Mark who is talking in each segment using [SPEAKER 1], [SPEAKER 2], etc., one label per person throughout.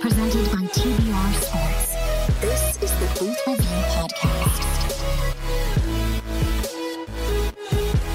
[SPEAKER 1] presented by TBR Sports. This is the Booth Review Podcast.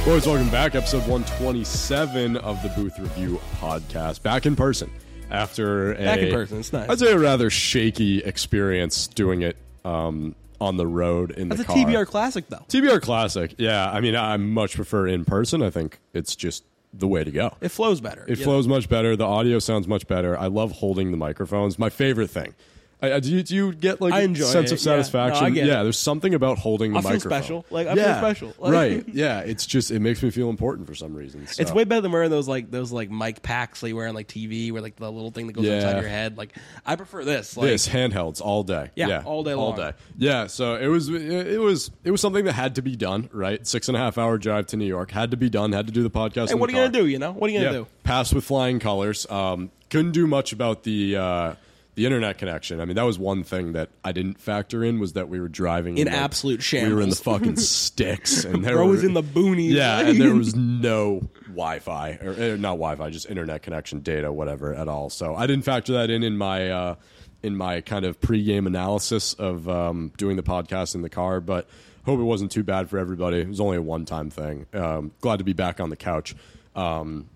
[SPEAKER 2] Boys, welcome back. Episode 127 of the Booth Review podcast. Back in person after a,
[SPEAKER 3] Back in person, it's nice.
[SPEAKER 2] I'd say a rather shaky experience doing it um, on the road in
[SPEAKER 3] That's
[SPEAKER 2] the
[SPEAKER 3] a
[SPEAKER 2] car.
[SPEAKER 3] TBR classic, though.
[SPEAKER 2] TBR Classic. Yeah, I mean, I much prefer in person. I think it's just the way to go.
[SPEAKER 3] It flows better.
[SPEAKER 2] It
[SPEAKER 3] you
[SPEAKER 2] flows much better. The audio sounds much better. I love holding the microphones. My favorite thing. I, I- do, you, do you get like
[SPEAKER 3] I
[SPEAKER 2] a
[SPEAKER 3] enjoy
[SPEAKER 2] sense of
[SPEAKER 3] it, yeah. No, I
[SPEAKER 2] satisfaction?
[SPEAKER 3] get it.
[SPEAKER 2] there's something about holding the
[SPEAKER 3] I feel
[SPEAKER 2] microphone.
[SPEAKER 3] special. Like, I feel
[SPEAKER 2] Yeah,
[SPEAKER 3] special. Like-
[SPEAKER 2] right? Yeah, it's just it makes me feel important for some reason.
[SPEAKER 3] Know? It's
[SPEAKER 2] so.
[SPEAKER 3] way better than wearing those like those like mic packs that you wear on like TV, where like the little thing that goes
[SPEAKER 2] Yeah.
[SPEAKER 3] inside your head. Like I prefer this. Like,
[SPEAKER 2] this handhelds all day.
[SPEAKER 3] Yeah, all day
[SPEAKER 2] All
[SPEAKER 3] long.
[SPEAKER 2] day. Yeah. So it was it was it was something that had to be done. Right, six and a half hour drive to New York had to be done. Had to do the podcast.
[SPEAKER 3] Hey, what are you gonna do? You know, what are you gonna do?
[SPEAKER 2] Passed with flying colors. Um, couldn't do much about the uh, the internet connection. I mean, that was one thing that I didn't factor in was that we were driving
[SPEAKER 3] In
[SPEAKER 2] like,
[SPEAKER 3] absolute
[SPEAKER 2] We were in the
[SPEAKER 3] shambles.
[SPEAKER 2] fucking sticks, and there
[SPEAKER 3] Bro
[SPEAKER 2] were,
[SPEAKER 3] was in the boonies.
[SPEAKER 2] Yeah, and there was no Wi-Fi or, eh, not Wi-Fi, just internet connection, data, whatever, at all. So I didn't factor that in in my uh, in my kind of pre-game analysis of um, doing the podcast in the car, but. Hope it wasn't too bad for everybody. It was only a one-time thing. Um, glad to be back on the couch. Um,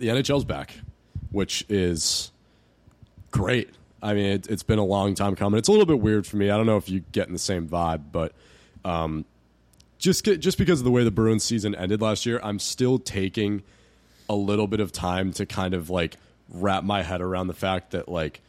[SPEAKER 2] the NHL's back, which is great. I mean, it, it's been a long time coming. It's a little bit weird for me. I don't know if you get in the same vibe, but um, just get, just because of the way the Bruins season ended last year, I'm still taking a little bit of time to kind of like wrap my head around the fact that like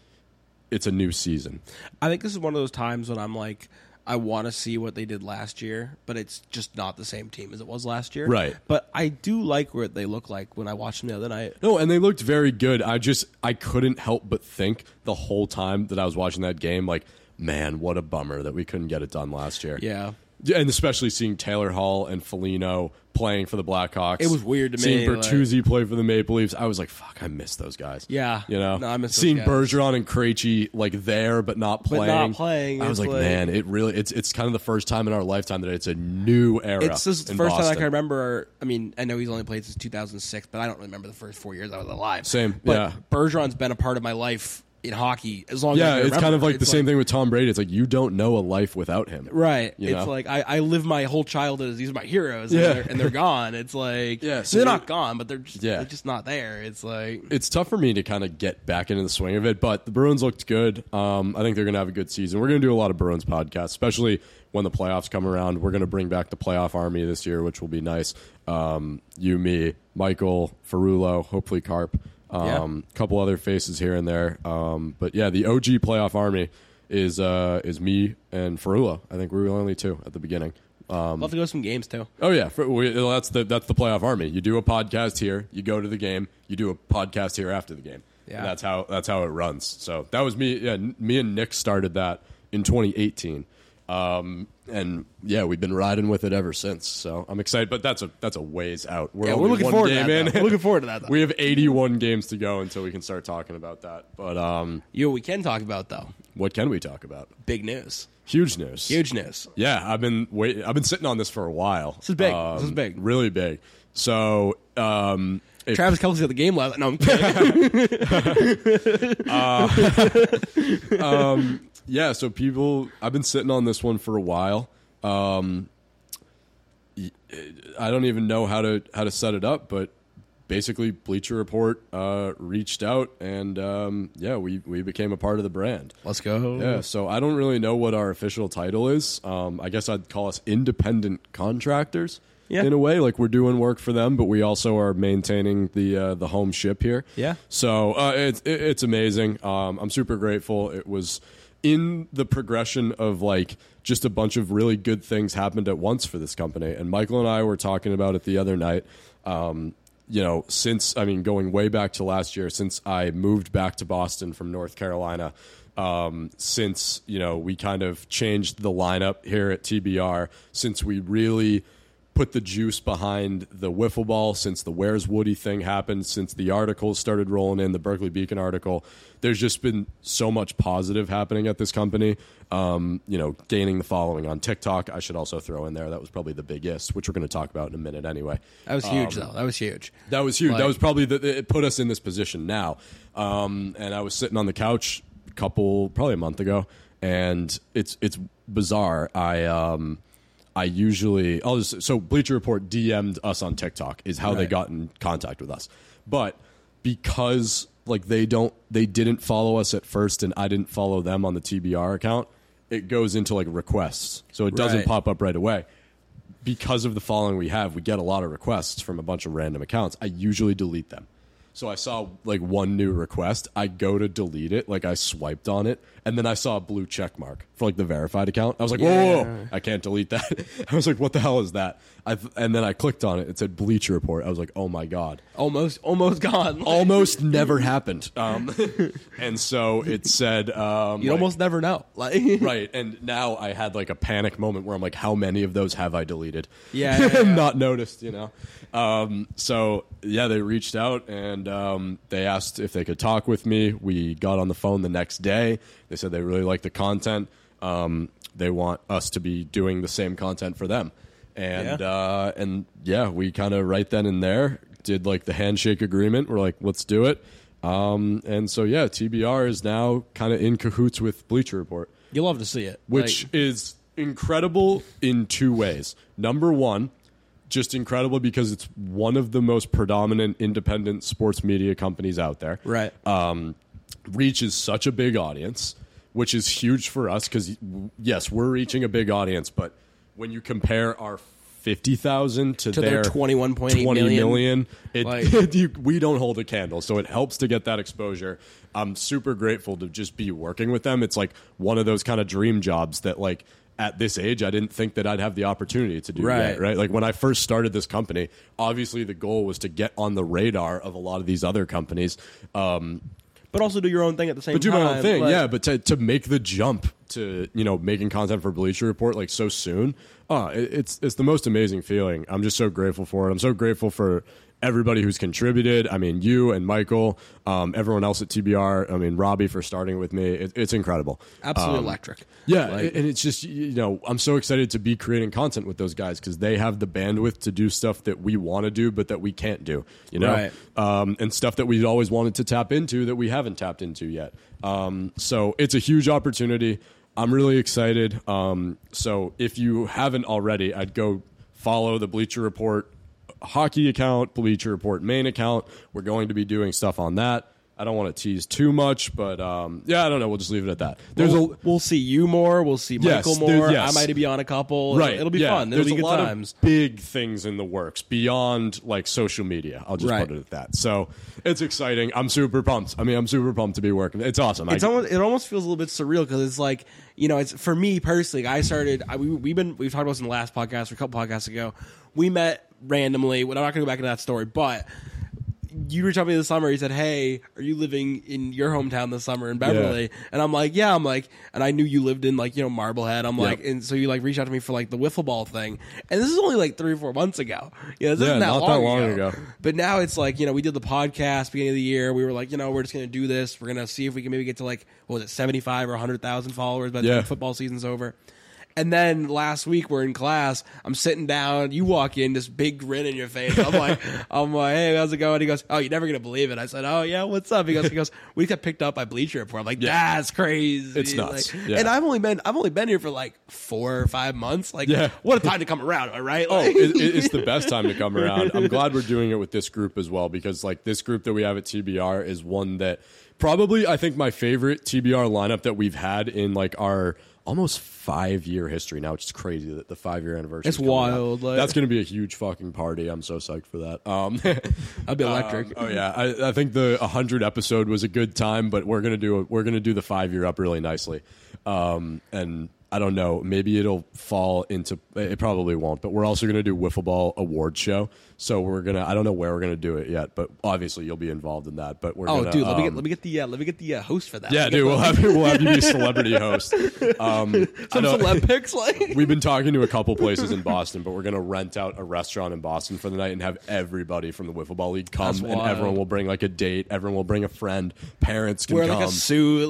[SPEAKER 2] it's a new season.
[SPEAKER 3] I think this is one of those times when I'm like, I want to see what they did last year, but it's just not the same team as it was last year.
[SPEAKER 2] Right.
[SPEAKER 3] But I do like what they look like when I watched them the other night.
[SPEAKER 2] No, and they looked very good. I just I couldn't help but think the whole time that I was watching that game, like, man, what a bummer that we couldn't get it done last year.
[SPEAKER 3] Yeah.
[SPEAKER 2] Yeah, and especially seeing Taylor Hall and Felino playing for the Blackhawks.
[SPEAKER 3] It was weird to me,
[SPEAKER 2] seeing
[SPEAKER 3] like-
[SPEAKER 2] Bertuzzi play for the Maple Leafs. I was like, "Fuck, I miss those guys."
[SPEAKER 3] Yeah.
[SPEAKER 2] you know,
[SPEAKER 3] No, I miss those
[SPEAKER 2] seeing
[SPEAKER 3] guys.
[SPEAKER 2] Bergeron and Krejci like there but not
[SPEAKER 3] not
[SPEAKER 2] playing.
[SPEAKER 3] playing,
[SPEAKER 2] I was
[SPEAKER 3] it's
[SPEAKER 2] like,
[SPEAKER 3] like-
[SPEAKER 2] man, it really it's it's kind of the first time in our lifetime that it's a new era.
[SPEAKER 3] It's just the
[SPEAKER 2] in
[SPEAKER 3] first time I
[SPEAKER 2] Boston.
[SPEAKER 3] can remember. I mean, I know he's only played since 2006, but I don't remember the first four years I was alive.
[SPEAKER 2] Same,
[SPEAKER 3] But
[SPEAKER 2] yeah.
[SPEAKER 3] Bergeron's been a part of my life in hockey as long as
[SPEAKER 2] Yeah,
[SPEAKER 3] I can
[SPEAKER 2] it's kind of
[SPEAKER 3] remember.
[SPEAKER 2] like the
[SPEAKER 3] It's
[SPEAKER 2] same thing with Tom Brady. It's like you don't know a life without him.
[SPEAKER 3] Right.
[SPEAKER 2] You
[SPEAKER 3] it's
[SPEAKER 2] know?
[SPEAKER 3] like I, I live my whole childhood as these are my heroes,
[SPEAKER 2] Yeah.
[SPEAKER 3] and, they're, and they're gone. It's like
[SPEAKER 2] Yeah, so
[SPEAKER 3] they're
[SPEAKER 2] you're-
[SPEAKER 3] not gone, but they're just,
[SPEAKER 2] Yeah.
[SPEAKER 3] they're just not there. It's like
[SPEAKER 2] it's tough for me to kind of get back into the swing of it, but the Bruins looked good. Um, I think they're going to have a good season. We're going to do a lot of Bruins podcasts, especially when the playoffs come around. We're going to bring back the playoff army this year, which will be nice. Um, you, me, Michael, Ferrulo, hopefully Carp, um, couple other faces here and there. Um, but yeah, the OG playoff army is uh, is me and Ferrulo. I think we were the only two at the beginning. Um,
[SPEAKER 3] I'll have to go to some games too.
[SPEAKER 2] Oh yeah, For, we, that's the that's the playoff army. You do a podcast here, you go to the game, you do a podcast here after the game.
[SPEAKER 3] Yeah.
[SPEAKER 2] And that's how that's how it runs. So that was me. Yeah, n- me and Nick started that in 2018, um, and yeah, we've been riding with it ever since. So I'm excited, but that's a that's a ways out. We're,
[SPEAKER 3] Yeah, we're
[SPEAKER 2] only
[SPEAKER 3] looking
[SPEAKER 2] one
[SPEAKER 3] forward to
[SPEAKER 2] game
[SPEAKER 3] that,
[SPEAKER 2] in.
[SPEAKER 3] though. We're looking forward to that, though.
[SPEAKER 2] we have 81 games to go until we can start talking about that. But um,
[SPEAKER 3] You know what we can talk about though?
[SPEAKER 2] what can we talk about?
[SPEAKER 3] Big news.
[SPEAKER 2] Huge news.
[SPEAKER 3] Huge news.
[SPEAKER 2] Yeah, I've been wait. I've been sitting on this for a while. This
[SPEAKER 3] is big. This is big.
[SPEAKER 2] Really big. So, um, if-
[SPEAKER 3] Travis Kelsey at the game last no I'm kidding.
[SPEAKER 2] yeah. So people, I've been sitting on this one for a while. Um, y- I don't even know how to how to set it up, but basically, Bleacher Report uh, reached out, and um, yeah, we we became a part of the brand.
[SPEAKER 3] Let's go.
[SPEAKER 2] Yeah, so I don't really know what our official title is. Um, I guess I'd call us independent contractors
[SPEAKER 3] Yeah.
[SPEAKER 2] in a way. Like we're doing work for them, but we also are maintaining the uh, the home ship here.
[SPEAKER 3] Yeah.
[SPEAKER 2] So uh, it's it, it's amazing. Um, I'm super grateful. It was in the progression of like just a bunch of really good things happened at once for this company. And Michael and I were talking about it the other night. Um, you know, since I mean, going way back to last year, since I moved back to Boston from North Carolina, um, since you know we kind of changed the lineup here at TBR, since we really put the juice behind the wiffle ball since the where's woody thing happened since the articles started rolling in the berkeley beacon article there's just been so much positive happening at this company um, you know gaining the following on tiktok i should also throw in there that was probably the biggest which we're going to talk about in a minute anyway
[SPEAKER 3] That was
[SPEAKER 2] Um,
[SPEAKER 3] huge though. That was huge.
[SPEAKER 2] that was huge. that
[SPEAKER 3] Like-
[SPEAKER 2] was probably the, it put us in this position now. Um, and I was sitting on the couch couple probably a month ago, and it's it's bizarre. I um I usually I'll just so Bleacher Report DM'd us on TikTok is how they
[SPEAKER 3] Right.
[SPEAKER 2] got in contact with us, but because like they don't they didn't follow us at first and I didn't follow them on the TBR account, it goes into like requests, so it doesn't
[SPEAKER 3] Right.
[SPEAKER 2] pop up right away because of the following we have, we get a lot of requests from a bunch of random accounts. I usually delete them. So I saw like one new request. I go to delete it, like I swiped on it, and then I saw a blue check mark for like the verified account. I was like, whoa, whoa, whoa,
[SPEAKER 3] Yeah.
[SPEAKER 2] I can't delete that. I was like, what the hell is that? I th- and then I clicked on it. It said Bleacher Report. I was like, oh my god,
[SPEAKER 3] Almost, almost gone.
[SPEAKER 2] almost never happened. Um, and so it said, um,
[SPEAKER 3] you
[SPEAKER 2] like-
[SPEAKER 3] almost never know. Like,
[SPEAKER 2] right. And now I had like a panic moment where I'm like, how many of those have I deleted?
[SPEAKER 3] Yeah, yeah, yeah.
[SPEAKER 2] not noticed, you know? Um, so yeah, they reached out and um, they asked if they could talk with me. We got on the phone the next day. They said they really like the content. Um, they want us to be doing the same content for them. And
[SPEAKER 3] Yeah.
[SPEAKER 2] uh, and yeah, we kind of right then and there did like the handshake agreement. We're like, let's do it. Um, and so yeah, TBR is now kind of in cahoots with Bleacher Report
[SPEAKER 3] you love to see it.
[SPEAKER 2] which
[SPEAKER 3] Like,
[SPEAKER 2] is incredible in two ways. Number one, just incredible because it's one of the most predominant independent sports media companies out there.
[SPEAKER 3] right?
[SPEAKER 2] Um, reaches such a big audience, which is huge for us because, yes, we're reaching a big audience, but when you compare our 50,000 to,
[SPEAKER 3] to their twenty-one point eight
[SPEAKER 2] 20
[SPEAKER 3] million.
[SPEAKER 2] million. It,
[SPEAKER 3] Like-
[SPEAKER 2] you, we don't hold a candle, so it helps to get that exposure. I'm super grateful to just be working with them. It's like one of those kind of dream jobs that, like, at this age, I didn't think that I'd have the opportunity to do
[SPEAKER 3] Right.
[SPEAKER 2] that. Right. Like, when I first started this company, obviously the goal was to get on the radar of a lot of these other companies. Um,
[SPEAKER 3] but also do your own thing at the same.
[SPEAKER 2] but do
[SPEAKER 3] time.
[SPEAKER 2] my own thing,
[SPEAKER 3] Like,
[SPEAKER 2] yeah. But to, to make the jump to you know making content for Bleacher Report like so soon, uh, it, it's it's the most amazing feeling. I'm just so grateful for it. I'm so grateful for everybody who's contributed. I mean, you and Michael, um, everyone else at TBR. I mean, Robbie for starting with me. It, it's incredible.
[SPEAKER 3] absolutely
[SPEAKER 2] Um,
[SPEAKER 3] electric.
[SPEAKER 2] yeah,
[SPEAKER 3] Like-
[SPEAKER 2] and it's just you know I'm so excited to be creating content with those guys because they have the bandwidth to do stuff that we want to do but that we can't do, you know,
[SPEAKER 3] Right.
[SPEAKER 2] um, and stuff that we've always wanted to tap into that we haven't tapped into yet. Um, so it's a huge opportunity. I'm really excited. Um, so if you haven't already, I'd go follow the Bleacher Report hockey account, Bleacher Report main account. We're going to be doing stuff on that. I don't want to tease too much, but um, yeah, I don't know. We'll just leave it at that. There's a
[SPEAKER 3] we'll, we'll see you more. We'll see
[SPEAKER 2] Yes,
[SPEAKER 3] Michael
[SPEAKER 2] there-
[SPEAKER 3] more.
[SPEAKER 2] yes.
[SPEAKER 3] I might be on a couple.
[SPEAKER 2] right.
[SPEAKER 3] It'll be
[SPEAKER 2] yeah.
[SPEAKER 3] fun. It'll
[SPEAKER 2] There's
[SPEAKER 3] be
[SPEAKER 2] a
[SPEAKER 3] good
[SPEAKER 2] lot
[SPEAKER 3] times.
[SPEAKER 2] of big things in the works beyond like social media. I'll just
[SPEAKER 3] Right.
[SPEAKER 2] put it at that. So it's exciting. I'm super pumped. I mean, I'm super pumped to be working. It's awesome.
[SPEAKER 3] It's
[SPEAKER 2] I,
[SPEAKER 3] almost it almost feels a little bit surreal because it's like you know it's for me personally. I started. I, we, we've been we've talked about this in the last podcast or a couple podcasts ago. We met randomly. Well, I'm not going to go back into that story, but you reached out to me this summer. You said, "Hey, are you living in your hometown this summer in Beverly?" And I'm like, "Yeah." I'm like, and I knew you lived in like you know Marblehead. I'm like, and so you like reached out to me for like the wiffle ball thing, and this is only like three or four months ago. Yeah, this
[SPEAKER 2] Yeah,
[SPEAKER 3] isn't that
[SPEAKER 2] not that
[SPEAKER 3] long
[SPEAKER 2] long ago.
[SPEAKER 3] ago. But now it's like, you know, we did the podcast beginning of the year. We were like, you know, we're just going to do this. We're going to see if we can maybe get to like, what was it, 75 or 100,000 followers by the
[SPEAKER 2] Yeah.
[SPEAKER 3] time football season's over. And then last week we're in class. I'm sitting down. You walk in, this big grin in your face. I'm like, I'm like, hey, how's it going? He goes, oh, you're never gonna believe it. I said, oh yeah, what's up? He goes, he goes, we got picked up by Bleacher Report. I'm like, that's crazy.
[SPEAKER 2] It's nuts.
[SPEAKER 3] Like-
[SPEAKER 2] Yeah.
[SPEAKER 3] And I've only been, I've only been here for like four or five months. Like,
[SPEAKER 2] Yeah.
[SPEAKER 3] what a time to come around, am I right?
[SPEAKER 2] Oh,
[SPEAKER 3] Like-
[SPEAKER 2] it, it- it's the best time to come around. I'm glad we're doing it with this group as well because, like, this group that we have at TBR is one that probably I think my favorite TBR lineup that we've had in like our almost five year history now. It's crazy that the five year anniversary.
[SPEAKER 3] It's
[SPEAKER 2] is coming up.
[SPEAKER 3] wild, like-
[SPEAKER 2] That's going to be a huge fucking party. I'm so psyched for that. Um,
[SPEAKER 3] I'd be electric.
[SPEAKER 2] Um, oh yeah, I, I think the 100 episode was a good time, but we're gonna do a, we're gonna do the five year up really nicely, um, and I don't know, maybe it'll fall into it probably won't, but we're also gonna do wiffle ball award show, so we're gonna I don't know where we're gonna do it yet, but obviously you'll be involved in that, but we're
[SPEAKER 3] Oh,
[SPEAKER 2] gonna,
[SPEAKER 3] dude, let me get
[SPEAKER 2] um,
[SPEAKER 3] let me get the uh, let me get the uh, host for that.
[SPEAKER 2] yeah,
[SPEAKER 3] Let me
[SPEAKER 2] dude,
[SPEAKER 3] get
[SPEAKER 2] we'll have we'll have you be celebrity host. Um, I
[SPEAKER 3] the-
[SPEAKER 2] don't-
[SPEAKER 3] some celeb pics. Like,
[SPEAKER 2] We've been talking to a couple places in Boston, but we're going to rent out a restaurant in Boston for the night and have everybody from the Wiffle Ball League
[SPEAKER 3] That's
[SPEAKER 2] come, and
[SPEAKER 3] wild.
[SPEAKER 2] everyone will bring like a date. Everyone will bring a friend. Parents can
[SPEAKER 3] Wear,
[SPEAKER 2] come.
[SPEAKER 3] like, a suit,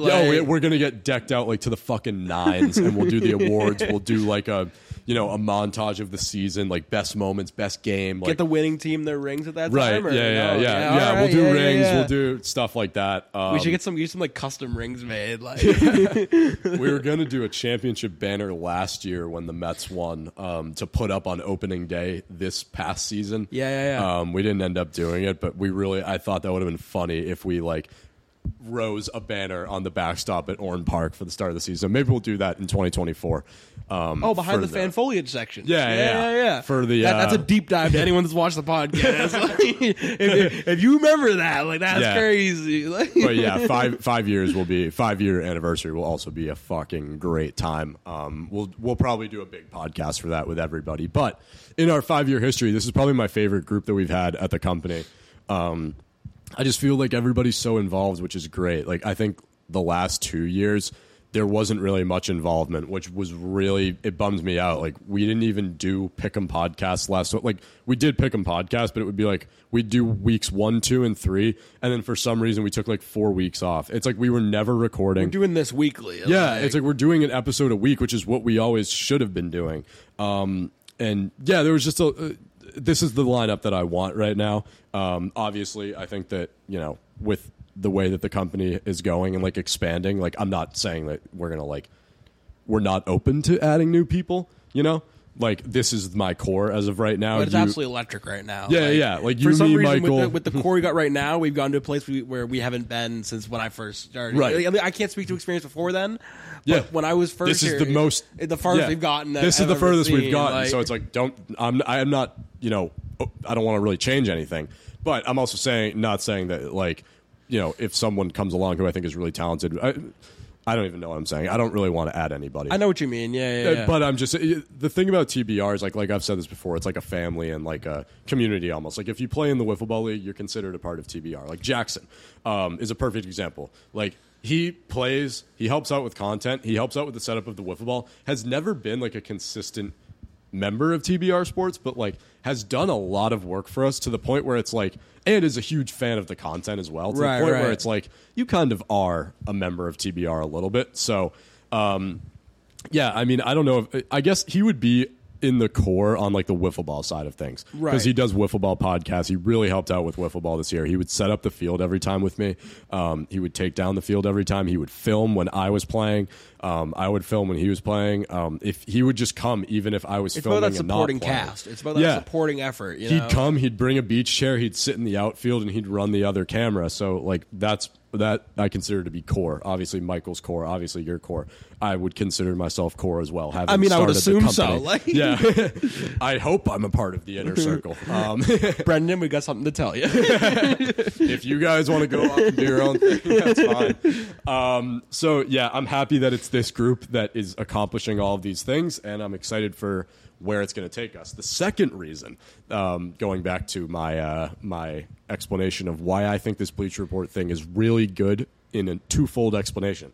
[SPEAKER 2] Yo, we-
[SPEAKER 3] like-
[SPEAKER 2] we're going to get decked out like to the fucking nines, and we'll do the awards. We'll do like a you know a montage of the season, like best moments, best game. Like,
[SPEAKER 3] Get the winning team their rings at that
[SPEAKER 2] right?
[SPEAKER 3] time. or
[SPEAKER 2] yeah, yeah, yeah,
[SPEAKER 3] no?
[SPEAKER 2] yeah.
[SPEAKER 3] all
[SPEAKER 2] we'll
[SPEAKER 3] right,
[SPEAKER 2] do
[SPEAKER 3] yeah, yeah,
[SPEAKER 2] rings.
[SPEAKER 3] yeah.
[SPEAKER 2] We'll do stuff like that. Um,
[SPEAKER 3] We should get some get some like custom rings made. Like
[SPEAKER 2] we were going to do a championship banner last year when the Mets won um, to put up on opening day this past season.
[SPEAKER 3] Yeah, yeah, yeah.
[SPEAKER 2] Um, we didn't end up doing it, but we really, I thought that would have been funny if we like rose a banner on the backstop at Orne Park for the start of the season. Maybe we'll do that in 2024. Um,
[SPEAKER 3] oh, behind
[SPEAKER 2] for
[SPEAKER 3] the fan foliage section.
[SPEAKER 2] Yeah, yeah,
[SPEAKER 3] yeah,
[SPEAKER 2] yeah. For the,
[SPEAKER 3] That-
[SPEAKER 2] uh,
[SPEAKER 3] that's a deep dive to anyone that's watched the podcast. Like, if, if you remember that, like that's
[SPEAKER 2] Yeah.
[SPEAKER 3] crazy. Like,
[SPEAKER 2] but yeah, five five years will be five year anniversary will also be a fucking great time. Um, we'll we'll probably do a big podcast for that with everybody. But in our five year history, this is probably my favorite group that we've had at the company. Um, I just feel like everybody's so involved, which is great. Like I think the last two years there wasn't really much involvement, which was really it bums me out. Like we didn't even do pick'em podcasts last like we did pick'em podcast, but it would be like we'd do weeks one, two, and three, and then for some reason we took like four weeks off. It's like we were never recording.
[SPEAKER 3] We're doing this weekly.
[SPEAKER 2] Yeah, it's like we're doing an episode a week, which is what we always should have been doing. Um, and yeah, there was just a. Uh, this is the lineup that I want right now. Um, obviously, I think that you know with the way that the company is going and like expanding, like I'm not saying that we're gonna like we're not open to adding new people. You know, like this is my core as of right now.
[SPEAKER 3] but it's
[SPEAKER 2] You-
[SPEAKER 3] absolutely electric right now.
[SPEAKER 2] Yeah, yeah, like you,
[SPEAKER 3] for some
[SPEAKER 2] me,
[SPEAKER 3] reason,
[SPEAKER 2] Michael.
[SPEAKER 3] with the, with the core we got right now, we've gone to a place we, where we haven't been since when I first started.
[SPEAKER 2] Right.
[SPEAKER 3] I, mean, I can't speak to experience before then. But
[SPEAKER 2] Yeah.
[SPEAKER 3] when I was first,
[SPEAKER 2] this is
[SPEAKER 3] here,
[SPEAKER 2] the most
[SPEAKER 3] it- the farthest
[SPEAKER 2] yeah.
[SPEAKER 3] we've gotten. that
[SPEAKER 2] This
[SPEAKER 3] I've
[SPEAKER 2] is the
[SPEAKER 3] ever
[SPEAKER 2] furthest we've
[SPEAKER 3] seen,
[SPEAKER 2] gotten.
[SPEAKER 3] like-
[SPEAKER 2] so it's like don't I'm I am not you know oh, I don't want to really change anything, but I'm also saying not saying that like you know if someone comes along who I think is really talented, I, I don't even know what I'm saying. I don't really want to add anybody.
[SPEAKER 3] I know what you mean. Yeah, yeah.
[SPEAKER 2] Uh,
[SPEAKER 3] yeah.
[SPEAKER 2] But I'm just the thing about TBR is like like I've said this before. It's like a family and like a community almost. Like if you play in the wiffle ball league, you're considered a part of TBR. Like Jackson um, is a perfect example. Like he plays, he helps out with content, he helps out with the setup of the wiffle ball. Has never been like a consistent member of TBR Sports, but like has done a lot of work for us to the point where it's like, and is a huge fan of the content as well. To
[SPEAKER 3] Right,
[SPEAKER 2] the point where
[SPEAKER 3] right.
[SPEAKER 2] it's like you kind of are a member of TBR a little bit. So. Um, yeah, I mean, I don't know. If, I guess he would be in the core on like the wiffle ball side of things because
[SPEAKER 3] Right.
[SPEAKER 2] he does wiffle ball podcasts. He really helped out with wiffle ball this year. He would set up the field every time with me. Um, he would take down the field every time. He would film when I was playing. Um, I would film when he was playing. Um, if he would just come, even if I was
[SPEAKER 3] it's
[SPEAKER 2] filming
[SPEAKER 3] about that
[SPEAKER 2] and not
[SPEAKER 3] supporting
[SPEAKER 2] playing.
[SPEAKER 3] cast. It's about that
[SPEAKER 2] Yeah.
[SPEAKER 3] supporting effort. You know?
[SPEAKER 2] He'd come, he'd bring a beach chair, he'd sit in the outfield, and he'd run the other camera. So, like, that's that I consider to be core. Obviously, Michael's core. Obviously, your core. I would consider myself core as well. having
[SPEAKER 3] I mean, I would
[SPEAKER 2] started the
[SPEAKER 3] assume so,
[SPEAKER 2] company.
[SPEAKER 3] like-
[SPEAKER 2] yeah. I hope I'm a part of the inner circle. Um,
[SPEAKER 3] Brendan, we got something to tell you.
[SPEAKER 2] if you guys want to go off and do your own thing, that's fine. Um, so yeah, I'm happy that it's this group that is accomplishing all of these things, and I'm excited for where it's going to take us. The second reason, um, going back to my uh, my explanation of why I think this Bleach Report thing is really good in a twofold explanation.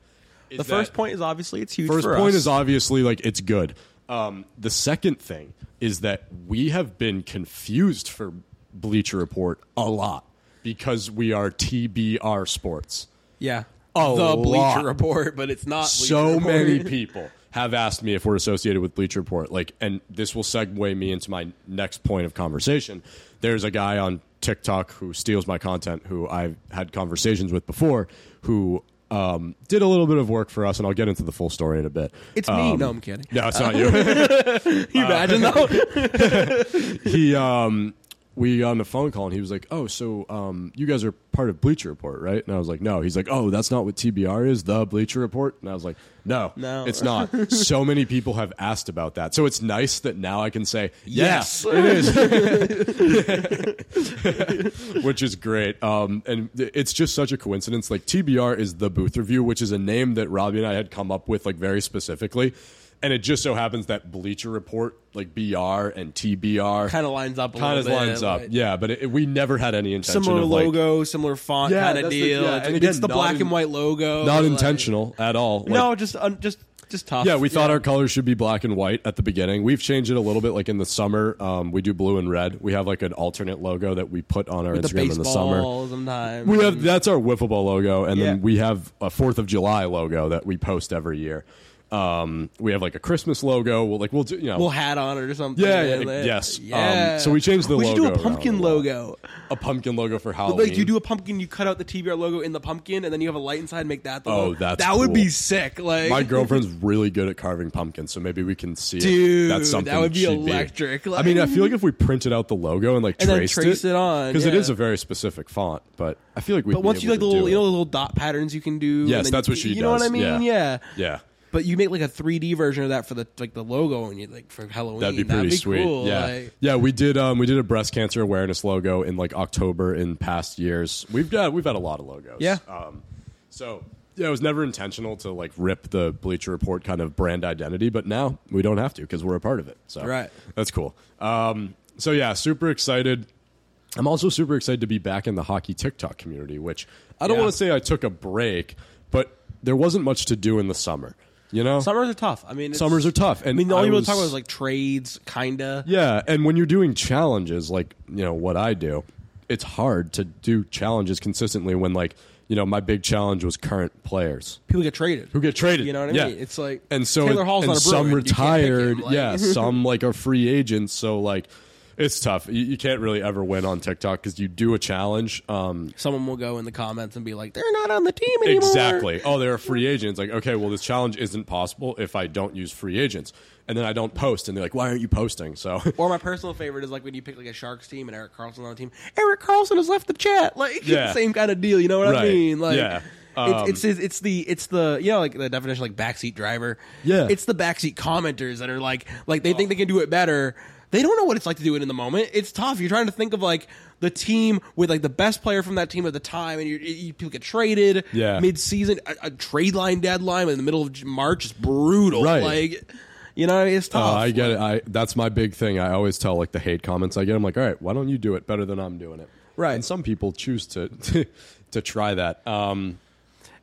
[SPEAKER 2] is
[SPEAKER 3] the first
[SPEAKER 2] that-
[SPEAKER 3] point is obviously it's huge.
[SPEAKER 2] First
[SPEAKER 3] for
[SPEAKER 2] point
[SPEAKER 3] us.
[SPEAKER 2] is obviously like it's good. Um, the second thing is that we have been confused for Bleacher Report a lot because we are TBR Sports.
[SPEAKER 3] yeah,
[SPEAKER 2] A
[SPEAKER 3] the
[SPEAKER 2] lot.
[SPEAKER 3] Bleacher Report, but it's not Bleacher
[SPEAKER 2] so
[SPEAKER 3] Report.
[SPEAKER 2] many people have asked me if we're associated with Bleacher Report. Like, and this will segue me into my next point of conversation. There's a guy on TikTok who steals my content, who I've had conversations with before, who um, did a little bit of work for us, and I'll get into the full story in a bit.
[SPEAKER 3] It's me.
[SPEAKER 2] Um,
[SPEAKER 3] No, I'm kidding. Uh,
[SPEAKER 2] No, it's not you.
[SPEAKER 3] Can you imagine though?
[SPEAKER 2] he um we got on a phone call and he was like, "Oh, so um, you guys are part of Bleacher Report, right?" And I was like, "No." He's like, "Oh, that's not what TBR is, the Bleacher Report." And I was like, "No,
[SPEAKER 3] No.
[SPEAKER 2] it's not." so many people have asked about that, so it's nice that now I can say,
[SPEAKER 3] Yes.
[SPEAKER 2] "Yes, it is," which is great. Um, and th- it's just such a coincidence. Like TBR is the Booth Review, which is a name that Robbie and I had come up with like very specifically. And it just so happens that Bleacher Report, like BR and TBR,
[SPEAKER 3] kind of lines up. a
[SPEAKER 2] kind of
[SPEAKER 3] little bit,
[SPEAKER 2] lines up.
[SPEAKER 3] like-
[SPEAKER 2] Yeah, but it, we never had any intention
[SPEAKER 3] similar
[SPEAKER 2] of like,
[SPEAKER 3] logo, similar font
[SPEAKER 2] Yeah,
[SPEAKER 3] kind
[SPEAKER 2] that's
[SPEAKER 3] of
[SPEAKER 2] the-
[SPEAKER 3] deal.
[SPEAKER 2] yeah,
[SPEAKER 3] It's-
[SPEAKER 2] and
[SPEAKER 3] it's,
[SPEAKER 2] again,
[SPEAKER 3] the
[SPEAKER 2] not
[SPEAKER 3] black
[SPEAKER 2] in-
[SPEAKER 3] and white logo.
[SPEAKER 2] not
[SPEAKER 3] like-
[SPEAKER 2] intentional at all. Like,
[SPEAKER 3] no, just un, just just tough.
[SPEAKER 2] yeah, we thought our colors should be black and white at the beginning. We've changed it a little bit. Like in the summer, um, we do blue and red. We have like an alternate logo that we put on our
[SPEAKER 3] the
[SPEAKER 2] Instagram in the summer.
[SPEAKER 3] baseball sometimes.
[SPEAKER 2] We have that's our wiffle ball logo, and
[SPEAKER 3] Yeah.
[SPEAKER 2] then we have a Fourth of July logo that we post every year. Um, we have like a Christmas logo. We'll like we'll do you know
[SPEAKER 3] little hat on it or something.
[SPEAKER 2] Yeah,
[SPEAKER 3] and
[SPEAKER 2] yeah,
[SPEAKER 3] it-
[SPEAKER 2] yes. Um,
[SPEAKER 3] Yeah.
[SPEAKER 2] so we changed the
[SPEAKER 3] we should do
[SPEAKER 2] logo
[SPEAKER 3] a pumpkin
[SPEAKER 2] around a lot.
[SPEAKER 3] logo.
[SPEAKER 2] a pumpkin logo for Halloween.
[SPEAKER 3] Like you do a pumpkin, you cut out the TBR logo in the pumpkin, and then you have a light inside. and Make that the
[SPEAKER 2] Oh,
[SPEAKER 3] logo.
[SPEAKER 2] that's
[SPEAKER 3] that would be
[SPEAKER 2] cool.
[SPEAKER 3] sick. Like
[SPEAKER 2] My girlfriend's really good at carving pumpkins, so maybe we can see if
[SPEAKER 3] Dude,
[SPEAKER 2] that's something
[SPEAKER 3] that would be
[SPEAKER 2] she'd
[SPEAKER 3] electric,
[SPEAKER 2] I
[SPEAKER 3] like-
[SPEAKER 2] mean, I feel like if we printed out the logo and like
[SPEAKER 3] And then
[SPEAKER 2] traced,
[SPEAKER 3] trace it on,
[SPEAKER 2] because it
[SPEAKER 3] yeah.
[SPEAKER 2] is a very specific font. But I feel like we.
[SPEAKER 3] But once you like the little, you know, the little dot patterns you can do. and
[SPEAKER 2] Yes,
[SPEAKER 3] then-
[SPEAKER 2] that's what she
[SPEAKER 3] You know what I
[SPEAKER 2] does,
[SPEAKER 3] mean?
[SPEAKER 2] yeah.
[SPEAKER 3] Yeah.
[SPEAKER 2] yeah,
[SPEAKER 3] But you make like a 3D version of that for the like the logo and you like for Halloween.
[SPEAKER 2] that'd be pretty sweet.
[SPEAKER 3] cool,
[SPEAKER 2] yeah,
[SPEAKER 3] like-
[SPEAKER 2] yeah, we did. Um, we did a breast cancer awareness logo in like October in past years. We've got we've had a lot of logos.
[SPEAKER 3] Yeah.
[SPEAKER 2] Um, so yeah, it was never intentional to like rip the Bleacher Report kind of brand identity, but now we don't have to because we're a part of it. So
[SPEAKER 3] Right.
[SPEAKER 2] that's cool. Um, so yeah, super excited. I'm also super excited to be back in the hockey TikTok community, which I don't
[SPEAKER 3] Yeah.
[SPEAKER 2] want to say I took a break, but there wasn't much to do in the summer. You know,
[SPEAKER 3] Summers are tough. I mean, it's-
[SPEAKER 2] summers are tough. And
[SPEAKER 3] I mean, the only
[SPEAKER 2] I
[SPEAKER 3] people
[SPEAKER 2] was-
[SPEAKER 3] to talk about is like trades, kinda.
[SPEAKER 2] yeah, and when you're doing challenges, like you know what I do, it's hard to do challenges consistently when like you know my big challenge was current players
[SPEAKER 3] People get traded.
[SPEAKER 2] who get traded.
[SPEAKER 3] You know what I
[SPEAKER 2] yeah.
[SPEAKER 3] mean? It's like
[SPEAKER 2] and so
[SPEAKER 3] Taylor
[SPEAKER 2] it-
[SPEAKER 3] Hall's
[SPEAKER 2] and
[SPEAKER 3] not a
[SPEAKER 2] some
[SPEAKER 3] Bruin. You can't pick him,
[SPEAKER 2] retired.
[SPEAKER 3] like-
[SPEAKER 2] yeah, some like are free agents. So like. It's tough. You, you can't really ever win on TikTok because you do a challenge. Um,
[SPEAKER 3] Someone will go in the comments and be like, "They're not on the team anymore."
[SPEAKER 2] exactly. Oh, they're a free agent. It's like, okay, well, this challenge isn't possible if I don't use free agents. And then I don't post. And they're like, why aren't you posting? So
[SPEAKER 3] Or my personal favorite is like when you pick like a Sharks team and Eric Carlson on the team. Eric Carlson has left the chat. Like
[SPEAKER 2] Yeah.
[SPEAKER 3] same kind of deal. You know what I
[SPEAKER 2] Right.
[SPEAKER 3] mean? Like
[SPEAKER 2] Yeah. Um,
[SPEAKER 3] it's, it's it's the it's the you know like the definition like backseat driver.
[SPEAKER 2] Yeah. Oh.
[SPEAKER 3] It's the backseat commenters that are like like they think they can do it better. They don't know what it's like to do it in the moment. It's tough. You're trying to think of like the team with like the best player from that team at the time, and you're, you people get traded.
[SPEAKER 2] Yeah.
[SPEAKER 3] Mid season, a, a trade line deadline in the middle of March is brutal.
[SPEAKER 2] Right.
[SPEAKER 3] Like. You know, it's tough.
[SPEAKER 2] Uh, I get it. I that's my big thing. I always tell like the hate comments I get. I'm like, all right, why don't you do it better than I'm doing it?
[SPEAKER 3] Right.
[SPEAKER 2] And some people choose to to try that. Um,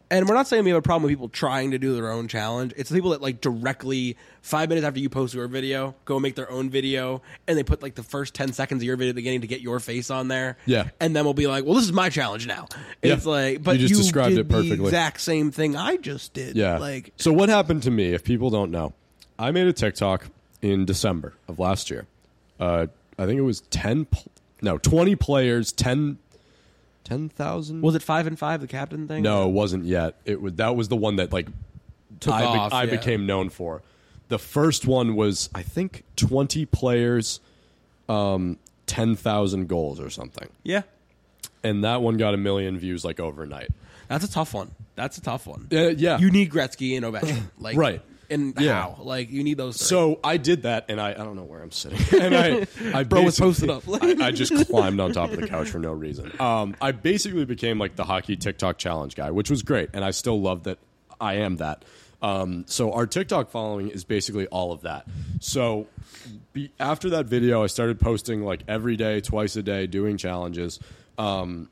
[SPEAKER 3] and we're not saying we have a problem with people trying to do their own challenge. It's the people that like directly five minutes after you post your video, go make their own video, and they put like the first ten seconds of your video at the beginning to get your face on there.
[SPEAKER 2] Yeah.
[SPEAKER 3] and then we'll be like, "Well, this is my challenge now."
[SPEAKER 2] Yeah.
[SPEAKER 3] It's like, but
[SPEAKER 2] You
[SPEAKER 3] you
[SPEAKER 2] just described
[SPEAKER 3] did
[SPEAKER 2] it perfectly.
[SPEAKER 3] The exact same thing I just did.
[SPEAKER 2] yeah.
[SPEAKER 3] like
[SPEAKER 2] so what happened to me? If people don't know, I made a TikTok in December of last year. Uh, I think it was ten, pl- no, twenty players, 10 10,000?
[SPEAKER 3] was it five and five the captain thing?
[SPEAKER 2] No, it wasn't yet. It was that was the one that like
[SPEAKER 3] Took
[SPEAKER 2] I, be-
[SPEAKER 3] off,
[SPEAKER 2] I
[SPEAKER 3] yeah.
[SPEAKER 2] became known for. The first one was I think twenty players, um, ten thousand goals or something,
[SPEAKER 3] yeah,
[SPEAKER 2] and that one got a million views like overnight.
[SPEAKER 3] that's a tough one. That's a tough one.
[SPEAKER 2] Uh, yeah,
[SPEAKER 3] You need Gretzky and Ovechkin, like
[SPEAKER 2] Right.
[SPEAKER 3] And
[SPEAKER 2] Yeah.
[SPEAKER 3] how? Like you need those. Three.
[SPEAKER 2] So I did that, and I, I don't know where I'm sitting. And I, I
[SPEAKER 3] Bro, it's
[SPEAKER 2] basically-
[SPEAKER 3] posted up.
[SPEAKER 2] I, I just climbed on top of the couch for no reason. Um, I basically became like the hockey TikTok challenge guy, which was great, and I still love that I am that. Um, so our TikTok following is basically all of that. So be, after that video, I started posting like every day, twice a day, doing challenges. Um,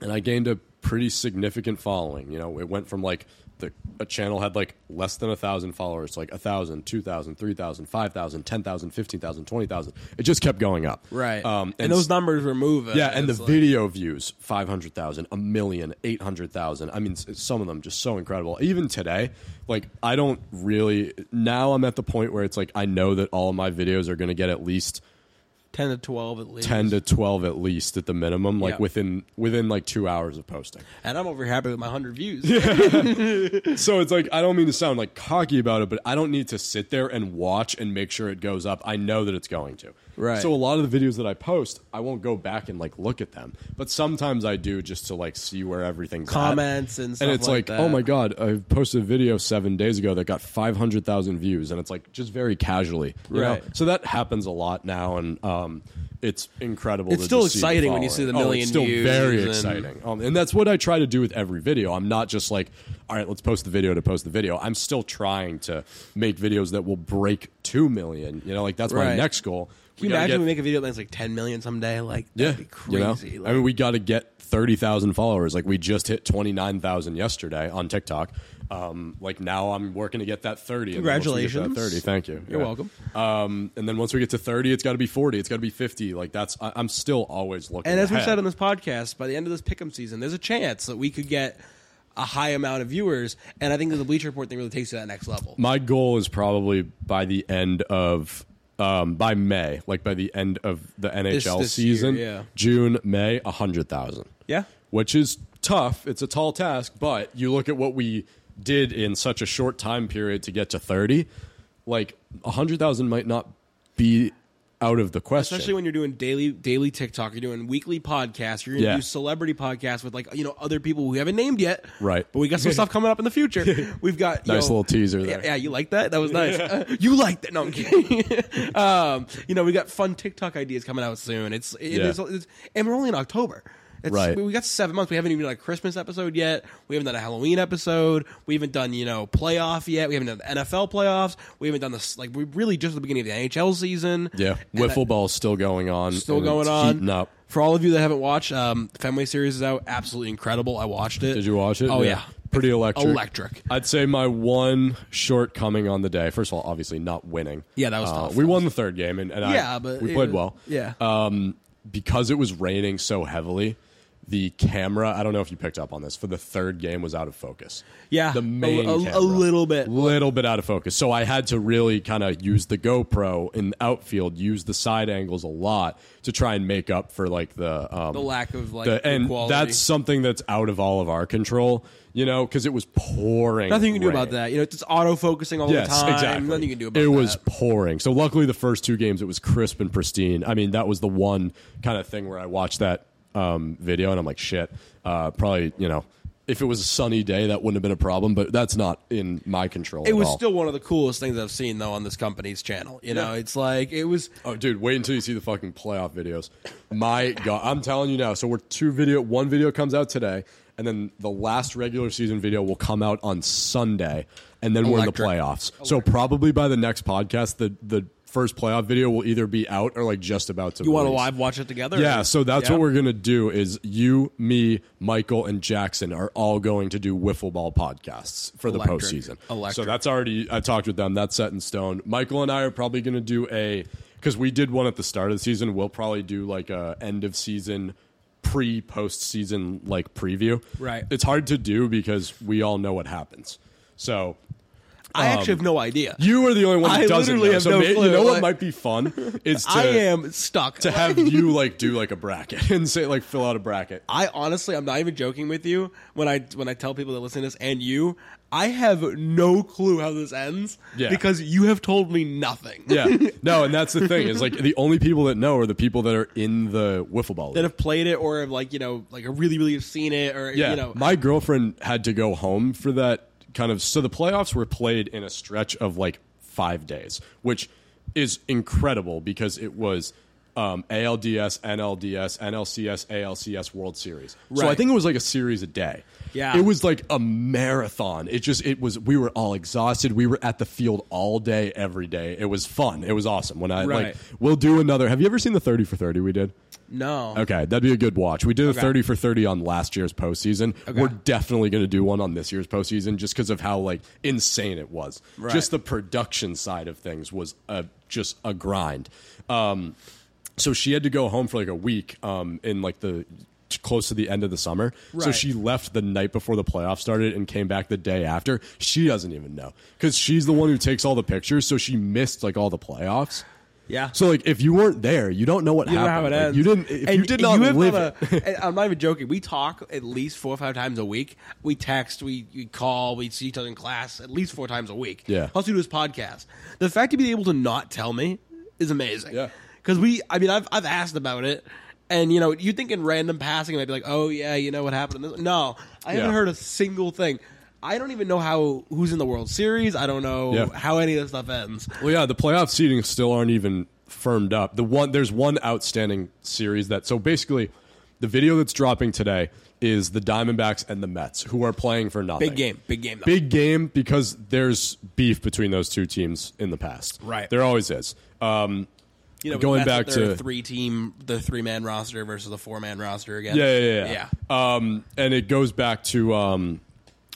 [SPEAKER 2] and I gained a pretty significant following. You know, it went from like the a channel had like less than a thousand followers, to, like a thousand, two thousand, three thousand, five thousand, ten thousand, fifteen thousand, twenty thousand. It just kept going up,
[SPEAKER 3] right,
[SPEAKER 2] Um,
[SPEAKER 3] and, those numbers were moving.
[SPEAKER 2] yeah, and the
[SPEAKER 3] It's like-
[SPEAKER 2] video views 500,000, a million, 800,000. I mean, s- some of them just so incredible. Even today, like, I don't really. Now I'm at the point where it's like, I know that all of my videos are going to get at least
[SPEAKER 3] ten to twelve at least.
[SPEAKER 2] 10 to 12 at least at the minimum, like
[SPEAKER 3] Yeah.
[SPEAKER 2] within within like two hours of posting.
[SPEAKER 3] and I'm over here happy with my hundred views.
[SPEAKER 2] So it's like I don't mean to sound like cocky about it, but I don't need to sit there and watch and make sure it goes up. I know that it's going to.
[SPEAKER 3] Right.
[SPEAKER 2] So a lot of the videos that I post, I won't go back and like look at them, but sometimes I do just to like see where everything's at.
[SPEAKER 3] Comments and stuff
[SPEAKER 2] and it's
[SPEAKER 3] like
[SPEAKER 2] like,
[SPEAKER 3] that.
[SPEAKER 2] oh my god, I posted a video seven days ago that got five hundred thousand views, and it's like just very casually, you know?
[SPEAKER 3] Right.
[SPEAKER 2] So that happens a lot now, and um, it's incredible.
[SPEAKER 3] It's
[SPEAKER 2] to
[SPEAKER 3] still
[SPEAKER 2] just see the
[SPEAKER 3] exciting when you see the
[SPEAKER 2] following. Oh,
[SPEAKER 3] million
[SPEAKER 2] it's still
[SPEAKER 3] views
[SPEAKER 2] very
[SPEAKER 3] and-
[SPEAKER 2] exciting thing. Um, and that's what I try to do with every video. I'm not just like, all right, let's post the video to post the video. I'm still trying to make videos that will break 2 million. You know, like that's my
[SPEAKER 3] Right.
[SPEAKER 2] next goal.
[SPEAKER 3] Can
[SPEAKER 2] We
[SPEAKER 3] you
[SPEAKER 2] gotta
[SPEAKER 3] imagine
[SPEAKER 2] get-
[SPEAKER 3] we make a video that's like 10 million someday? Like,
[SPEAKER 2] yeah,
[SPEAKER 3] that'd be crazy.
[SPEAKER 2] You know?
[SPEAKER 3] Like,
[SPEAKER 2] I mean, we got to get 30,000 followers. Like, we just hit 29,000 yesterday on TikTok. Um, like, now I'm working to get that 30. and then once we get that
[SPEAKER 3] Congratulations.
[SPEAKER 2] 30. Thank you.
[SPEAKER 3] You're welcome.
[SPEAKER 2] Um, and then once we get to 30, it's got to be 40. It's got to be 50. Like, that's, I, I'm still always looking
[SPEAKER 3] and as we
[SPEAKER 2] ahead.
[SPEAKER 3] said on this podcast, by the end of this pick'em season, there's a chance that we could get a high amount of viewers. And I think that the Bleacher Report thing really takes it to that next level.
[SPEAKER 2] My goal is probably by the end of um, by May, like by the end of the NHL
[SPEAKER 3] this year,
[SPEAKER 2] season,
[SPEAKER 3] yeah.
[SPEAKER 2] June, May, hundred thousand.
[SPEAKER 3] Yeah.
[SPEAKER 2] which is tough. It's a tall task, but you look at what we did in such a short time period to get to thirty. Like hundred thousand might not be out of the question.
[SPEAKER 3] Especially when you're doing daily daily TikTok, you're doing weekly podcasts, you're gonna
[SPEAKER 2] Yeah.
[SPEAKER 3] do celebrity podcasts with like you know other people who we haven't named yet.
[SPEAKER 2] Right.
[SPEAKER 3] But we got some stuff coming up in the future. We've got
[SPEAKER 2] Nice
[SPEAKER 3] yo-
[SPEAKER 2] little teaser
[SPEAKER 3] Yeah,
[SPEAKER 2] there.
[SPEAKER 3] yeah, you like that? That was nice. Uh, you like that? No, I'm kidding. um, you know, we got fun TikTok ideas coming out soon. It's, it,
[SPEAKER 2] Yeah.
[SPEAKER 3] it's, it's- and we're only in October. It's,
[SPEAKER 2] Right.
[SPEAKER 3] We, we got seven months. We haven't even done a Christmas episode yet. We haven't done a Halloween episode. We haven't done you know playoff yet. We haven't done the NFL playoffs. We haven't done this like we really just at the beginning of the NHL season.
[SPEAKER 2] yeah,
[SPEAKER 3] And that-
[SPEAKER 2] wiffle ball's still going on.
[SPEAKER 3] still
[SPEAKER 2] and
[SPEAKER 3] going
[SPEAKER 2] it's
[SPEAKER 3] on.
[SPEAKER 2] Heating up.
[SPEAKER 3] For all of you that haven't watched, um, Fenway series is out. Absolutely incredible. I watched it.
[SPEAKER 2] Did you watch it?
[SPEAKER 3] Oh yeah,
[SPEAKER 2] Pretty electric.
[SPEAKER 3] Electric.
[SPEAKER 2] I'd say my one shortcoming on the day. First of all, obviously not winning.
[SPEAKER 3] Yeah, that was
[SPEAKER 2] Uh,
[SPEAKER 3] tough.
[SPEAKER 2] We won the third game, and, and I-
[SPEAKER 3] Yeah, but
[SPEAKER 2] we
[SPEAKER 3] it
[SPEAKER 2] played
[SPEAKER 3] was-
[SPEAKER 2] well.
[SPEAKER 3] yeah.
[SPEAKER 2] Um, because it was raining so heavily, the camera. I don't know if you picked up on this. For the third game, was out of focus.
[SPEAKER 3] Yeah,
[SPEAKER 2] the
[SPEAKER 3] a-
[SPEAKER 2] main
[SPEAKER 3] a- a
[SPEAKER 2] camera.
[SPEAKER 3] little bit.
[SPEAKER 2] little bit out of focus. So I had to really kind of use the GoPro in the outfield, use the side angles a lot to try and make up for like the um,
[SPEAKER 3] The lack of like
[SPEAKER 2] the- and
[SPEAKER 3] quality.
[SPEAKER 2] that's something that's out of all of our control, you know, because it was pouring.
[SPEAKER 3] Nothing you can do about
[SPEAKER 2] rain.
[SPEAKER 3] that. You know, it's just auto focusing all
[SPEAKER 2] Yes,
[SPEAKER 3] the time.
[SPEAKER 2] exactly.
[SPEAKER 3] Nothing you can do about
[SPEAKER 2] it.
[SPEAKER 3] that.
[SPEAKER 2] was pouring. So luckily, the first two games it was crisp and pristine. I mean, that was the one kind of thing where I watched that um, video and I'm like, shit. Uh, probably, you know, if it was a sunny day, that wouldn't have been a problem. But that's not in my control.
[SPEAKER 3] It
[SPEAKER 2] at
[SPEAKER 3] was
[SPEAKER 2] all.
[SPEAKER 3] still one of the coolest things I've seen though on this company's channel. You know, it's like it was.
[SPEAKER 2] Oh, dude, wait until you see the fucking playoff videos. My God, I'm telling you now. So we're two video. One video comes out today, and then the last regular season video will come out on Sunday, and then
[SPEAKER 3] Electric.
[SPEAKER 2] we're in the playoffs. So probably by the next podcast, the the first playoff video will either be out or like just about to.
[SPEAKER 3] You want to
[SPEAKER 2] release.
[SPEAKER 3] live watch it together?
[SPEAKER 2] Yeah, so that's
[SPEAKER 3] Yeah.
[SPEAKER 2] what we're gonna do. Is you, me, Michael, and Jackson are all going to do wiffle ball podcasts for the
[SPEAKER 3] Electric.
[SPEAKER 2] postseason. So
[SPEAKER 3] Electric.
[SPEAKER 2] that's already. I talked with them. That's set in stone. Michael and I are probably gonna do a because we did one at the start of the season. We'll probably do like a end of season. Pre postseason like preview,
[SPEAKER 3] Right.
[SPEAKER 2] It's hard to do because we all know what happens. So
[SPEAKER 3] I
[SPEAKER 2] um,
[SPEAKER 3] actually have no idea.
[SPEAKER 2] you are the only one that
[SPEAKER 3] I
[SPEAKER 2] doesn't
[SPEAKER 3] literally
[SPEAKER 2] know.
[SPEAKER 3] have
[SPEAKER 2] so
[SPEAKER 3] no
[SPEAKER 2] may-
[SPEAKER 3] clue.
[SPEAKER 2] you know
[SPEAKER 3] Like-
[SPEAKER 2] what might be fun is to
[SPEAKER 3] I am stuck.
[SPEAKER 2] to have you like do like a bracket and say like fill out a bracket.
[SPEAKER 3] I honestly, I'm not even joking with you. When I when I tell people that listen to this and you, I have no clue how this ends
[SPEAKER 2] Yeah.
[SPEAKER 3] because you have told me nothing.
[SPEAKER 2] Yeah. No, and that's the thing is like the only people that know are the people that are in the wiffle ball.
[SPEAKER 3] that
[SPEAKER 2] league.
[SPEAKER 3] have played it or have like you know like really really have seen it or
[SPEAKER 2] yeah.
[SPEAKER 3] you know
[SPEAKER 2] My girlfriend had to go home for that kind of so the playoffs were played in a stretch of like 5 days, which is incredible because it was um, ALDS, NLDS, NLCS, ALCS World Series. So I
[SPEAKER 3] Right.
[SPEAKER 2] think it was like a series a day.
[SPEAKER 3] Yeah.
[SPEAKER 2] It was was like a marathon. It just it was we were all exhausted. We were at the field all day every day. It was fun. It was awesome. When I like
[SPEAKER 3] Right.
[SPEAKER 2] we'll do another. Have you ever seen the 30 for 30 we did?
[SPEAKER 3] no
[SPEAKER 2] Okay, that'd be a good watch. We did a
[SPEAKER 3] Oh. Okay.
[SPEAKER 2] 30 for 30 on last year's postseason. We're definitely going to do one on this year's postseason just because of how like insane it was.
[SPEAKER 3] Right.
[SPEAKER 2] Just the production side of things was a, just a grind. Um, so she had to go home for like a week um, in like the close to the end of the summer. So
[SPEAKER 3] Right.
[SPEAKER 2] she left the night before the playoffs started and came back the day after. She doesn't even know because she's the one who takes all the pictures. So she missed like all the playoffs.
[SPEAKER 3] yeah
[SPEAKER 2] So like if you weren't there, you don't know what
[SPEAKER 3] you don't know how
[SPEAKER 2] happened.
[SPEAKER 3] it
[SPEAKER 2] Like,
[SPEAKER 3] ends.
[SPEAKER 2] you didn't. If
[SPEAKER 3] And
[SPEAKER 2] you did not
[SPEAKER 3] have
[SPEAKER 2] live
[SPEAKER 3] done
[SPEAKER 2] it.
[SPEAKER 3] a- and I'm not even joking. We talk at least four or five times a week. We text, we, we call, we see each other in class at least four times a week.
[SPEAKER 2] Yeah.
[SPEAKER 3] Also do this podcast. The fact to be able to not tell me is amazing.
[SPEAKER 2] Yeah.
[SPEAKER 3] Because we, I mean, I've I've asked about it, and you know, you think in random passing, and I'd be like, oh yeah, you know what happened. in This? No, I haven't
[SPEAKER 2] Yeah.
[SPEAKER 3] heard a single thing. I don't even know how who's in the World Series. I don't know
[SPEAKER 2] Yeah.
[SPEAKER 3] how any of this stuff ends.
[SPEAKER 2] Well, yeah, the playoff seedings still aren't even firmed up. The one there's one outstanding series that so basically the video that's dropping today is the Diamondbacks and the Mets who are playing for nothing.
[SPEAKER 3] Big game, big game. Though.
[SPEAKER 2] Big game because there's beef between those two teams in the past.
[SPEAKER 3] Right.
[SPEAKER 2] There always is. Um,
[SPEAKER 3] you know, but
[SPEAKER 2] going
[SPEAKER 3] that's
[SPEAKER 2] back
[SPEAKER 3] their
[SPEAKER 2] to-
[SPEAKER 3] three team, the three man roster versus the four man roster again.
[SPEAKER 2] Yeah, yeah, yeah. yeah. Um, and it goes back to um,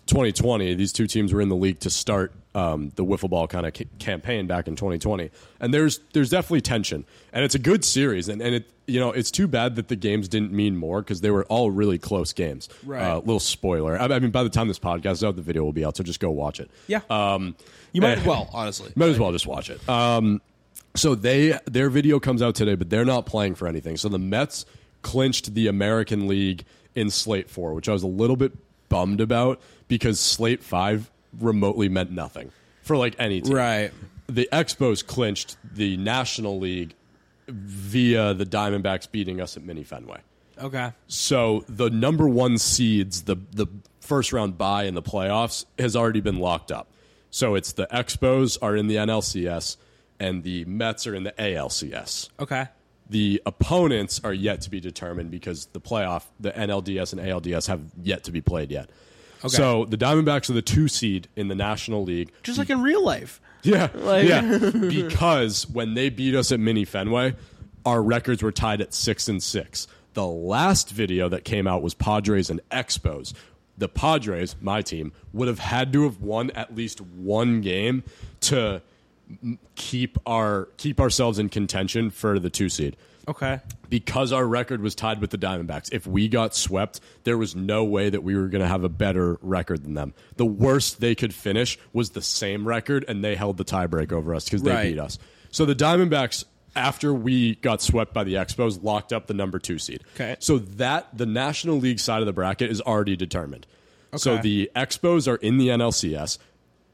[SPEAKER 2] 2020. These two teams were in the league to start um, the wiffle ball kind of ca- campaign back in 2020. And there's there's definitely tension, and it's a good series. And and it you know it's too bad that the games didn't mean more because they were all really close games.
[SPEAKER 3] Right.
[SPEAKER 2] Uh, little spoiler. I, I mean, by the time this podcast is out, the video will be out, so just go watch it.
[SPEAKER 3] Yeah.
[SPEAKER 2] Um,
[SPEAKER 3] You might
[SPEAKER 2] eh.
[SPEAKER 3] as well, honestly.
[SPEAKER 2] Might as well just watch it. Um, so they their video comes out today, but they're not playing for anything. So the Mets clinched the American League in Slate Four, which I was a little bit bummed about because Slate Five remotely meant nothing for like any team.
[SPEAKER 3] Right.
[SPEAKER 2] The Expos clinched the National League via the Diamondbacks beating us at Mini Fenway.
[SPEAKER 3] Okay.
[SPEAKER 2] So the number one seeds, the the first round bye in the playoffs, has already been locked up. So it's the Expos are in the NLCS and the Mets are in the ALCS.
[SPEAKER 3] Okay.
[SPEAKER 2] The opponents are yet to be determined because the playoff, the NLDS and ALDS, have yet to be played yet. So the Diamondbacks are the two seed in the National League.
[SPEAKER 3] Just like in real life.
[SPEAKER 2] Yeah,
[SPEAKER 3] Like-
[SPEAKER 2] yeah. because when they beat us at Mini Fenway, our records were tied at six and six. The last video that came out was Padres and Expos. The Padres, my team, would have had to have won at least one game to m- keep our keep ourselves in contention for the two seed
[SPEAKER 3] Okay.
[SPEAKER 2] because our record was tied with the Diamondbacks, if we got swept, there was no way that we were going to have a better record than them. The worst they could finish was the same record, and they held the tiebreak over us because they
[SPEAKER 3] Right.
[SPEAKER 2] beat us. So the Diamondbacks, after we got swept by the Expos, locked up the number two seed.
[SPEAKER 3] Okay.
[SPEAKER 2] So that the National League side of the bracket is already determined. So
[SPEAKER 3] Okay.
[SPEAKER 2] the Expos are in the NLCS.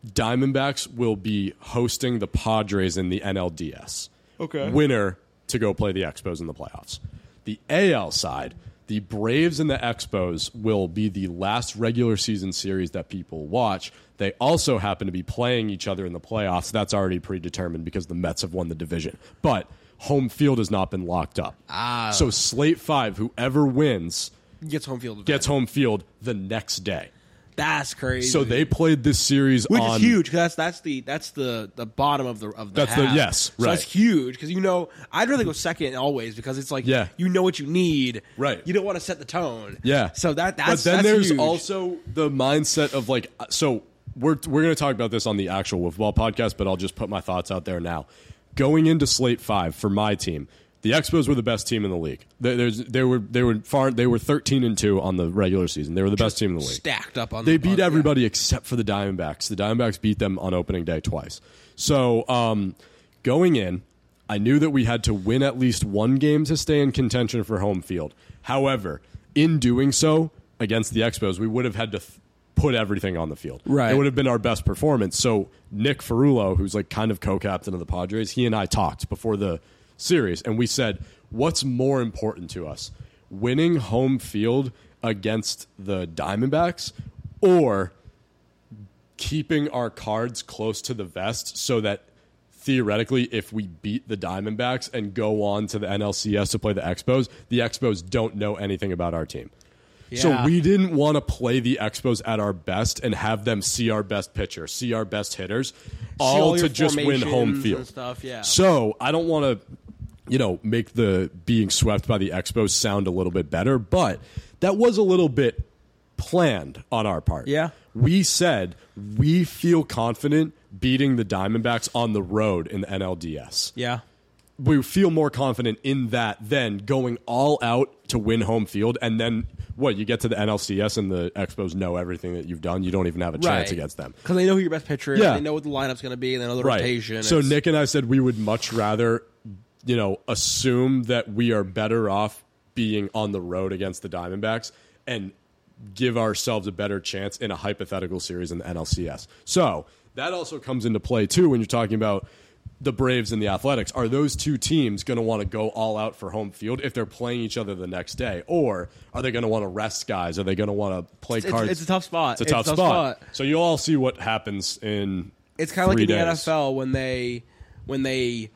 [SPEAKER 2] Diamondbacks will be hosting the Padres in the NLDS.
[SPEAKER 3] Okay.
[SPEAKER 2] Winner to go play the Expos in the playoffs. The AL side, the Braves and the Expos will be the last regular season series that people watch. They also happen to be playing each other in the playoffs. That's already predetermined because the Mets have won the division. But home field has not been locked up. Ah. So slate 5, whoever wins
[SPEAKER 3] Gets home field. advantage.
[SPEAKER 2] gets home field the next day.
[SPEAKER 3] That's crazy.
[SPEAKER 2] So they played this series
[SPEAKER 3] which
[SPEAKER 2] on
[SPEAKER 3] is huge 'cause that's that's the that's the the bottom of the of the
[SPEAKER 2] That's the-
[SPEAKER 3] half.
[SPEAKER 2] yes,
[SPEAKER 3] So
[SPEAKER 2] right.
[SPEAKER 3] that's huge because you know I'd rather go second always because it's like
[SPEAKER 2] Yeah.
[SPEAKER 3] you know what you need
[SPEAKER 2] Right.
[SPEAKER 3] you don't want to set the tone
[SPEAKER 2] Yeah.
[SPEAKER 3] so that
[SPEAKER 2] But
[SPEAKER 3] that's
[SPEAKER 2] then
[SPEAKER 3] that's
[SPEAKER 2] there's
[SPEAKER 3] huge.
[SPEAKER 2] also the mindset of like uh, so we're we're going to talk about this on the actual Wolf Ball podcast, but I'll just put my thoughts out there now. Going into slate 5 for my team, the Expos were the best team in the league. They, there's, they were they were far they were 13 and 2 on the regular season. They were the best team in the league.
[SPEAKER 3] stacked up on
[SPEAKER 2] They
[SPEAKER 3] the,
[SPEAKER 2] beat
[SPEAKER 3] on-
[SPEAKER 2] everybody except for the Diamondbacks. The Diamondbacks beat them on opening day twice. So um, going in, I knew that we had to win at least one game to stay in contention for home field. However, in doing so against the Expos, we would have had to. Th- Put everything on the field.
[SPEAKER 3] Right.
[SPEAKER 2] It would have been our best performance. So Nick Ferullo, who's like kind of co-captain of the Padres, he and I talked before the series, and we said, "What's more important to us, winning home field against the Diamondbacks, or keeping our cards close to the vest so that theoretically if we beat the Diamondbacks and go on to the NLCS to play the Expos, the Expos don't know anything about our team. So
[SPEAKER 3] Yeah.
[SPEAKER 2] we didn't want to play the Expos at our best and have them see our best pitcher, see our best hitters,
[SPEAKER 3] See
[SPEAKER 2] all,
[SPEAKER 3] your
[SPEAKER 2] to just win
[SPEAKER 3] formations
[SPEAKER 2] home
[SPEAKER 3] and
[SPEAKER 2] field.
[SPEAKER 3] stuff yeah
[SPEAKER 2] So I don't want to, you know, make the being swept by the Expos sound a little bit better, but that was a little bit planned on our part.
[SPEAKER 3] Yeah.
[SPEAKER 2] We said we feel confident beating the Diamondbacks on the road in the NLDS.
[SPEAKER 3] yeah
[SPEAKER 2] We feel more confident in that than going all out to win home field and then what you get to the NLCS and the Expos know everything that you've done. You don't even have a chance against them.
[SPEAKER 3] because they know who your best pitcher is
[SPEAKER 2] Yeah.
[SPEAKER 3] they know what the lineup's going to be and they know the rotation
[SPEAKER 2] So
[SPEAKER 3] It's-
[SPEAKER 2] Nick and I said we would much rather, you know, assume that we are better off being on the road against the Diamondbacks and give ourselves a better chance in a hypothetical series in the NLCS. So that also comes into play too when you're talking about the Braves and the Athletics. Are those two teams going to want to go all out for home field if they're playing each other the next day, or are they going to want to rest guys? Are they going to want to play
[SPEAKER 3] It's-
[SPEAKER 2] cards?
[SPEAKER 3] it's a tough spot.
[SPEAKER 2] It's a tough, spot. So you all see what happens in.
[SPEAKER 3] It's kind of like
[SPEAKER 2] three
[SPEAKER 3] in the
[SPEAKER 2] days.
[SPEAKER 3] NFL when they when they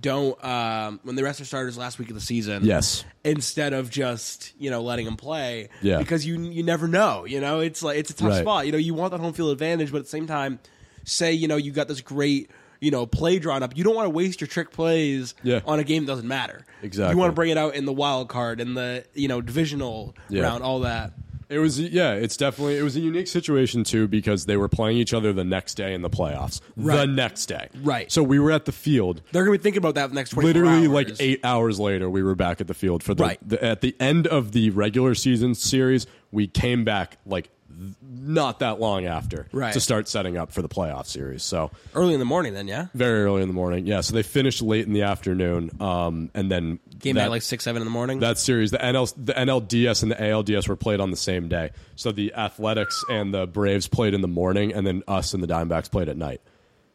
[SPEAKER 3] don't um, when they rest their starters last week of the season.
[SPEAKER 2] Yes.
[SPEAKER 3] Instead of just you know letting them play.
[SPEAKER 2] Yeah.
[SPEAKER 3] Because you you never know. You know it's like it's a tough
[SPEAKER 2] Right.
[SPEAKER 3] spot. You know you want that home field advantage, but at the same time, say you know you got this great. You know, play drawn up. You don't want to waste your trick plays
[SPEAKER 2] Yeah.
[SPEAKER 3] on a game that doesn't matter.
[SPEAKER 2] Exactly.
[SPEAKER 3] You want to bring it out in the wild card, in the you know divisional
[SPEAKER 2] Yeah.
[SPEAKER 3] round, all that.
[SPEAKER 2] It was yeah, it's definitely it was a unique situation too because they were playing each other the next day in the playoffs. The
[SPEAKER 3] Right.
[SPEAKER 2] next day.
[SPEAKER 3] Right.
[SPEAKER 2] So we were at the field
[SPEAKER 3] They're gonna be thinking about that the next twenty.
[SPEAKER 2] literally like 8 hours later we were back at the field for the,
[SPEAKER 3] Right.
[SPEAKER 2] the at the end of the regular season series, we came back like th- not that long after
[SPEAKER 3] Right.
[SPEAKER 2] to start setting up for the playoff series. So
[SPEAKER 3] early in the morning. Then yeah,
[SPEAKER 2] very early in the morning. Yeah, so they finished late in the afternoon um and then
[SPEAKER 3] game
[SPEAKER 2] that-
[SPEAKER 3] at like six seven in the morning.
[SPEAKER 2] that series, the NL, the NLDS and the ALDS were played on the same day. So the Athletics and the Braves played in the morning, and then us and the Diamondbacks played at night.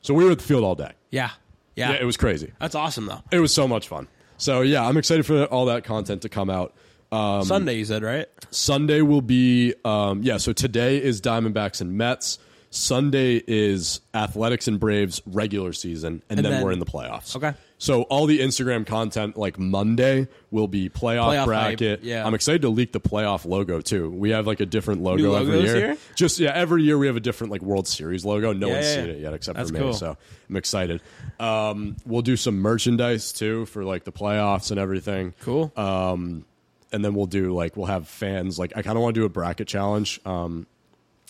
[SPEAKER 2] So we were at the field all day.
[SPEAKER 3] yeah, yeah,
[SPEAKER 2] Yeah, it was crazy.
[SPEAKER 3] That's awesome though.
[SPEAKER 2] It was so much fun. So yeah, I'm excited for all that content to come out. Um,
[SPEAKER 3] Sunday you said right?
[SPEAKER 2] Sunday will be um, yeah. So today is Diamondbacks and Mets. Sunday is Athletics and Braves regular season, and,
[SPEAKER 3] And
[SPEAKER 2] then,
[SPEAKER 3] then-
[SPEAKER 2] we're in the playoffs.
[SPEAKER 3] Okay.
[SPEAKER 2] So all the Instagram content like Monday will be playoff,
[SPEAKER 3] Playoff
[SPEAKER 2] bracket.
[SPEAKER 3] hype, yeah.
[SPEAKER 2] I'm excited to leak the playoff logo too. We have like a different logo
[SPEAKER 3] New logo
[SPEAKER 2] every
[SPEAKER 3] this
[SPEAKER 2] year.
[SPEAKER 3] year?
[SPEAKER 2] Just yeah, every year we have a different like World Series logo. No
[SPEAKER 3] Yeah,
[SPEAKER 2] one's
[SPEAKER 3] yeah,
[SPEAKER 2] seen
[SPEAKER 3] yeah.
[SPEAKER 2] it yet except
[SPEAKER 3] That's
[SPEAKER 2] for me.
[SPEAKER 3] cool.
[SPEAKER 2] So I'm excited. Um, we'll do some merchandise too for like the playoffs and everything
[SPEAKER 3] Cool.
[SPEAKER 2] uh, and then we'll do like we'll have fans like I kind of want to do a bracket challenge. Um,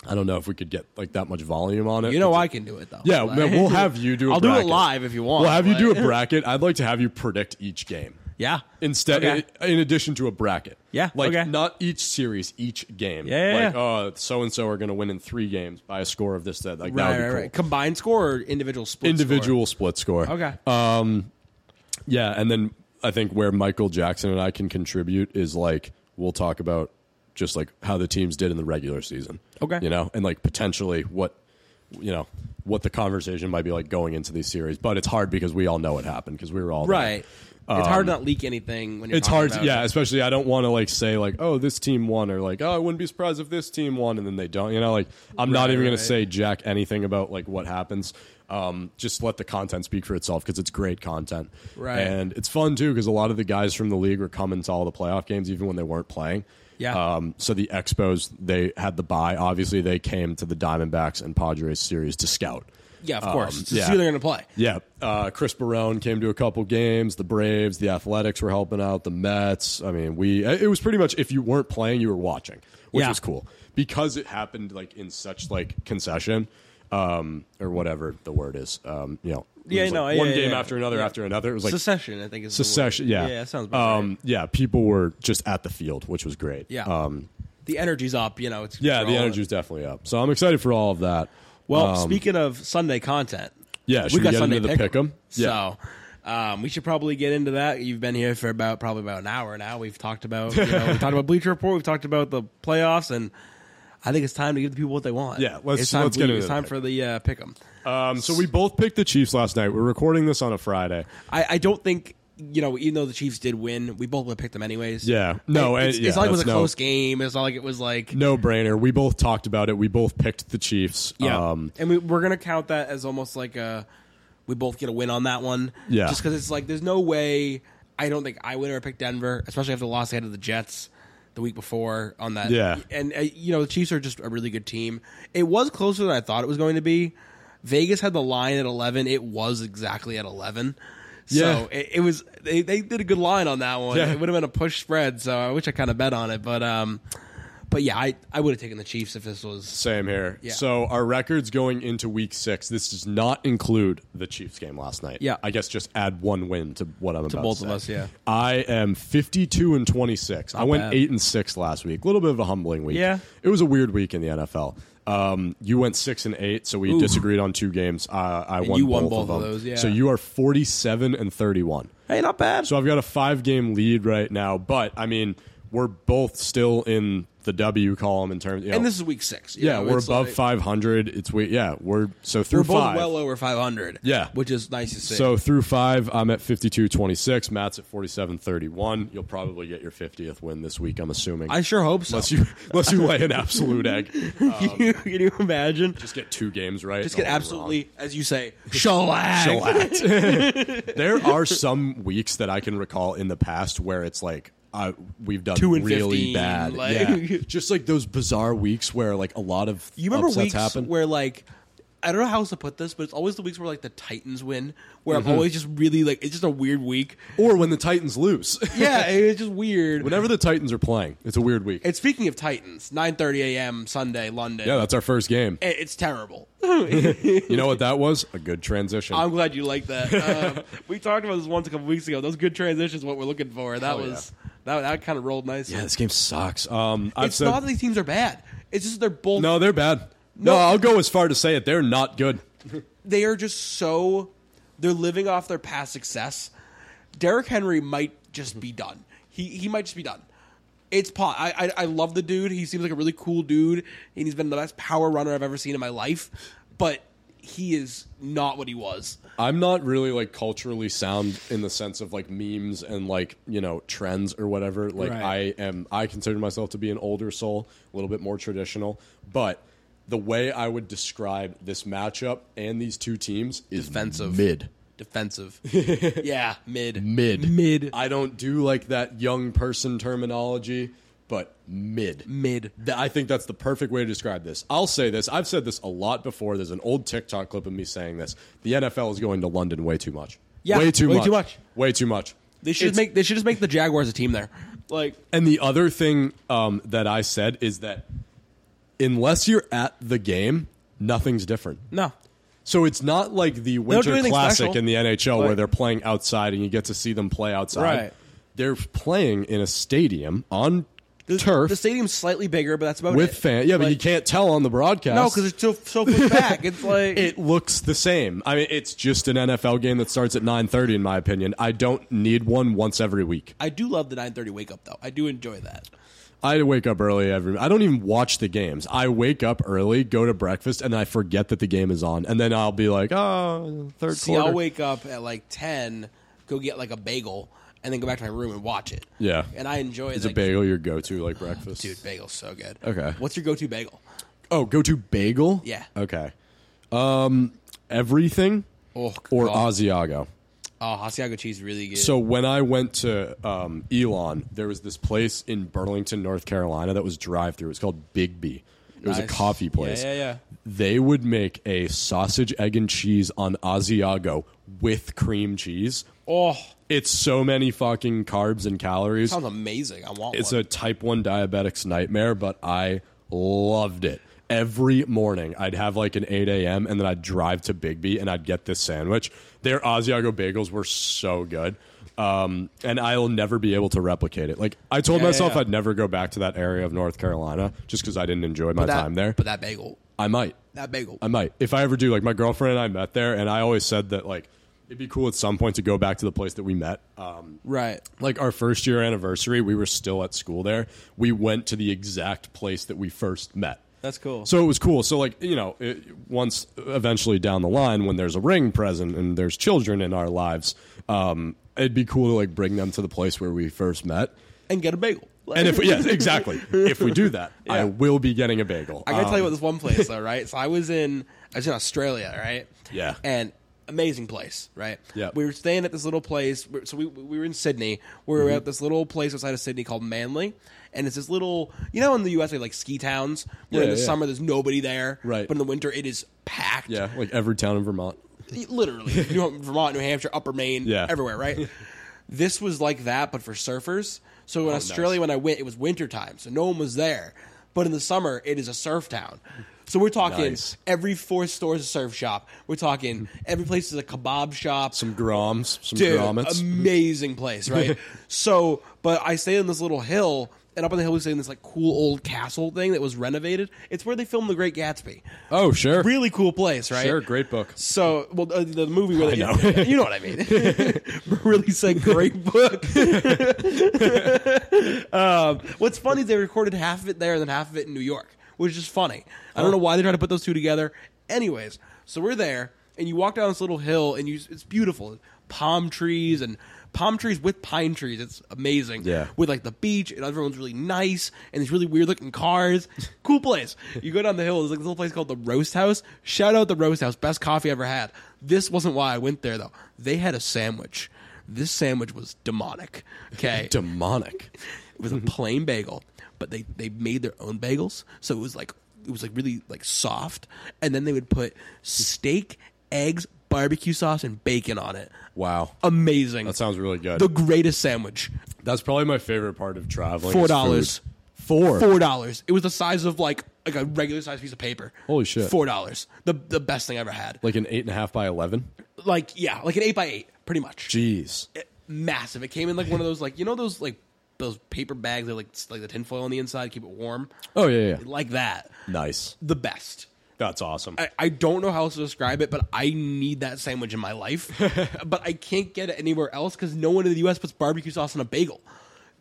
[SPEAKER 2] I don't know if we could get like that much volume on it.
[SPEAKER 3] you know
[SPEAKER 2] It's-
[SPEAKER 3] I can do it though.
[SPEAKER 2] Yeah,
[SPEAKER 3] Like-
[SPEAKER 2] man, we'll have you do. i
[SPEAKER 3] I'll do it live if you want,
[SPEAKER 2] We'll have you do a
[SPEAKER 3] but-
[SPEAKER 2] bracket. I'd like to have you predict each game
[SPEAKER 3] yeah.
[SPEAKER 2] instead,
[SPEAKER 3] Okay.
[SPEAKER 2] in, in addition to a bracket.
[SPEAKER 3] Yeah,
[SPEAKER 2] like
[SPEAKER 3] okay.
[SPEAKER 2] not each series, each game.
[SPEAKER 3] Yeah, yeah,
[SPEAKER 2] like
[SPEAKER 3] yeah.
[SPEAKER 2] oh, so and so are going to win in three games by a score of this. That like that
[SPEAKER 3] Right,
[SPEAKER 2] would be
[SPEAKER 3] right,
[SPEAKER 2] cool.
[SPEAKER 3] right. Combined score or individual split? score?
[SPEAKER 2] Individual split score. Uh,
[SPEAKER 3] Okay.
[SPEAKER 2] Yeah, and then I think where Michael Jackson and I can contribute is like we'll talk about just like how the teams did in the regular season.
[SPEAKER 3] Okay.
[SPEAKER 2] You know, and like potentially what you know what the conversation might be like going into these series, but it's hard because we all know what happened because we were all there.
[SPEAKER 3] right. it's hard to not leak anything when you're
[SPEAKER 2] um, It's
[SPEAKER 3] talking
[SPEAKER 2] hard,
[SPEAKER 3] about
[SPEAKER 2] yeah. Especially, I don't want to like say like, "Oh, this team won," or like, "Oh, I wouldn't be surprised if this team won," and then they don't. You know, like I'm not
[SPEAKER 3] Right,
[SPEAKER 2] even gonna
[SPEAKER 3] right.
[SPEAKER 2] say jack anything about like what happens. Um, just let the content speak for itself because it's great content,
[SPEAKER 3] Right.
[SPEAKER 2] And it's fun too because a lot of the guys from the league were coming to all the playoff games even when they weren't playing.
[SPEAKER 3] Yeah.
[SPEAKER 2] Um, so the Expos they had the buy. Obviously, they came to the Diamondbacks and Padres series to scout.
[SPEAKER 3] Yeah, of
[SPEAKER 2] Um,
[SPEAKER 3] course. To
[SPEAKER 2] yeah.
[SPEAKER 3] see who they're going to play.
[SPEAKER 2] Yeah, uh, Chris Barone came to a couple games. The Braves, the Athletics were helping out. The Mets. I mean, we. uh, It was pretty much if you weren't playing, you were watching, which
[SPEAKER 3] Yeah.
[SPEAKER 2] was cool because it happened like in such like concession, um, or whatever the word is. Um, you know, it
[SPEAKER 3] Yeah,
[SPEAKER 2] was,
[SPEAKER 3] no,
[SPEAKER 2] like,
[SPEAKER 3] yeah,
[SPEAKER 2] one
[SPEAKER 3] yeah,
[SPEAKER 2] game
[SPEAKER 3] yeah.
[SPEAKER 2] after another
[SPEAKER 3] Yeah.
[SPEAKER 2] after another. It was like
[SPEAKER 3] secession, I think is the word.
[SPEAKER 2] secession. Yeah,
[SPEAKER 3] yeah, that sounds. About
[SPEAKER 2] Um,
[SPEAKER 3] right.
[SPEAKER 2] yeah, people were just at the field, which was great.
[SPEAKER 3] Yeah,
[SPEAKER 2] um,
[SPEAKER 3] the energy's up. You know, it's
[SPEAKER 2] yeah, the
[SPEAKER 3] rolling.
[SPEAKER 2] energy's definitely up. So I'm excited for all of that.
[SPEAKER 3] Well,
[SPEAKER 2] Um,
[SPEAKER 3] speaking of Sunday content,
[SPEAKER 2] yeah, should we get into the pick 'em?
[SPEAKER 3] So um, we should probably get into that. You've been here for about probably about an hour now. We've talked about you know, we talked about Bleacher Report. We've talked about the playoffs, and I think it's time to give the people what they want.
[SPEAKER 2] Yeah, let's-
[SPEAKER 3] it's time
[SPEAKER 2] let's get
[SPEAKER 3] we-
[SPEAKER 2] into
[SPEAKER 3] It's
[SPEAKER 2] the
[SPEAKER 3] time
[SPEAKER 2] pick.
[SPEAKER 3] for the uh, pick 'em.
[SPEAKER 2] Um, so we both picked the Chiefs last night. We're recording this on a Friday.
[SPEAKER 3] I, I don't think you know, even though the Chiefs did win, we both would pick them anyways.
[SPEAKER 2] Yeah. No,
[SPEAKER 3] It-
[SPEAKER 2] and-
[SPEAKER 3] it's,
[SPEAKER 2] yeah,
[SPEAKER 3] it's not like it was a
[SPEAKER 2] that's no-
[SPEAKER 3] close game. It's not like it was like
[SPEAKER 2] No brainer. We both talked about it. We both picked the Chiefs.
[SPEAKER 3] Yeah,
[SPEAKER 2] Um,
[SPEAKER 3] and we, we're gonna count that as almost like a we both get a win on that one.
[SPEAKER 2] Yeah.
[SPEAKER 3] just because it's like there's no way. I don't think I would ever pick Denver, especially after the loss they had to the Jets the week before on that.
[SPEAKER 2] Yeah.
[SPEAKER 3] and uh, you know the Chiefs are just a really good team. It was closer than I thought it was going to be. Vegas had the line at eleven. It was exactly at eleven.
[SPEAKER 2] Yeah.
[SPEAKER 3] So it, it was they, they did a good line on that one.
[SPEAKER 2] Yeah.
[SPEAKER 3] It would have been a push spread, so I wish I kind of bet on it. But um, but yeah, I, I would have taken the Chiefs if this was
[SPEAKER 2] same here.
[SPEAKER 3] Yeah.
[SPEAKER 2] So our records going into week six. This does not include the Chiefs game last night.
[SPEAKER 3] Yeah.
[SPEAKER 2] I guess just add one win to what I'm about
[SPEAKER 3] both
[SPEAKER 2] to
[SPEAKER 3] of
[SPEAKER 2] say.
[SPEAKER 3] us, yeah.
[SPEAKER 2] I am 52 and 26. I went
[SPEAKER 3] bad.
[SPEAKER 2] eight and six last week. A little bit of a humbling week.
[SPEAKER 3] Yeah.
[SPEAKER 2] It was a weird week in the NFL. Um, you went six and eight, so we disagreed on two games. Uh, I won,
[SPEAKER 3] you won
[SPEAKER 2] both, of
[SPEAKER 3] both of
[SPEAKER 2] them.
[SPEAKER 3] those, yeah.
[SPEAKER 2] So you are 47 and 31.
[SPEAKER 3] hey, not bad.
[SPEAKER 2] So I've got a five game lead right now, but I mean, we're both still in the W column in terms. You know,
[SPEAKER 3] and this is week six. you
[SPEAKER 2] yeah,
[SPEAKER 3] know,
[SPEAKER 2] we're
[SPEAKER 3] it's
[SPEAKER 2] above
[SPEAKER 3] like-
[SPEAKER 2] 500. It's we yeah, we're so through
[SPEAKER 3] We're both
[SPEAKER 2] five.
[SPEAKER 3] well over five hundred.
[SPEAKER 2] Yeah.
[SPEAKER 3] which is nice to see.
[SPEAKER 2] so through five, I'm at 52.26. Matt's at 47.31. You'll probably get your 50th win this week. I'm assuming.
[SPEAKER 3] I sure hope so.
[SPEAKER 2] unless you unless you lay an absolute egg,
[SPEAKER 3] can, you, can you imagine?
[SPEAKER 2] just get two games right. Oh,
[SPEAKER 3] Just get
[SPEAKER 2] Um, don't
[SPEAKER 3] absolutely, as you say, shellacked.
[SPEAKER 2] wrong. Shellacked. there are some weeks that I can recall in the past where it's like. Uh, we've done
[SPEAKER 3] Two and
[SPEAKER 2] really
[SPEAKER 3] 15,
[SPEAKER 2] bad,
[SPEAKER 3] like-
[SPEAKER 2] yeah. Just like those bizarre weeks where like a lot of
[SPEAKER 3] You remember
[SPEAKER 2] upsets
[SPEAKER 3] weeks
[SPEAKER 2] happen.
[SPEAKER 3] where like I don't know how else to put this, but it's always the weeks where like the Titans win, where
[SPEAKER 2] Mm-hmm.
[SPEAKER 3] I'm always just really like it's just a weird week.
[SPEAKER 2] Or when the Titans lose.
[SPEAKER 3] Yeah, it's just weird.
[SPEAKER 2] Whenever the Titans are playing, it's a weird week.
[SPEAKER 3] And speaking of Titans, 9:30 a.m. Sunday, London.
[SPEAKER 2] yeah, that's our first game.
[SPEAKER 3] I- it's terrible.
[SPEAKER 2] You know what that was? A good transition.
[SPEAKER 3] I'm glad you like that. Um, we talked about this once a couple weeks ago. Those good transitions, what we're looking for. That
[SPEAKER 2] yeah.
[SPEAKER 3] was that, that kind of rolled nicely.
[SPEAKER 2] yeah, this game sucks. Um, I've
[SPEAKER 3] it's
[SPEAKER 2] said
[SPEAKER 3] not that these teams are bad. It's just they're both.
[SPEAKER 2] no, they're bad. No,
[SPEAKER 3] No.
[SPEAKER 2] I'll go as far to say it. They're not good.
[SPEAKER 3] They are just so. They're living off their past success. Derrick Henry might just be done. He he might just be done. It's pot. I, I I love the dude. He seems like a really cool dude, and he's been the best power runner I've ever seen in my life. But he is not what he was.
[SPEAKER 2] I'm not really like culturally sound in the sense of like memes and like you know trends or whatever. Like
[SPEAKER 3] Right.
[SPEAKER 2] I am, I consider myself to be an older soul, a little bit more traditional. But the way I would describe this matchup and these two teams is
[SPEAKER 3] Defensive.
[SPEAKER 2] mid,
[SPEAKER 3] Defensive. yeah, mid.
[SPEAKER 2] mid,
[SPEAKER 3] Mid.
[SPEAKER 2] I don't do like that young person terminology, but mid.
[SPEAKER 3] Mid.
[SPEAKER 2] Th- I think that's the perfect way to describe this. I'll say this. I've said this a lot before. There's an old TikTok clip of me saying this. The NFL is going to London way too much.
[SPEAKER 3] Yeah,
[SPEAKER 2] way too
[SPEAKER 3] way
[SPEAKER 2] much.
[SPEAKER 3] too much.
[SPEAKER 2] Way too much.
[SPEAKER 3] They should
[SPEAKER 2] It's-
[SPEAKER 3] make they should just make the Jaguars a team there. Like
[SPEAKER 2] And the other thing um, that I said is that unless you're at the game, nothing's different.
[SPEAKER 3] no.
[SPEAKER 2] So it's not like the
[SPEAKER 3] don't do
[SPEAKER 2] Winter
[SPEAKER 3] anything
[SPEAKER 2] Classic
[SPEAKER 3] special.
[SPEAKER 2] in the NHL where
[SPEAKER 3] Right.
[SPEAKER 2] they're playing outside and you get to see them play outside.
[SPEAKER 3] Right.
[SPEAKER 2] They're playing in a stadium on turf
[SPEAKER 3] The stadium's slightly bigger, but that's about
[SPEAKER 2] with
[SPEAKER 3] it.
[SPEAKER 2] fans. Yeah, but you
[SPEAKER 3] Like-
[SPEAKER 2] can't tell on the broadcast.
[SPEAKER 3] No, because it's so so pushed back. It's like
[SPEAKER 2] it looks the same. I mean, it's just an NFL game that starts at 9:30 in my opinion. I don't need one once every week.
[SPEAKER 3] I do love the nine thirty wake up though. I do enjoy that.
[SPEAKER 2] I wake up early every I don't even watch the games. I wake up early, go to breakfast and I forget that the game is on. And then I'll be like, "Oh, third
[SPEAKER 3] See,
[SPEAKER 2] quarter."
[SPEAKER 3] I'll wake up at like ten, go get like a bagel, and then go back to my room and watch it.
[SPEAKER 2] Yeah.
[SPEAKER 3] and I enjoy
[SPEAKER 2] Is
[SPEAKER 3] that.
[SPEAKER 2] a bagel your go-to like breakfast?
[SPEAKER 3] Dude, bagel's so good.
[SPEAKER 2] Okay.
[SPEAKER 3] what's your go-to bagel?
[SPEAKER 2] Oh, go-to bagel?
[SPEAKER 3] Yeah.
[SPEAKER 2] Okay. Um everything
[SPEAKER 3] Oh,
[SPEAKER 2] or
[SPEAKER 3] God.
[SPEAKER 2] Asiago.
[SPEAKER 3] Oh, Asiago cheese is really good.
[SPEAKER 2] So when I went to um, Elon, there was this place in Burlington, North Carolina that was drive through. It was called Big B. It was a
[SPEAKER 3] Nice.
[SPEAKER 2] coffee place.
[SPEAKER 3] Yeah, yeah, yeah.
[SPEAKER 2] They would make a sausage, egg, and cheese on Asiago with cream cheese.
[SPEAKER 3] oh,
[SPEAKER 2] It's so many fucking carbs and calories.
[SPEAKER 3] sounds amazing. I want
[SPEAKER 2] It's
[SPEAKER 3] one.
[SPEAKER 2] a type 1 diabetic's nightmare, but I loved it. Every morning, I'd have like an 8 a.m., and then I'd drive to Bigby and I'd get this sandwich. Their Asiago bagels were so good. Um, and I'll never be able to replicate it. Like, I told
[SPEAKER 3] Yeah, yeah,
[SPEAKER 2] myself
[SPEAKER 3] yeah.
[SPEAKER 2] I'd never go back to that area of North Carolina just because I didn't enjoy my
[SPEAKER 3] that,
[SPEAKER 2] time there. Um,
[SPEAKER 3] But that bagel,
[SPEAKER 2] I might.
[SPEAKER 3] that bagel.
[SPEAKER 2] I might. If I ever do, like my girlfriend and I met there, and I always said that like it'd be cool at some point to go back to the place that we met. Um,
[SPEAKER 3] right.
[SPEAKER 2] like our first year anniversary, we were still at school there. We went to the exact place that we first met.
[SPEAKER 3] That's cool.
[SPEAKER 2] So it was cool. So like you know, it, once eventually down the line, when there's a ring present and there's children in our lives, um, it'd be cool to like bring them to the place where we first met.
[SPEAKER 3] and get a bagel.
[SPEAKER 2] And if yes, exactly. If we do that, I will be getting a bagel.
[SPEAKER 3] I gotta
[SPEAKER 2] Um,
[SPEAKER 3] tell you about this one place though, right? So I was in I was in Australia, right?
[SPEAKER 2] Yeah.
[SPEAKER 3] And amazing place, right?
[SPEAKER 2] Yeah.
[SPEAKER 3] We were staying at this little place. we- So we we were in Sydney. We
[SPEAKER 2] Mm-hmm.
[SPEAKER 3] were at this little place outside of Sydney called Manly, and it's this little you know in the U.S. they have like ski towns where in
[SPEAKER 2] Yeah,
[SPEAKER 3] the
[SPEAKER 2] yeah.
[SPEAKER 3] summer there's nobody there,
[SPEAKER 2] Right.
[SPEAKER 3] But in the winter it is packed.
[SPEAKER 2] yeah, like every town in Vermont.
[SPEAKER 3] Literally, New Vermont, New Hampshire, Upper Maine,
[SPEAKER 2] Yeah.
[SPEAKER 3] everywhere, right? this was like that, but for surfers. So in Australia,
[SPEAKER 2] Oh, nice.
[SPEAKER 3] when I went, it was winter time, so no one was there. But in the summer, it is a surf town. So we're talking
[SPEAKER 2] Nice.
[SPEAKER 3] every fourth store is a surf shop. We're talking every place is a kebab shop.
[SPEAKER 2] Some groms, some
[SPEAKER 3] Dude, um,
[SPEAKER 2] grommets.
[SPEAKER 3] amazing place, right? so, but I stayed on this little hill, and up on the hill we stayed in this like cool old castle thing that was renovated. It's where they filmed The Great Gatsby.
[SPEAKER 2] oh, sure.
[SPEAKER 3] Really cool place, right?
[SPEAKER 2] Sure, great book.
[SPEAKER 3] So, well, uh, the movie where they,
[SPEAKER 2] I
[SPEAKER 3] know. you know what I mean. really said great book. um, what's funny is they recorded half of it there and then half of it in New York, which is funny. I
[SPEAKER 2] Oh.
[SPEAKER 3] don't know why they tried to put those two together. Anyways, so we're there, and you walk down this little hill, and you it's beautiful, palm trees and palm trees with pine trees. It's amazing.
[SPEAKER 2] Yeah.
[SPEAKER 3] With like the beach, and everyone's really nice, and these really weird looking cars. Cool place. You go down the hill. There's like this little place called the Roast House. Shout out the Roast House. Best coffee I ever had. This wasn't why I went there though. They had a sandwich. This sandwich was demonic. Okay.
[SPEAKER 2] Demonic.
[SPEAKER 3] It was a plain bagel, but they they made their own bagels, so it was like it was like really like soft, and then they would put steak, eggs, barbecue sauce, and bacon on it.
[SPEAKER 2] Wow.
[SPEAKER 3] Amazing.
[SPEAKER 2] That sounds really good.
[SPEAKER 3] Oh, the greatest sandwich.
[SPEAKER 2] That's probably my favorite part of traveling.
[SPEAKER 3] Four
[SPEAKER 2] is food.
[SPEAKER 3] dollars.
[SPEAKER 2] Four.
[SPEAKER 3] Four dollars. It was the size of like like a regular sized piece of paper.
[SPEAKER 2] Holy shit.
[SPEAKER 3] Four dollars. The the best thing I ever had.
[SPEAKER 2] Like an eight and a half by eleven.
[SPEAKER 3] Like yeah, like an eight by eight, pretty much.
[SPEAKER 2] Jeez.
[SPEAKER 3] Massive. It came in like one of those like you know those like those paper bags that like s- like the tinfoil on the inside keep it warm.
[SPEAKER 2] Oh yeah, yeah.
[SPEAKER 3] Like that.
[SPEAKER 2] Nice.
[SPEAKER 3] The best.
[SPEAKER 2] That's awesome.
[SPEAKER 3] I, I don't know how else to describe it, but I need that sandwich in my life. but I can't get it anywhere else because no one in the U.S. puts barbecue sauce on a bagel.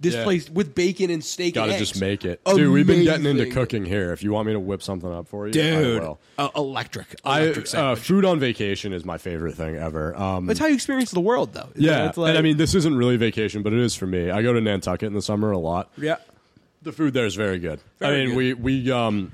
[SPEAKER 3] This
[SPEAKER 2] Yeah.
[SPEAKER 3] place with bacon and steak.
[SPEAKER 2] Got
[SPEAKER 3] and
[SPEAKER 2] to
[SPEAKER 3] eggs.
[SPEAKER 2] just make it, dude. We've been getting into
[SPEAKER 3] Amazing.
[SPEAKER 2] cooking here. If you want me to whip something up for you,
[SPEAKER 3] dude.
[SPEAKER 2] I will.
[SPEAKER 3] Uh, electric,
[SPEAKER 2] I,
[SPEAKER 3] electric
[SPEAKER 2] uh,
[SPEAKER 3] sandwich.
[SPEAKER 2] food on vacation is my favorite thing ever. Um,
[SPEAKER 3] That's how you experience the world, though. You know,
[SPEAKER 2] yeah,
[SPEAKER 3] it's like-
[SPEAKER 2] and I mean this isn't really vacation, but it is for me. I go to Nantucket in the summer a lot.
[SPEAKER 3] yeah,
[SPEAKER 2] The food there is very good.
[SPEAKER 3] Very
[SPEAKER 2] I mean,
[SPEAKER 3] good.
[SPEAKER 2] we we um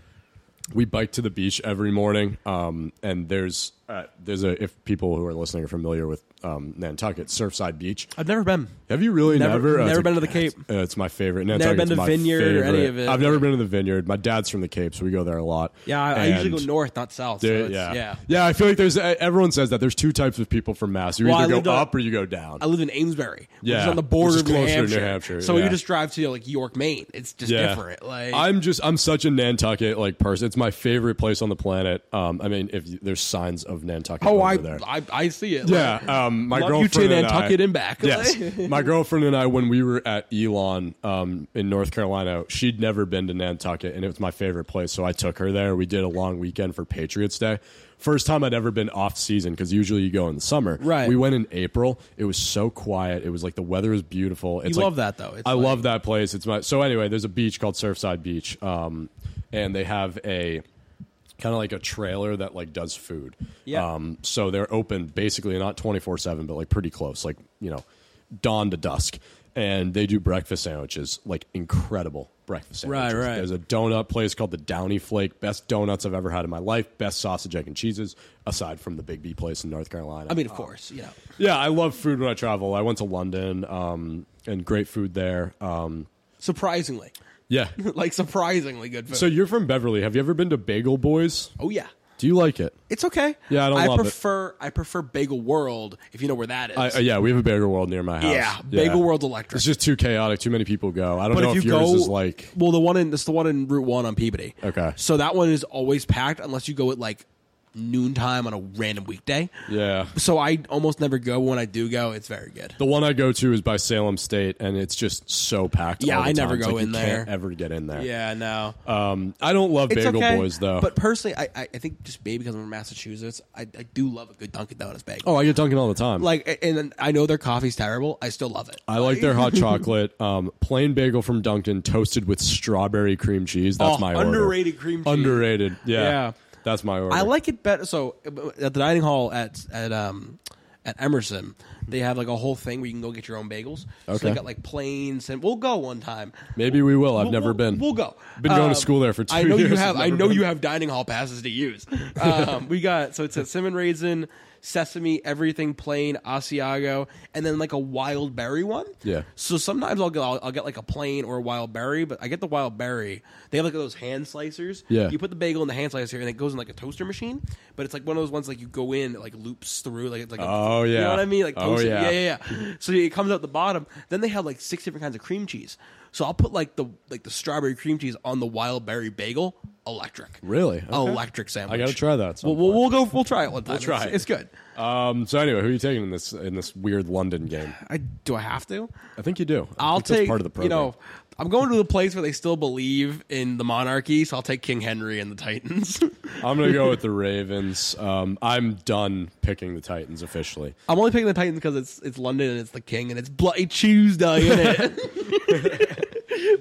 [SPEAKER 2] we bike to the beach every morning. Um, and there's uh, there's a if people who are listening are familiar with um, Nantucket Surfside Beach.
[SPEAKER 3] I've never been.
[SPEAKER 2] Have you really
[SPEAKER 3] Never-
[SPEAKER 2] never
[SPEAKER 3] never
[SPEAKER 2] it's a-
[SPEAKER 3] been to the Cape.
[SPEAKER 2] Uh, it's my favorite. Nantucket's
[SPEAKER 3] been to
[SPEAKER 2] my
[SPEAKER 3] Vineyard or any
[SPEAKER 2] favorite.
[SPEAKER 3] of it.
[SPEAKER 2] I've never been to the Vineyard. My dad's from the Cape, so we go there a lot.
[SPEAKER 3] Yeah, I, I usually go
[SPEAKER 2] And-
[SPEAKER 3] north, not south. So
[SPEAKER 2] Dude,
[SPEAKER 3] it's,
[SPEAKER 2] yeah.
[SPEAKER 3] yeah.
[SPEAKER 2] yeah, I feel like there's e, everyone says that there's two types of people from Mass. You
[SPEAKER 3] Well, I
[SPEAKER 2] either
[SPEAKER 3] lived
[SPEAKER 2] go
[SPEAKER 3] on-
[SPEAKER 2] up or you go down.
[SPEAKER 3] I live in Amesbury, which is
[SPEAKER 2] Yeah,
[SPEAKER 3] on the border
[SPEAKER 2] which is
[SPEAKER 3] of New
[SPEAKER 2] closer to New
[SPEAKER 3] Hampshire.
[SPEAKER 2] Hampshire,
[SPEAKER 3] So
[SPEAKER 2] yeah.
[SPEAKER 3] you just drive to like York, Maine. It's just different. Like
[SPEAKER 2] I'm just I'm such a Nantucket like person. It's my favorite place on the planet. Um, I mean, if you, there's signs of Nantucket
[SPEAKER 3] oh,
[SPEAKER 2] over
[SPEAKER 3] I,
[SPEAKER 2] there.
[SPEAKER 3] I I see it.
[SPEAKER 2] yeah,
[SPEAKER 3] Like,
[SPEAKER 2] um, my
[SPEAKER 3] love you
[SPEAKER 2] girlfriend
[SPEAKER 3] to
[SPEAKER 2] and
[SPEAKER 3] Nantucket
[SPEAKER 2] I,
[SPEAKER 3] and back.
[SPEAKER 2] Yes, my girlfriend and I, when we were at Elon um, in North Carolina, she'd never been to Nantucket, and it was my favorite place. So I took her there. We did a long weekend for Patriots Day. First time I'd ever been off season because usually you go in the summer.
[SPEAKER 3] Right.
[SPEAKER 2] We went in April. It was so quiet. It was like the weather is beautiful. It's
[SPEAKER 3] You
[SPEAKER 2] like-
[SPEAKER 3] love that, though. It's
[SPEAKER 2] I
[SPEAKER 3] like-
[SPEAKER 2] love that place. It's my so anyway. There's a beach called Surfside Beach, um, and they have a kind of like a trailer that like does food.
[SPEAKER 3] Yeah.
[SPEAKER 2] Um, so they're open basically not 24 seven, but like pretty close, like, you know, dawn to dusk. And they do breakfast sandwiches, like incredible breakfast
[SPEAKER 3] Right,
[SPEAKER 2] sandwiches.
[SPEAKER 3] right.
[SPEAKER 2] There's a donut place called the Downy Flake. Best donuts I've ever had in my life. Best sausage, egg, and cheeses, aside from the Big B place in North Carolina.
[SPEAKER 3] I mean, of course, you know.
[SPEAKER 2] yeah, I love food when I travel. I went to London um, and great food there. Um,
[SPEAKER 3] Surprisingly,
[SPEAKER 2] yeah.
[SPEAKER 3] like surprisingly good food.
[SPEAKER 2] so you're from Beverly. Have you ever been to Bagel Boys?
[SPEAKER 3] oh yeah,
[SPEAKER 2] Do you like it?
[SPEAKER 3] it's okay.
[SPEAKER 2] Yeah, I don't love it.
[SPEAKER 3] prefer I prefer Bagel World if you know where that is.
[SPEAKER 2] I, uh, yeah, we have a Bagel World near my house.
[SPEAKER 3] Yeah, Bagel World Electric.
[SPEAKER 2] It's just too chaotic. Too many people go. I don't know if, yours is like
[SPEAKER 3] well, the one in it's the one in Route One on Peabody.
[SPEAKER 2] Okay.
[SPEAKER 3] so that one is always packed unless you go at like noontime on a random weekday.
[SPEAKER 2] yeah.
[SPEAKER 3] So I almost never go. When I do go, it's very good.
[SPEAKER 2] The one I go to is by Salem State, and it's just so packed.
[SPEAKER 3] Yeah,
[SPEAKER 2] all the
[SPEAKER 3] I never
[SPEAKER 2] time. It's
[SPEAKER 3] go
[SPEAKER 2] like you
[SPEAKER 3] in
[SPEAKER 2] can't
[SPEAKER 3] there.
[SPEAKER 2] ever get in there.
[SPEAKER 3] Yeah, no,
[SPEAKER 2] Um, I don't love
[SPEAKER 3] it's
[SPEAKER 2] Bagel
[SPEAKER 3] okay.
[SPEAKER 2] Boys though.
[SPEAKER 3] But personally, I, I I think just maybe because I'm from Massachusetts, I, I do love a good Dunkin' Donuts bagel.
[SPEAKER 2] oh, I get Dunkin' all the time.
[SPEAKER 3] like a- and I know their coffee's terrible. I still love it.
[SPEAKER 2] I like their hot chocolate, um, plain bagel from Dunkin', toasted with strawberry cream cheese. That's
[SPEAKER 3] Oh,
[SPEAKER 2] my order.
[SPEAKER 3] underrated cream cheese.
[SPEAKER 2] Underrated. Yeah.
[SPEAKER 3] Yeah.
[SPEAKER 2] That's my order.
[SPEAKER 3] I like it better. So uh, at the dining hall at at um at Emerson, they have like a whole thing where you can go get your own bagels. So
[SPEAKER 2] Okay.
[SPEAKER 3] they got like planes, and we'll go one time.
[SPEAKER 2] Maybe we will. I've
[SPEAKER 3] We'll-
[SPEAKER 2] never
[SPEAKER 3] we'll-
[SPEAKER 2] been.
[SPEAKER 3] We'll go.
[SPEAKER 2] Been going
[SPEAKER 3] Um,
[SPEAKER 2] to school there for two
[SPEAKER 3] I know
[SPEAKER 2] years.
[SPEAKER 3] you have.
[SPEAKER 2] I've
[SPEAKER 3] I
[SPEAKER 2] never
[SPEAKER 3] know
[SPEAKER 2] been.
[SPEAKER 3] you have dining hall passes to use. Um, we got so it's a cinnamon raisin, sesame, everything plain, Asiago, and then like a wild berry one.
[SPEAKER 2] Yeah.
[SPEAKER 3] So sometimes I'll get I'll, I'll get like a plain or a wild berry, but I get the wild berry. They have like those hand slicers.
[SPEAKER 2] Yeah.
[SPEAKER 3] You put the bagel in the hand slicer and it goes in like a toaster machine, but it's like one of those ones like you go in, it like loops through, like it's like a,
[SPEAKER 2] Oh,
[SPEAKER 3] you
[SPEAKER 2] yeah.
[SPEAKER 3] know what I mean, like
[SPEAKER 2] Oh,
[SPEAKER 3] toaster,
[SPEAKER 2] yeah.
[SPEAKER 3] yeah, yeah, yeah. So it comes out the bottom. Then they have like six different kinds of cream cheese. So I'll put like the like the strawberry cream cheese on the wild berry bagel. Electric,
[SPEAKER 2] Really? Okay.
[SPEAKER 3] electric sandwich.
[SPEAKER 2] I gotta try that at some
[SPEAKER 3] Oh, We'll, we'll, we'll go. We'll try it one time.
[SPEAKER 2] try
[SPEAKER 3] It's-
[SPEAKER 2] it.
[SPEAKER 3] It's good.
[SPEAKER 2] Um, so anyway, who are you taking in this in this weird London game?
[SPEAKER 3] I do. I have to.
[SPEAKER 2] I think you do. I
[SPEAKER 3] I'll
[SPEAKER 2] think that's
[SPEAKER 3] take
[SPEAKER 2] part of the program.
[SPEAKER 3] You know, I'm going to the place where they still believe in the monarchy, so I'll take King Henry and the Titans.
[SPEAKER 2] I'm gonna go with the Ravens. Um, I'm done picking the Titans officially.
[SPEAKER 3] I'm only picking the Titans because it's it's London and it's the King and it's Bloody Tuesday, isn't it?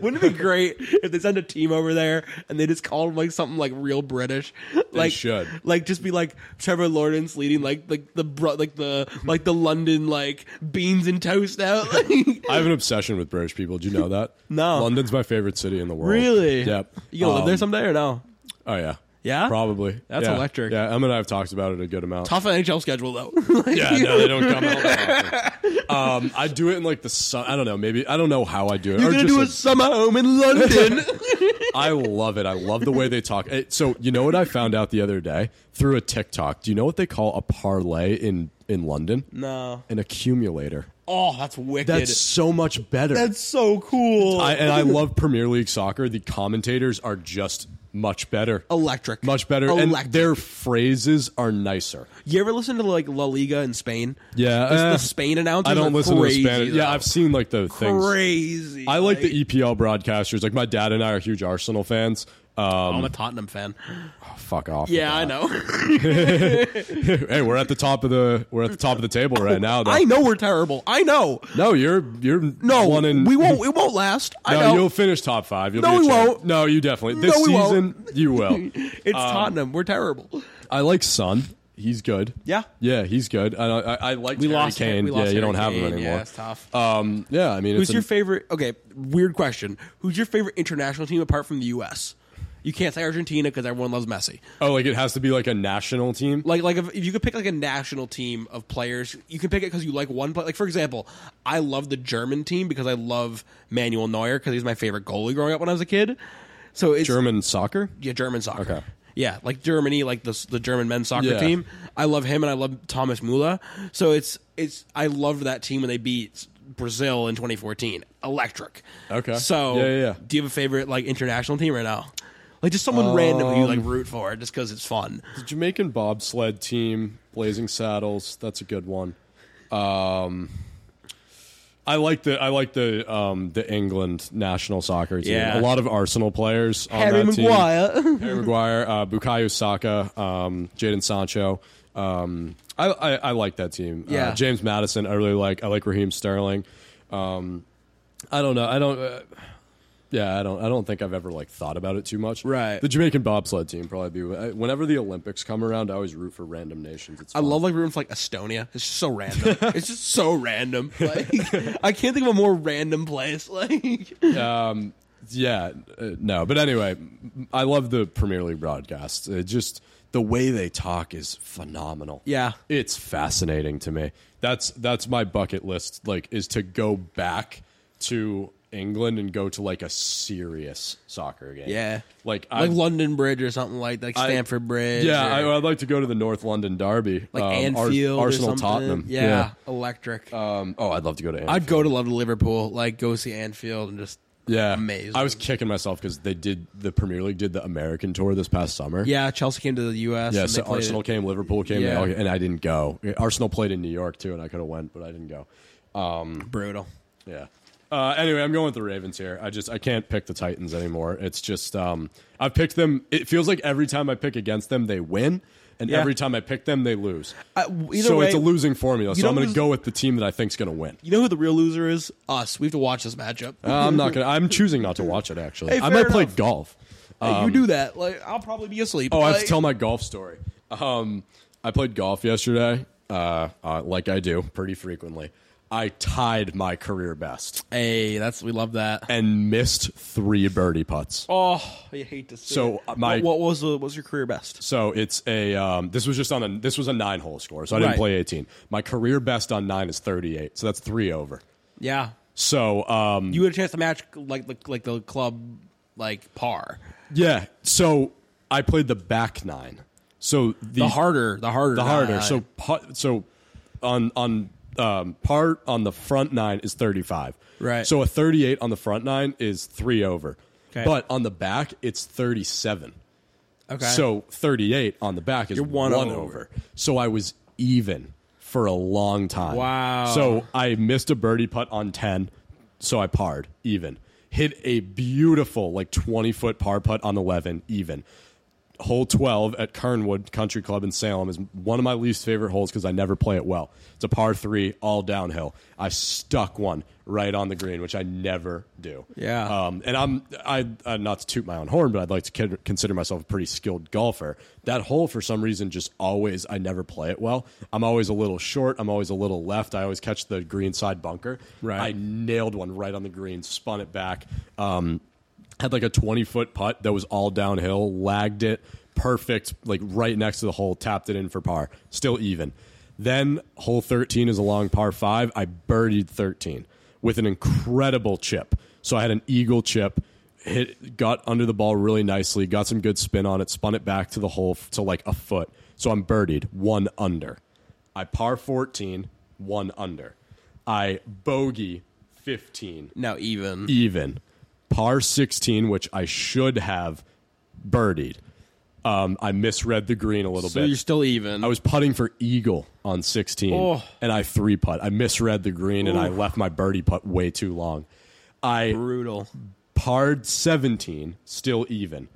[SPEAKER 3] Wouldn't it be great if they send a team over there and they just called like something like real British? Like
[SPEAKER 2] should.
[SPEAKER 3] like just be like Trevor Lawrence leading like like the bro- like the like the London like beans and toast out. Like,
[SPEAKER 2] I have an obsession with British people. Do you know that?
[SPEAKER 3] No.
[SPEAKER 2] London's my favorite city in the world.
[SPEAKER 3] really?
[SPEAKER 2] Yep.
[SPEAKER 3] You gonna live there
[SPEAKER 2] Um,
[SPEAKER 3] someday or no?
[SPEAKER 2] Oh yeah.
[SPEAKER 3] Yeah?
[SPEAKER 2] Probably.
[SPEAKER 3] That's
[SPEAKER 2] Yeah.
[SPEAKER 3] electric.
[SPEAKER 2] Yeah, Em and I have talked about it a good amount.
[SPEAKER 3] Tough NHL schedule though. Like,
[SPEAKER 2] Yeah, no, they don't come out. that often. Um, I do it in like the sun. I don't know. Maybe I don't know how I do it.
[SPEAKER 3] You're
[SPEAKER 2] or
[SPEAKER 3] gonna
[SPEAKER 2] just
[SPEAKER 3] do
[SPEAKER 2] like-
[SPEAKER 3] a summer home in London.
[SPEAKER 2] I love it. I love the way they talk. Eh, So you know what I found out the other day through a TikTok. Do you know what they call a parlay in in London?
[SPEAKER 3] no.
[SPEAKER 2] An accumulator.
[SPEAKER 3] Oh, that's wicked.
[SPEAKER 2] That's so much better.
[SPEAKER 3] That's so cool.
[SPEAKER 2] I, and I love Premier League soccer. The commentators are just much better.
[SPEAKER 3] Electric.
[SPEAKER 2] Much better.
[SPEAKER 3] Electric.
[SPEAKER 2] And their phrases are nicer.
[SPEAKER 3] you ever listen to like La Liga in Spain?
[SPEAKER 2] Yeah,
[SPEAKER 3] The, the
[SPEAKER 2] eh.
[SPEAKER 3] Spain announcers.
[SPEAKER 2] I don't
[SPEAKER 3] are
[SPEAKER 2] listen
[SPEAKER 3] crazy,
[SPEAKER 2] to Spanish.
[SPEAKER 3] though.
[SPEAKER 2] Yeah, I've seen like the things.
[SPEAKER 3] crazy.
[SPEAKER 2] I like the EPL broadcasters. Like my dad and I are huge Arsenal fans. Um,
[SPEAKER 3] I'm a Tottenham fan.
[SPEAKER 2] fuck off. with
[SPEAKER 3] Yeah, I know.
[SPEAKER 2] that. hey, we're at the top of the we're at the top of the table right now. Though.
[SPEAKER 3] I know we're terrible. I know.
[SPEAKER 2] No, you're you're
[SPEAKER 3] No,
[SPEAKER 2] one in.
[SPEAKER 3] we won't. It won't last. I
[SPEAKER 2] No,
[SPEAKER 3] know.
[SPEAKER 2] you'll finish top five. You'll
[SPEAKER 3] No,
[SPEAKER 2] be a
[SPEAKER 3] we
[SPEAKER 2] champ.
[SPEAKER 3] won't.
[SPEAKER 2] No, you definitely. This
[SPEAKER 3] No, we won't.
[SPEAKER 2] season, you will.
[SPEAKER 3] It's Tottenham. We're terrible.
[SPEAKER 2] I like Son. He's good.
[SPEAKER 3] Yeah.
[SPEAKER 2] Yeah, he's good. I I, I like Harry Kane. yeah, you don't have him anymore.
[SPEAKER 3] tough.
[SPEAKER 2] um, yeah, I mean,
[SPEAKER 3] Who's
[SPEAKER 2] it's
[SPEAKER 3] your
[SPEAKER 2] an-
[SPEAKER 3] favorite? Okay, weird question. Who's your favorite international team apart from the U.S.? You can't say Argentina because everyone loves Messi.
[SPEAKER 2] oh, like it has to be like a national team.
[SPEAKER 3] Like, like if, if you could pick like a national team of players, you can pick it because you like one player. Like for example, I love the German team because I love Manuel Neuer because he's my favorite goalie growing up when I was a kid. So it's
[SPEAKER 2] German soccer.
[SPEAKER 3] yeah, German soccer.
[SPEAKER 2] Okay.
[SPEAKER 3] Yeah, like Germany, like the the German men's soccer
[SPEAKER 2] Yeah.
[SPEAKER 3] team. I love him and I love Thomas Müller. So it's it's I loved that team when they beat Brazil in 2014. Electric.
[SPEAKER 2] Okay.
[SPEAKER 3] So
[SPEAKER 2] Yeah, yeah, yeah.
[SPEAKER 3] do you have a favorite like international team right now? Like just someone random who you
[SPEAKER 2] Um,
[SPEAKER 3] like root for just because it's fun.
[SPEAKER 2] The Jamaican bobsled team, Blazing Saddles. That's a good one. Um, I like the I like the um, the England national soccer team. A
[SPEAKER 3] Yeah.
[SPEAKER 2] lot of Arsenal players on
[SPEAKER 3] Harry
[SPEAKER 2] that team.
[SPEAKER 3] Maguire.
[SPEAKER 2] Harry Maguire, uh, Bukayo Saka, um, Jaden Sancho. Um, I, I I like that team.
[SPEAKER 3] Yeah.
[SPEAKER 2] Uh, James Madison. I really like. I like Raheem Sterling. Um, I don't know. I don't. Uh, yeah, I don't. I don't think I've ever like thought about it too much.
[SPEAKER 3] Right.
[SPEAKER 2] The Jamaican bobsled team probably be. I- Whenever the Olympics come around, I always root for random nations. It's
[SPEAKER 3] I
[SPEAKER 2] fun.
[SPEAKER 3] love like rooting for like Estonia. It's just so random. it's just so random. Like I can't think of a more random place. Like
[SPEAKER 2] Yeah. Uh, no, but anyway, I love the Premier League broadcasts. It just the way they talk is phenomenal.
[SPEAKER 3] Yeah.
[SPEAKER 2] it's fascinating to me. That's that's my bucket list. Like, is to go back to England and go to like a serious soccer game.
[SPEAKER 3] Yeah.
[SPEAKER 2] like I.
[SPEAKER 3] like London Bridge or something like like
[SPEAKER 2] I-
[SPEAKER 3] Stamford Bridge.
[SPEAKER 2] yeah,
[SPEAKER 3] or-
[SPEAKER 2] I, I'd like to go to the North London Derby,
[SPEAKER 3] like
[SPEAKER 2] um, Ars-
[SPEAKER 3] Anfield, or
[SPEAKER 2] Arsenal,
[SPEAKER 3] something.
[SPEAKER 2] Tottenham.
[SPEAKER 3] Yeah, electric.
[SPEAKER 2] Um, oh, I'd love to go to. Anfield.
[SPEAKER 3] I'd go to love to Liverpool, like go see Anfield and just
[SPEAKER 2] Yeah,
[SPEAKER 3] amazing.
[SPEAKER 2] I was kicking myself because they did the Premier League did the American tour this past summer.
[SPEAKER 3] yeah. Chelsea came to the U.S.
[SPEAKER 2] Yeah,
[SPEAKER 3] and they
[SPEAKER 2] so
[SPEAKER 3] played
[SPEAKER 2] Arsenal
[SPEAKER 3] it.
[SPEAKER 2] came, Liverpool came,
[SPEAKER 3] Yeah.
[SPEAKER 2] and, and I didn't go. Arsenal played in New York too, and I could have went, but I didn't go.
[SPEAKER 3] brutal.
[SPEAKER 2] Yeah. Uh, anyway, I'm going with the Ravens here. I just I can't pick the Titans anymore. It's just um, I've picked them. It feels like every time I pick against them, they win, and
[SPEAKER 3] Yeah.
[SPEAKER 2] every time I pick them, they lose.
[SPEAKER 3] I- w- either
[SPEAKER 2] so
[SPEAKER 3] way,
[SPEAKER 2] it's a losing formula. So
[SPEAKER 3] don't
[SPEAKER 2] I'm going
[SPEAKER 3] lose-
[SPEAKER 2] to go with the team that I think's going to win.
[SPEAKER 3] You know who the real loser is? Us. We have to watch this matchup.
[SPEAKER 2] Uh, I'm not gonna. I'm choosing not to watch it. Actually,
[SPEAKER 3] Hey,
[SPEAKER 2] I
[SPEAKER 3] fair
[SPEAKER 2] might play
[SPEAKER 3] enough.
[SPEAKER 2] golf.
[SPEAKER 3] Hey, you do that, like I'll probably be asleep.
[SPEAKER 2] Um, Oh, I have to
[SPEAKER 3] Like,
[SPEAKER 2] tell my golf story. Um, I played golf yesterday, uh, uh, like I do pretty frequently. I tied my career best
[SPEAKER 3] Hey, that's we love that.
[SPEAKER 2] and missed three birdie putts.
[SPEAKER 3] Oh, I hate to see.
[SPEAKER 2] So,
[SPEAKER 3] it.
[SPEAKER 2] uh, my-
[SPEAKER 3] what, what was the what was your career best?
[SPEAKER 2] So it's a um, this was just on a this was a nine hole score, so I didn't
[SPEAKER 3] Right.
[SPEAKER 2] play eighteen. My career best on nine is thirty eight, so that's three over.
[SPEAKER 3] Yeah,
[SPEAKER 2] So um,
[SPEAKER 3] you had a chance to match like the like the club like par.
[SPEAKER 2] yeah, so I played the back nine. So the,
[SPEAKER 3] The harder, the harder,
[SPEAKER 2] the harder.
[SPEAKER 3] nine.
[SPEAKER 2] So pu- so on on um, part on the front nine is thirty five.
[SPEAKER 3] Right.
[SPEAKER 2] So a thirty eight on the front nine is three over.
[SPEAKER 3] Okay.
[SPEAKER 2] But on the back, it's thirty seven.
[SPEAKER 3] okay,
[SPEAKER 2] So thirty eight on the back is
[SPEAKER 3] You're one
[SPEAKER 2] one,
[SPEAKER 3] over.
[SPEAKER 2] over. So I was even for a long time.
[SPEAKER 3] Wow.
[SPEAKER 2] So I missed a birdie putt on ten, so I parred even. Hit a beautiful like twenty foot par putt on eleven even hole 12 at Kernwood Country Club in Salem is one of my least favorite holes because I never play it well. It's a par three, all downhill. I stuck one right on the green, which I never do.
[SPEAKER 3] Yeah.
[SPEAKER 2] Um, and I'm I, I not to toot my own horn, but I'd like to kid- consider myself a pretty skilled golfer. That hole, for some reason, just always I never play it well. I'm always a little short. I'm always a little left. I always catch the green side bunker.
[SPEAKER 3] Right.
[SPEAKER 2] I nailed one right on the green, spun it back. Um, had like a 20 foot putt that was all downhill, lagged it, perfect, like right next to the hole, tapped it in for par, still even. Then hole 13 is a long par five. I birdied 13 with an incredible chip. So I had an eagle chip, hit, got under the ball really nicely, got some good spin on it, spun it back to the hole f- to like a foot. So I'm birdied one under. I par 14, one under. I bogey 15,
[SPEAKER 3] No, even.
[SPEAKER 2] even. Par 16, which I should have birdied. Um, I misread the green a little
[SPEAKER 3] So
[SPEAKER 2] bit.
[SPEAKER 3] you're still even.
[SPEAKER 2] I was putting for eagle on 16
[SPEAKER 3] Oh.
[SPEAKER 2] and I three putt. I misread the green and I left my birdie putt way too long. I
[SPEAKER 3] brutal.
[SPEAKER 2] parred 17, still even.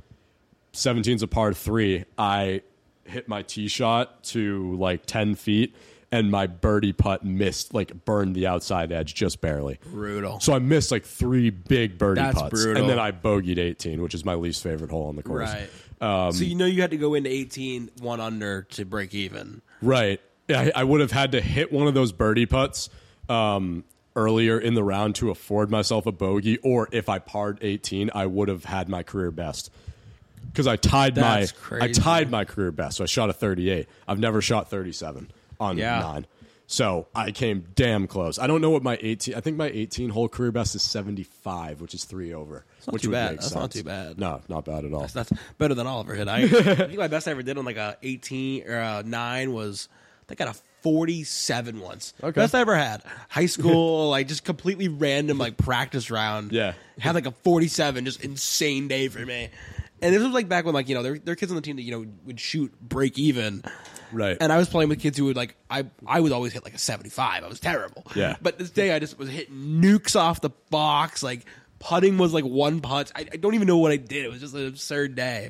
[SPEAKER 2] 17's a par 3. I hit my tee shot to like 10 feet and my birdie putt missed, like burned the outside edge just barely.
[SPEAKER 3] Brutal.
[SPEAKER 2] So I missed like three big birdie
[SPEAKER 3] That's
[SPEAKER 2] putts,
[SPEAKER 3] brutal.
[SPEAKER 2] and then I bogeyed 18, which is my least favorite hole on the course.
[SPEAKER 3] Right. so you know you had to go into 18 one under to break even.
[SPEAKER 2] Right. I, I would have had to hit one of those birdie putts um, earlier in the round to afford myself a bogey, or if I parred 18, I would have had my career best. Because I tied
[SPEAKER 3] That's
[SPEAKER 2] my I
[SPEAKER 3] crazy.
[SPEAKER 2] tied my career best, so I shot a 38. I've never shot 37 on
[SPEAKER 3] Yeah.
[SPEAKER 2] nine, so I came damn close. I don't know what my 18. I think my 18 hole career best is 75, which is three over,
[SPEAKER 3] not
[SPEAKER 2] which
[SPEAKER 3] too
[SPEAKER 2] would
[SPEAKER 3] bad.
[SPEAKER 2] make
[SPEAKER 3] That's
[SPEAKER 2] sense.
[SPEAKER 3] not too bad.
[SPEAKER 2] No, not bad at all.
[SPEAKER 3] So that's better than Oliver hit. I, I think my best I ever did on like a 18 or a 9 was I think I got a 47 once.
[SPEAKER 2] Okay.
[SPEAKER 3] Best I ever had. High school, like just completely random like practice round.
[SPEAKER 2] Yeah.
[SPEAKER 3] Had like a 47, just insane day for me. And this was like back when like, you know, there, there were kids on the team that, you know, would shoot break even.
[SPEAKER 2] Right.
[SPEAKER 3] And I was playing with kids who would like I I would always hit like a 75. I was terrible.
[SPEAKER 2] Yeah.
[SPEAKER 3] But this day I just was hitting nukes off the box. Like putting was like one putt. I, I don't even know what I did. It was just an absurd day.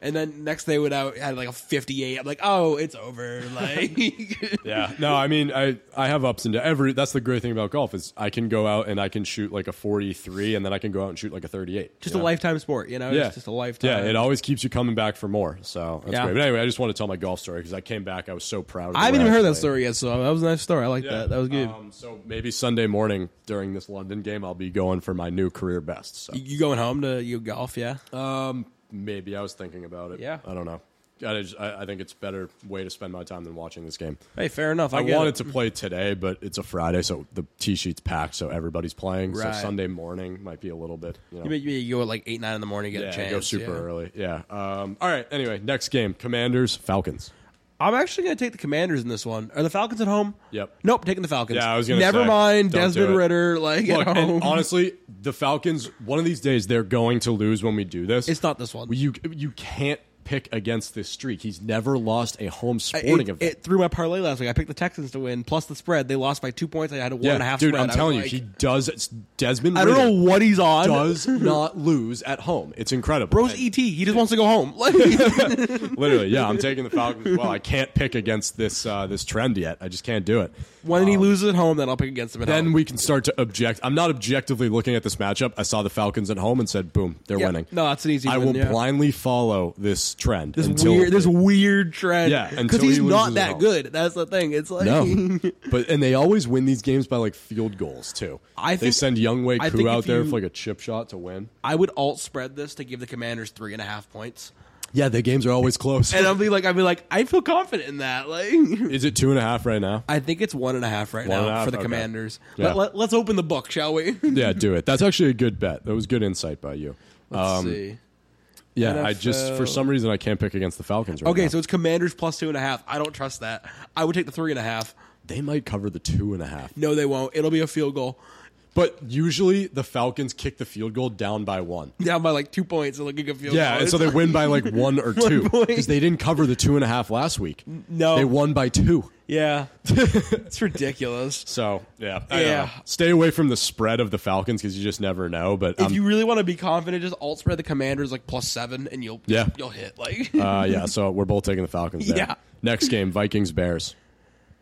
[SPEAKER 3] and then next day when I had like a 58, I'm like, oh, it's over. Like
[SPEAKER 2] Yeah. No, I mean, I, I have ups and downs. Every that's the great thing about golf is I can go out and I can shoot like a 43, and then I can go out and shoot like a 38.
[SPEAKER 3] just
[SPEAKER 2] you
[SPEAKER 3] a
[SPEAKER 2] know?
[SPEAKER 3] lifetime sport, you know?
[SPEAKER 2] Yeah.
[SPEAKER 3] It's just a lifetime.
[SPEAKER 2] Yeah. It always keeps you coming back for more. So that's
[SPEAKER 3] Yeah.
[SPEAKER 2] great. But anyway, I just want to tell my golf story because I came back. I was so proud. Of the
[SPEAKER 3] I haven't
[SPEAKER 2] way
[SPEAKER 3] even heard
[SPEAKER 2] was
[SPEAKER 3] that
[SPEAKER 2] playing.
[SPEAKER 3] story yet, so that was a nice story. I like
[SPEAKER 2] Yeah.
[SPEAKER 3] that. That was good.
[SPEAKER 2] Um, so maybe Sunday morning during this London game, I'll be going for my new career best. So
[SPEAKER 3] you going home to you golf, yeah?
[SPEAKER 2] maybe I was thinking about it.
[SPEAKER 3] Yeah.
[SPEAKER 2] I don't know. I, just, I, I think it's better way to spend my time than watching this game.
[SPEAKER 3] hey, fair enough. I,
[SPEAKER 2] I
[SPEAKER 3] get
[SPEAKER 2] wanted to
[SPEAKER 3] it.
[SPEAKER 2] play today, but it's a Friday, so the tee sheet's packed, so everybody's playing.
[SPEAKER 3] Right.
[SPEAKER 2] So Sunday morning might be a little bit, you know,
[SPEAKER 3] You, may- you go at like eight, nine in the morning, get
[SPEAKER 2] yeah,
[SPEAKER 3] a chance.
[SPEAKER 2] go super
[SPEAKER 3] yeah.
[SPEAKER 2] early. Yeah. Um, all right. Anyway, next game: Commanders, Falcons.
[SPEAKER 3] I'm actually going to take the Commanders in this one. Are the Falcons at home?
[SPEAKER 2] Yep.
[SPEAKER 3] Nope, taking the Falcons.
[SPEAKER 2] Yeah, I was gonna
[SPEAKER 3] Never
[SPEAKER 2] say,
[SPEAKER 3] mind
[SPEAKER 2] don't do
[SPEAKER 3] Desmond
[SPEAKER 2] it.
[SPEAKER 3] Ritter. Like
[SPEAKER 2] Look,
[SPEAKER 3] at home.
[SPEAKER 2] and honestly, the Falcons. One of these days, they're going to lose when we do this.
[SPEAKER 3] it's not this one.
[SPEAKER 2] you. You can't pick against this streak. He's never lost a home sporting
[SPEAKER 3] it,
[SPEAKER 2] event.
[SPEAKER 3] it threw my parlay last week. I picked the Texans to win plus the spread. They lost by two points. I had a one
[SPEAKER 2] yeah,
[SPEAKER 3] and a half.
[SPEAKER 2] dude,
[SPEAKER 3] spread.
[SPEAKER 2] I'm
[SPEAKER 3] I
[SPEAKER 2] telling you,
[SPEAKER 3] was
[SPEAKER 2] he
[SPEAKER 3] like,
[SPEAKER 2] does. It's Desmond.
[SPEAKER 3] I don't
[SPEAKER 2] Ritter
[SPEAKER 3] know what he's on.
[SPEAKER 2] Does not lose at home. It's incredible.
[SPEAKER 3] Bro's
[SPEAKER 2] And-
[SPEAKER 3] ET. He just wants to go home. Like,
[SPEAKER 2] Literally, yeah, I'm taking the Falcons as well. I can't pick against this uh, this trend yet. I just can't do it.
[SPEAKER 3] when he loses at home, then I'll pick against him at
[SPEAKER 2] Then
[SPEAKER 3] home.
[SPEAKER 2] we can start to object. I'm not objectively looking at this matchup. I saw the Falcons at home and said, "Boom, they're
[SPEAKER 3] Yeah.
[SPEAKER 2] winning."
[SPEAKER 3] No, that's an easy
[SPEAKER 2] I
[SPEAKER 3] win,
[SPEAKER 2] will
[SPEAKER 3] yeah.
[SPEAKER 2] blindly follow this trend.
[SPEAKER 3] This
[SPEAKER 2] until
[SPEAKER 3] weird, this weird trend.
[SPEAKER 2] Yeah, until
[SPEAKER 3] because he's
[SPEAKER 2] he loses
[SPEAKER 3] not
[SPEAKER 2] at
[SPEAKER 3] that
[SPEAKER 2] home.
[SPEAKER 3] good. That's the thing. It's like
[SPEAKER 2] no, but and they always win these games by like field goals too.
[SPEAKER 3] I
[SPEAKER 2] they
[SPEAKER 3] think-
[SPEAKER 2] send Young Wei
[SPEAKER 3] I
[SPEAKER 2] Koo
[SPEAKER 3] think
[SPEAKER 2] out
[SPEAKER 3] if
[SPEAKER 2] there
[SPEAKER 3] you-
[SPEAKER 2] for like a chip shot to win.
[SPEAKER 3] I would alt spread this to give the Commanders three and a half points.
[SPEAKER 2] Yeah, the games are always close.
[SPEAKER 3] and I'll be like, I'll be like, I feel confident in that. Like,
[SPEAKER 2] Is it two and a half right now?
[SPEAKER 3] I think it's one and a half right
[SPEAKER 2] One
[SPEAKER 3] now
[SPEAKER 2] and a half?
[SPEAKER 3] for the
[SPEAKER 2] Okay.
[SPEAKER 3] Commanders.
[SPEAKER 2] Yeah.
[SPEAKER 3] Let, us open the book, shall we?
[SPEAKER 2] yeah, do it. That's actually a good bet. That was good insight by you. Um,
[SPEAKER 3] Let's see.
[SPEAKER 2] Yeah, I just for
[SPEAKER 3] NFL.
[SPEAKER 2] some reason I can't pick against the Falcons. right
[SPEAKER 3] Okay,
[SPEAKER 2] now.
[SPEAKER 3] so it's Commanders plus two and a half. I don't trust that. I would take the three and a half.
[SPEAKER 2] They might cover the two and a half.
[SPEAKER 3] No, they won't. It'll be a field goal
[SPEAKER 2] But usually the Falcons kick the field goal down by one.
[SPEAKER 3] down by like two points. It'll get a field
[SPEAKER 2] Yeah,
[SPEAKER 3] goal.
[SPEAKER 2] and so they win by like one or two
[SPEAKER 3] point.
[SPEAKER 2] because they didn't cover the two and a half last week.
[SPEAKER 3] no.
[SPEAKER 2] they won by two.
[SPEAKER 3] yeah, it's ridiculous.
[SPEAKER 2] So yeah, I
[SPEAKER 3] Yeah.
[SPEAKER 2] don't know. Stay away from the spread of the Falcons because you just never know. But
[SPEAKER 3] If
[SPEAKER 2] um,
[SPEAKER 3] you really want to be confident, just alt spread the Commanders like plus seven, and you'll
[SPEAKER 2] Yeah.
[SPEAKER 3] you'll hit like.
[SPEAKER 2] uh, yeah, so we're both taking the Falcons. There.
[SPEAKER 3] Yeah.
[SPEAKER 2] Next game, Vikings Bears.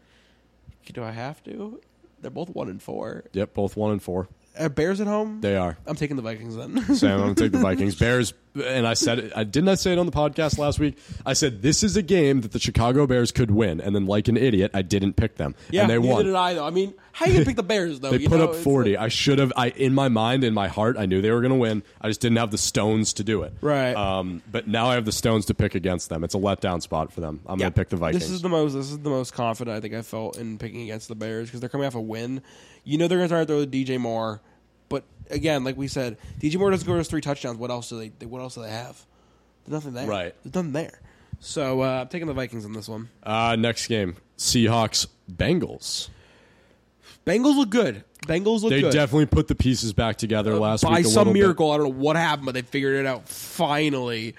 [SPEAKER 3] Do I have to? They're both one and four.
[SPEAKER 2] Yep, both one and four.
[SPEAKER 3] Are Bears at home?
[SPEAKER 2] They are.
[SPEAKER 3] I'm taking the Vikings then.
[SPEAKER 2] Sam, I'm gonna take the Vikings. Bears and I said it, I didn't I say it on the podcast last week. I said this is a game that the Chicago Bears could win, and then like an idiot, I didn't pick them,
[SPEAKER 3] Yeah,
[SPEAKER 2] and they
[SPEAKER 3] neither
[SPEAKER 2] won.
[SPEAKER 3] did I though. I mean, how you gonna pick the Bears though?
[SPEAKER 2] They
[SPEAKER 3] you
[SPEAKER 2] put
[SPEAKER 3] know?
[SPEAKER 2] up
[SPEAKER 3] It's
[SPEAKER 2] forty. I should have. I in my mind, in my heart, I knew they were going to win. I just didn't have the stones to do it.
[SPEAKER 3] Right.
[SPEAKER 2] Um. But now I have the stones to pick against them. It's a letdown spot for them. I'm
[SPEAKER 3] Yeah.
[SPEAKER 2] going to pick the Vikings.
[SPEAKER 3] This is the most. This is the most confident I think I felt in picking against the Bears because they're coming off a win. You know they're going to start throwing DJ Moore, but again, like we said, DJ Moore doesn't go to those three touchdowns. What else do they? they- What else do they have? There's nothing there.
[SPEAKER 2] Right.
[SPEAKER 3] There's nothing there. So uh, I'm taking the Vikings on this one.
[SPEAKER 2] uh, next game: Seahawks Bengals.
[SPEAKER 3] Bengals look good. Bengals look
[SPEAKER 2] They
[SPEAKER 3] good.
[SPEAKER 2] definitely put the pieces back together last week.
[SPEAKER 3] By
[SPEAKER 2] a
[SPEAKER 3] some
[SPEAKER 2] little bit.
[SPEAKER 3] miracle, I don't know what happened, but they figured it out finally.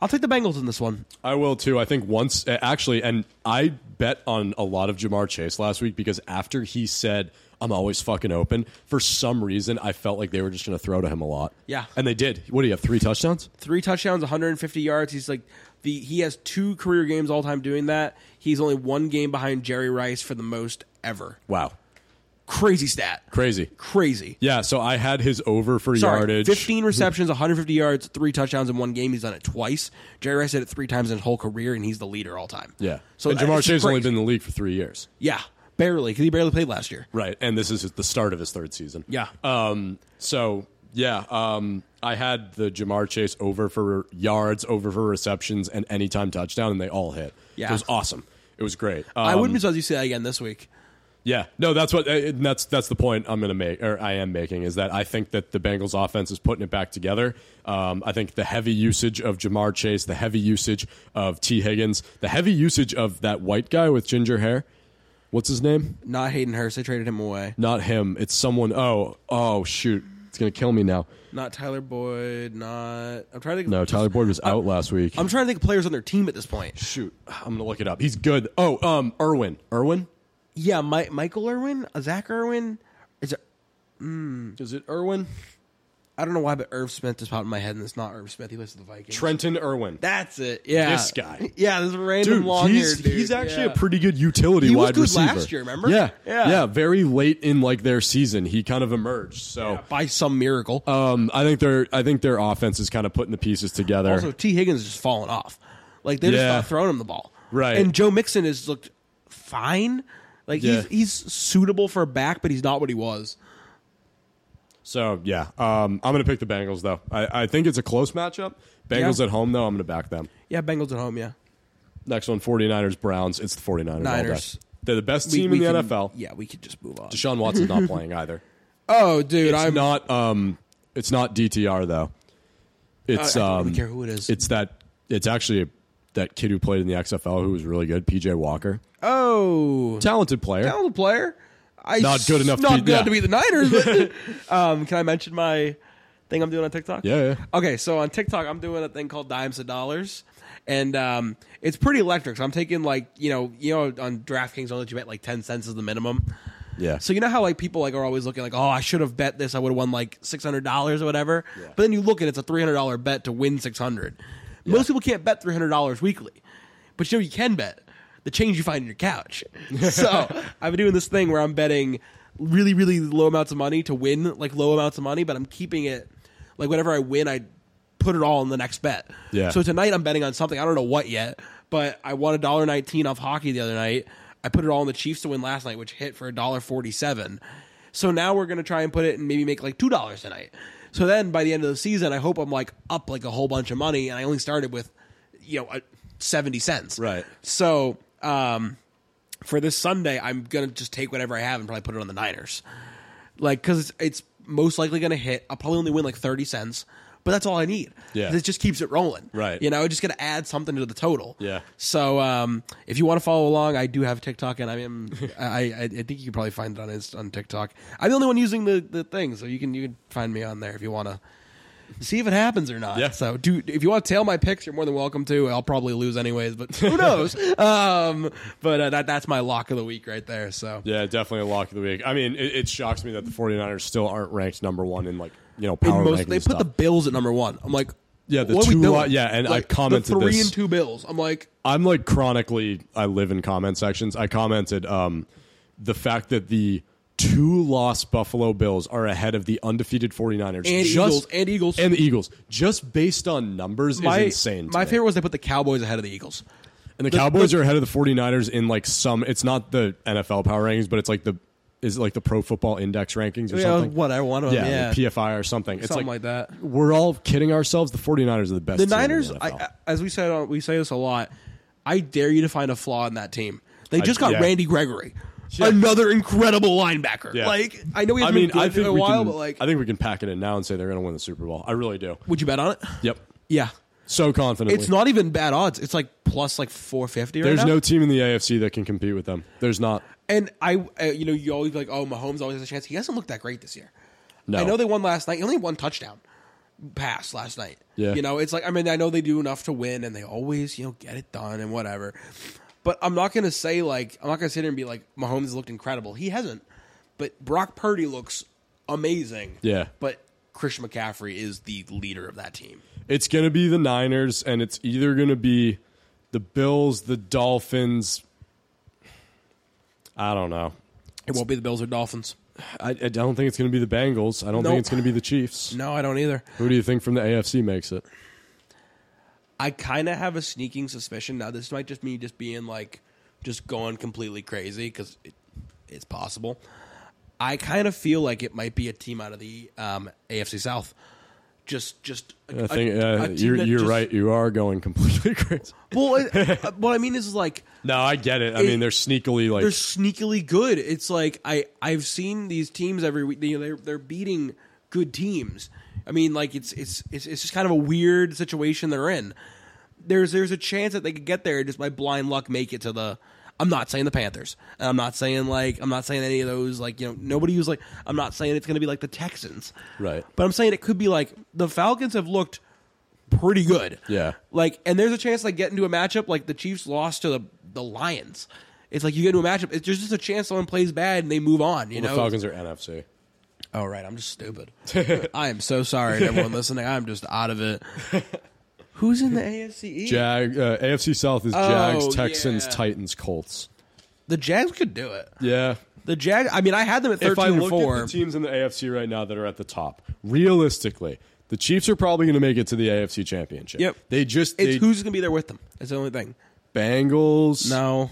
[SPEAKER 3] I'll take the Bengals in this one.
[SPEAKER 2] I will too. I think once uh, actually, and I bet on a lot of Jamar Chase last week because after he said, "I'm always fucking open," for some reason I felt like they were just going to throw to him a lot.
[SPEAKER 3] Yeah.
[SPEAKER 2] and they did. What do you have? Three touchdowns.
[SPEAKER 3] three touchdowns, 150 yards. He's like the he has two career games all time doing that. He's only one game behind Jerry Rice for the most ever.
[SPEAKER 2] Wow,
[SPEAKER 3] Crazy stat.
[SPEAKER 2] crazy.
[SPEAKER 3] Crazy.
[SPEAKER 2] Yeah, so I had his over for
[SPEAKER 3] Sorry,
[SPEAKER 2] yardage.
[SPEAKER 3] 15 receptions, 150 yards, three touchdowns in one game. He's done it twice. Jerry Rice did it three times in his whole career, and he's the leader all time.
[SPEAKER 2] Yeah. So
[SPEAKER 3] So
[SPEAKER 2] and Jamar
[SPEAKER 3] it's
[SPEAKER 2] Chase has only
[SPEAKER 3] crazy.
[SPEAKER 2] been in the league for three years.
[SPEAKER 3] yeah, barely because he barely played last year.
[SPEAKER 2] Right, and this is the start of his third season.
[SPEAKER 3] Yeah.
[SPEAKER 2] Um, so yeah, um, I had the Jamar Chase over for yards, over for receptions, and anytime touchdown, and they all hit.
[SPEAKER 3] Yeah.
[SPEAKER 2] it was awesome. It was great. Um,
[SPEAKER 3] I wouldn't be surprised if you see that again this week.
[SPEAKER 2] yeah, no, that's what uh, and that's that's the point I'm gonna make, or I am making, is that I think that the Bengals offense is putting it back together. Um, I think the heavy usage of Jamar Chase, the heavy usage of T Higgins, the heavy usage of that white guy with ginger hair. What's his name?
[SPEAKER 3] Not Hayden Hurst. They traded him away.
[SPEAKER 2] Not him. It's someone. Oh, oh, shoot. It's going to kill me now.
[SPEAKER 3] Not Tyler Boyd. Not I'm trying to think.
[SPEAKER 2] No, Tyler Boyd was out last week.
[SPEAKER 3] I'm trying to think of players on their team at this point.
[SPEAKER 2] shoot. I'm going to look it up. He's good. Oh, um, Irwin. Irwin?
[SPEAKER 3] Yeah, Mi- Michael Irwin, Uh, Zach Irwin. Is it,
[SPEAKER 2] Is it Irwin?
[SPEAKER 3] I don't know why, but Irv Smith just popped in my head, and it's not Irv Smith. He plays for the Vikings.
[SPEAKER 2] Trenton Irwin.
[SPEAKER 3] That's it. Yeah,
[SPEAKER 2] This guy.
[SPEAKER 3] Yeah, this random
[SPEAKER 2] Dude,
[SPEAKER 3] long
[SPEAKER 2] he's,
[SPEAKER 3] dude.
[SPEAKER 2] he's actually
[SPEAKER 3] Yeah.
[SPEAKER 2] a pretty good utility
[SPEAKER 3] He was
[SPEAKER 2] wide
[SPEAKER 3] good
[SPEAKER 2] receiver.
[SPEAKER 3] last year, remember?
[SPEAKER 2] Yeah,
[SPEAKER 3] Yeah.
[SPEAKER 2] yeah, Very late in like their season, he kind of emerged. So
[SPEAKER 3] by some miracle.
[SPEAKER 2] um, I think their I think their offense is kind of putting the pieces together.
[SPEAKER 3] also, T. Higgins is just falling off. Like they are just
[SPEAKER 2] Yeah.
[SPEAKER 3] not throwing him the ball.
[SPEAKER 2] Right.
[SPEAKER 3] And Joe Mixon has looked fine. Like
[SPEAKER 2] Yeah.
[SPEAKER 3] he's he's suitable for a back, but he's not what he was.
[SPEAKER 2] so yeah, um, I'm going to pick the Bengals though. I, I think it's a close matchup. Bengals
[SPEAKER 3] Yeah.
[SPEAKER 2] at home though, I'm going to back them.
[SPEAKER 3] Yeah, Bengals at home. Yeah,
[SPEAKER 2] Next one, 49ers, Browns. It's the 49ers. all day.
[SPEAKER 3] Niners.
[SPEAKER 2] They're the best
[SPEAKER 3] We-
[SPEAKER 2] team
[SPEAKER 3] we
[SPEAKER 2] in the
[SPEAKER 3] can-
[SPEAKER 2] NFL.
[SPEAKER 3] Yeah, we could just move on.
[SPEAKER 2] Deshaun Watson's not playing either.
[SPEAKER 3] Oh, dude,
[SPEAKER 2] It's
[SPEAKER 3] I'm
[SPEAKER 2] not um it's not DTR though. It's
[SPEAKER 3] I don't
[SPEAKER 2] um
[SPEAKER 3] really care who it is.
[SPEAKER 2] It's that it's actually that kid who played in the XFL who was really good, PJ Walker.
[SPEAKER 3] Oh,
[SPEAKER 2] Talented player.
[SPEAKER 3] talented player. I
[SPEAKER 2] Not good enough to
[SPEAKER 3] Not
[SPEAKER 2] be-
[SPEAKER 3] good
[SPEAKER 2] yeah.
[SPEAKER 3] to be the Niners. but- um, can I mention my thing I'm doing on TikTok?
[SPEAKER 2] Yeah, yeah.
[SPEAKER 3] Okay, so on TikTok I'm doing a thing called Dimes to Dollars, and um, it's pretty electric. So I'm taking like you know you know on DraftKings I'll let you bet like ten cents is the minimum.
[SPEAKER 2] Yeah.
[SPEAKER 3] So you know how like people like are always looking like oh I should have bet this I would have won like six hundred dollars or whatever. But then you look and it's a three hundred dollar bet to win six hundred. Most people can't bet three hundred dollars weekly, but you know you can bet the change you find in your couch. so I've been doing this thing where I'm betting really really low amounts of money to win like low amounts of money, but I'm keeping it like whatever I win I put it all in the next bet.
[SPEAKER 2] Yeah.
[SPEAKER 3] So tonight I'm betting on something I don't know what yet, but I won a dollar nineteen off hockey the other night. I put it all on the Chiefs to win last night, which hit for a dollar forty seven. So now we're gonna try and put it and maybe make like two dollars tonight. So then by the end of the season, I hope I'm like up like a whole bunch of money, and I only started with you know uh, seventy cents.
[SPEAKER 2] Right.
[SPEAKER 3] So um, for this Sunday, I'm gonna just take whatever I have and probably put it on the Niners like because it's, it's most likely going to hit. I'll probably only win like thirty cents, but that's all I need.
[SPEAKER 2] Yeah.
[SPEAKER 3] 'Cause it just keeps it rolling.
[SPEAKER 2] Right.
[SPEAKER 3] you know, just going to add something to the total.
[SPEAKER 2] Yeah.
[SPEAKER 3] So um, if you want to follow along, I do have TikTok, and I am I, I I think you can probably find it on Inst- on TikTok. I'm the only one using the the thing, so you can you can find me on there if you want to. See if it happens or not.
[SPEAKER 2] Yeah.
[SPEAKER 3] So, do if you want to tail my picks, you're more than welcome to. I'll probably lose anyways, but who knows? um, but uh, that that's my lock of the week right there. So,
[SPEAKER 2] Yeah, definitely a lock of the week. I mean, it, it shocks me that the 49ers still aren't ranked number one in like, you know,
[SPEAKER 3] in
[SPEAKER 2] power
[SPEAKER 3] most-
[SPEAKER 2] rankings
[SPEAKER 3] they
[SPEAKER 2] and
[SPEAKER 3] put the
[SPEAKER 2] stuff.
[SPEAKER 3] Bills at number one. I'm like,
[SPEAKER 2] Yeah, the
[SPEAKER 3] what are we
[SPEAKER 2] two
[SPEAKER 3] doing?
[SPEAKER 2] li- yeah, and I
[SPEAKER 3] Like,
[SPEAKER 2] commented
[SPEAKER 3] the three
[SPEAKER 2] this.
[SPEAKER 3] and two Bills. I'm like,
[SPEAKER 2] I'm like chronically I live in comment sections. I commented um the fact that the two lost Buffalo Bills are ahead of the undefeated 49ers.
[SPEAKER 3] And Eagles, and Eagles.
[SPEAKER 2] And the Eagles. Just based on numbers
[SPEAKER 3] my,
[SPEAKER 2] is insane. to
[SPEAKER 3] my
[SPEAKER 2] me.
[SPEAKER 3] favorite was they put the Cowboys ahead of the Eagles.
[SPEAKER 2] And the,
[SPEAKER 3] the-
[SPEAKER 2] Cowboys
[SPEAKER 3] the-
[SPEAKER 2] are ahead of the 49ers in like some it's not the NFL power rankings, but it's like the is it like the pro football index rankings or
[SPEAKER 3] Yeah,
[SPEAKER 2] something.
[SPEAKER 3] whatever one of them.
[SPEAKER 2] yeah,
[SPEAKER 3] Yeah,
[SPEAKER 2] like PFI or something. It's
[SPEAKER 3] something like, that.
[SPEAKER 2] We're all kidding ourselves. The 49ers are the best.
[SPEAKER 3] The
[SPEAKER 2] team in
[SPEAKER 3] Niners,
[SPEAKER 2] the
[SPEAKER 3] I,
[SPEAKER 2] NFL.
[SPEAKER 3] I- as we said, on- we say this a lot. I dare you to find a flaw in that team. They just got
[SPEAKER 2] yeah.
[SPEAKER 3] Randy Gregory, another incredible linebacker.
[SPEAKER 2] Yeah.
[SPEAKER 3] Like I know we
[SPEAKER 2] I
[SPEAKER 3] haven't
[SPEAKER 2] mean,
[SPEAKER 3] been
[SPEAKER 2] I
[SPEAKER 3] good in
[SPEAKER 2] think
[SPEAKER 3] a
[SPEAKER 2] we
[SPEAKER 3] while,
[SPEAKER 2] can,
[SPEAKER 3] but like,
[SPEAKER 2] I think we can pack it in now and say they're going to win the Super Bowl. I really do.
[SPEAKER 3] would you bet on it?
[SPEAKER 2] Yep.
[SPEAKER 3] Yeah,
[SPEAKER 2] So confidently.
[SPEAKER 3] it's not even bad odds. It's like plus like four fifty. Right
[SPEAKER 2] There's
[SPEAKER 3] now.
[SPEAKER 2] no team in the AFC that can compete with them. There's not.
[SPEAKER 3] And I, uh, you know, you always be like, oh, Mahomes always has a chance. He hasn't looked that great this year.
[SPEAKER 2] No.
[SPEAKER 3] I know they won last night. He only had one touchdown pass last night.
[SPEAKER 2] Yeah.
[SPEAKER 3] You know, it's like, I mean, I know they do enough to win and they always, you know, get it done and whatever. But I'm not going to say, like, I'm not going to sit here and be like, Mahomes looked incredible. He hasn't. But Brock Purdy looks amazing.
[SPEAKER 2] Yeah.
[SPEAKER 3] But Christian McCaffrey is the leader of that team.
[SPEAKER 2] It's going to be the Niners, and it's either going to be the Bills, the Dolphins. I don't know.
[SPEAKER 3] It won't be the Bills or Dolphins.
[SPEAKER 2] I, I don't think it's going to be the Bengals. I don't
[SPEAKER 3] Nope.
[SPEAKER 2] think it's going to be the Chiefs.
[SPEAKER 3] No, I don't either.
[SPEAKER 2] Who do you think from the AFC makes it?
[SPEAKER 3] I kind of have a sneaking suspicion now. This might just me just being like, just going completely crazy because it, it's possible. I kind of feel like it might be a team out of the um, AFC South. Just, just. a-
[SPEAKER 2] I think
[SPEAKER 3] a-
[SPEAKER 2] uh,
[SPEAKER 3] a team
[SPEAKER 2] you're,
[SPEAKER 3] that
[SPEAKER 2] you're
[SPEAKER 3] just-
[SPEAKER 2] right. You are going completely crazy.
[SPEAKER 3] Well, it, uh, what I mean is like
[SPEAKER 2] No, I get it. I
[SPEAKER 3] It-
[SPEAKER 2] mean, they're sneakily like
[SPEAKER 3] they're sneakily good. It's like I I've seen these teams every week. You know, they're they're beating good teams. I mean, like it's it's it's it's just kind of a weird situation they're in. There's there's a chance that they could get there just by blind luck make it to the. I'm not saying the Panthers, and I'm not saying like I'm not saying any of those like you know nobody who's like I'm not saying it's going to be like the Texans,
[SPEAKER 2] Right.
[SPEAKER 3] But I'm saying it could be like the Falcons have looked pretty good,
[SPEAKER 2] Yeah.
[SPEAKER 3] like, and there's a chance like get into a matchup like the Chiefs lost to the the Lions. It's like you get into a matchup. It's, there's just a chance someone plays bad and they move on. You
[SPEAKER 2] the
[SPEAKER 3] know.
[SPEAKER 2] Falcons are NFC.
[SPEAKER 3] Oh right, I'm just stupid. I am so sorry to everyone listening. I'm just out of it. Who's in the AFC East?
[SPEAKER 2] Jag uh, AFC South is Jags,
[SPEAKER 3] Oh,
[SPEAKER 2] Texans,
[SPEAKER 3] yeah.
[SPEAKER 2] Titans, Colts.
[SPEAKER 3] the Jags could do it.
[SPEAKER 2] Yeah.
[SPEAKER 3] The Jag. I mean, I had them at
[SPEAKER 2] if I
[SPEAKER 3] thirteen and
[SPEAKER 2] look
[SPEAKER 3] four.
[SPEAKER 2] at the teams in the AFC right now that are at the top, realistically, the Chiefs are probably going to make it to the AFC Championship.
[SPEAKER 3] Yep.
[SPEAKER 2] They just
[SPEAKER 3] it's
[SPEAKER 2] they
[SPEAKER 3] who's going to be there with them. That's the only thing.
[SPEAKER 2] Bengals,
[SPEAKER 3] No,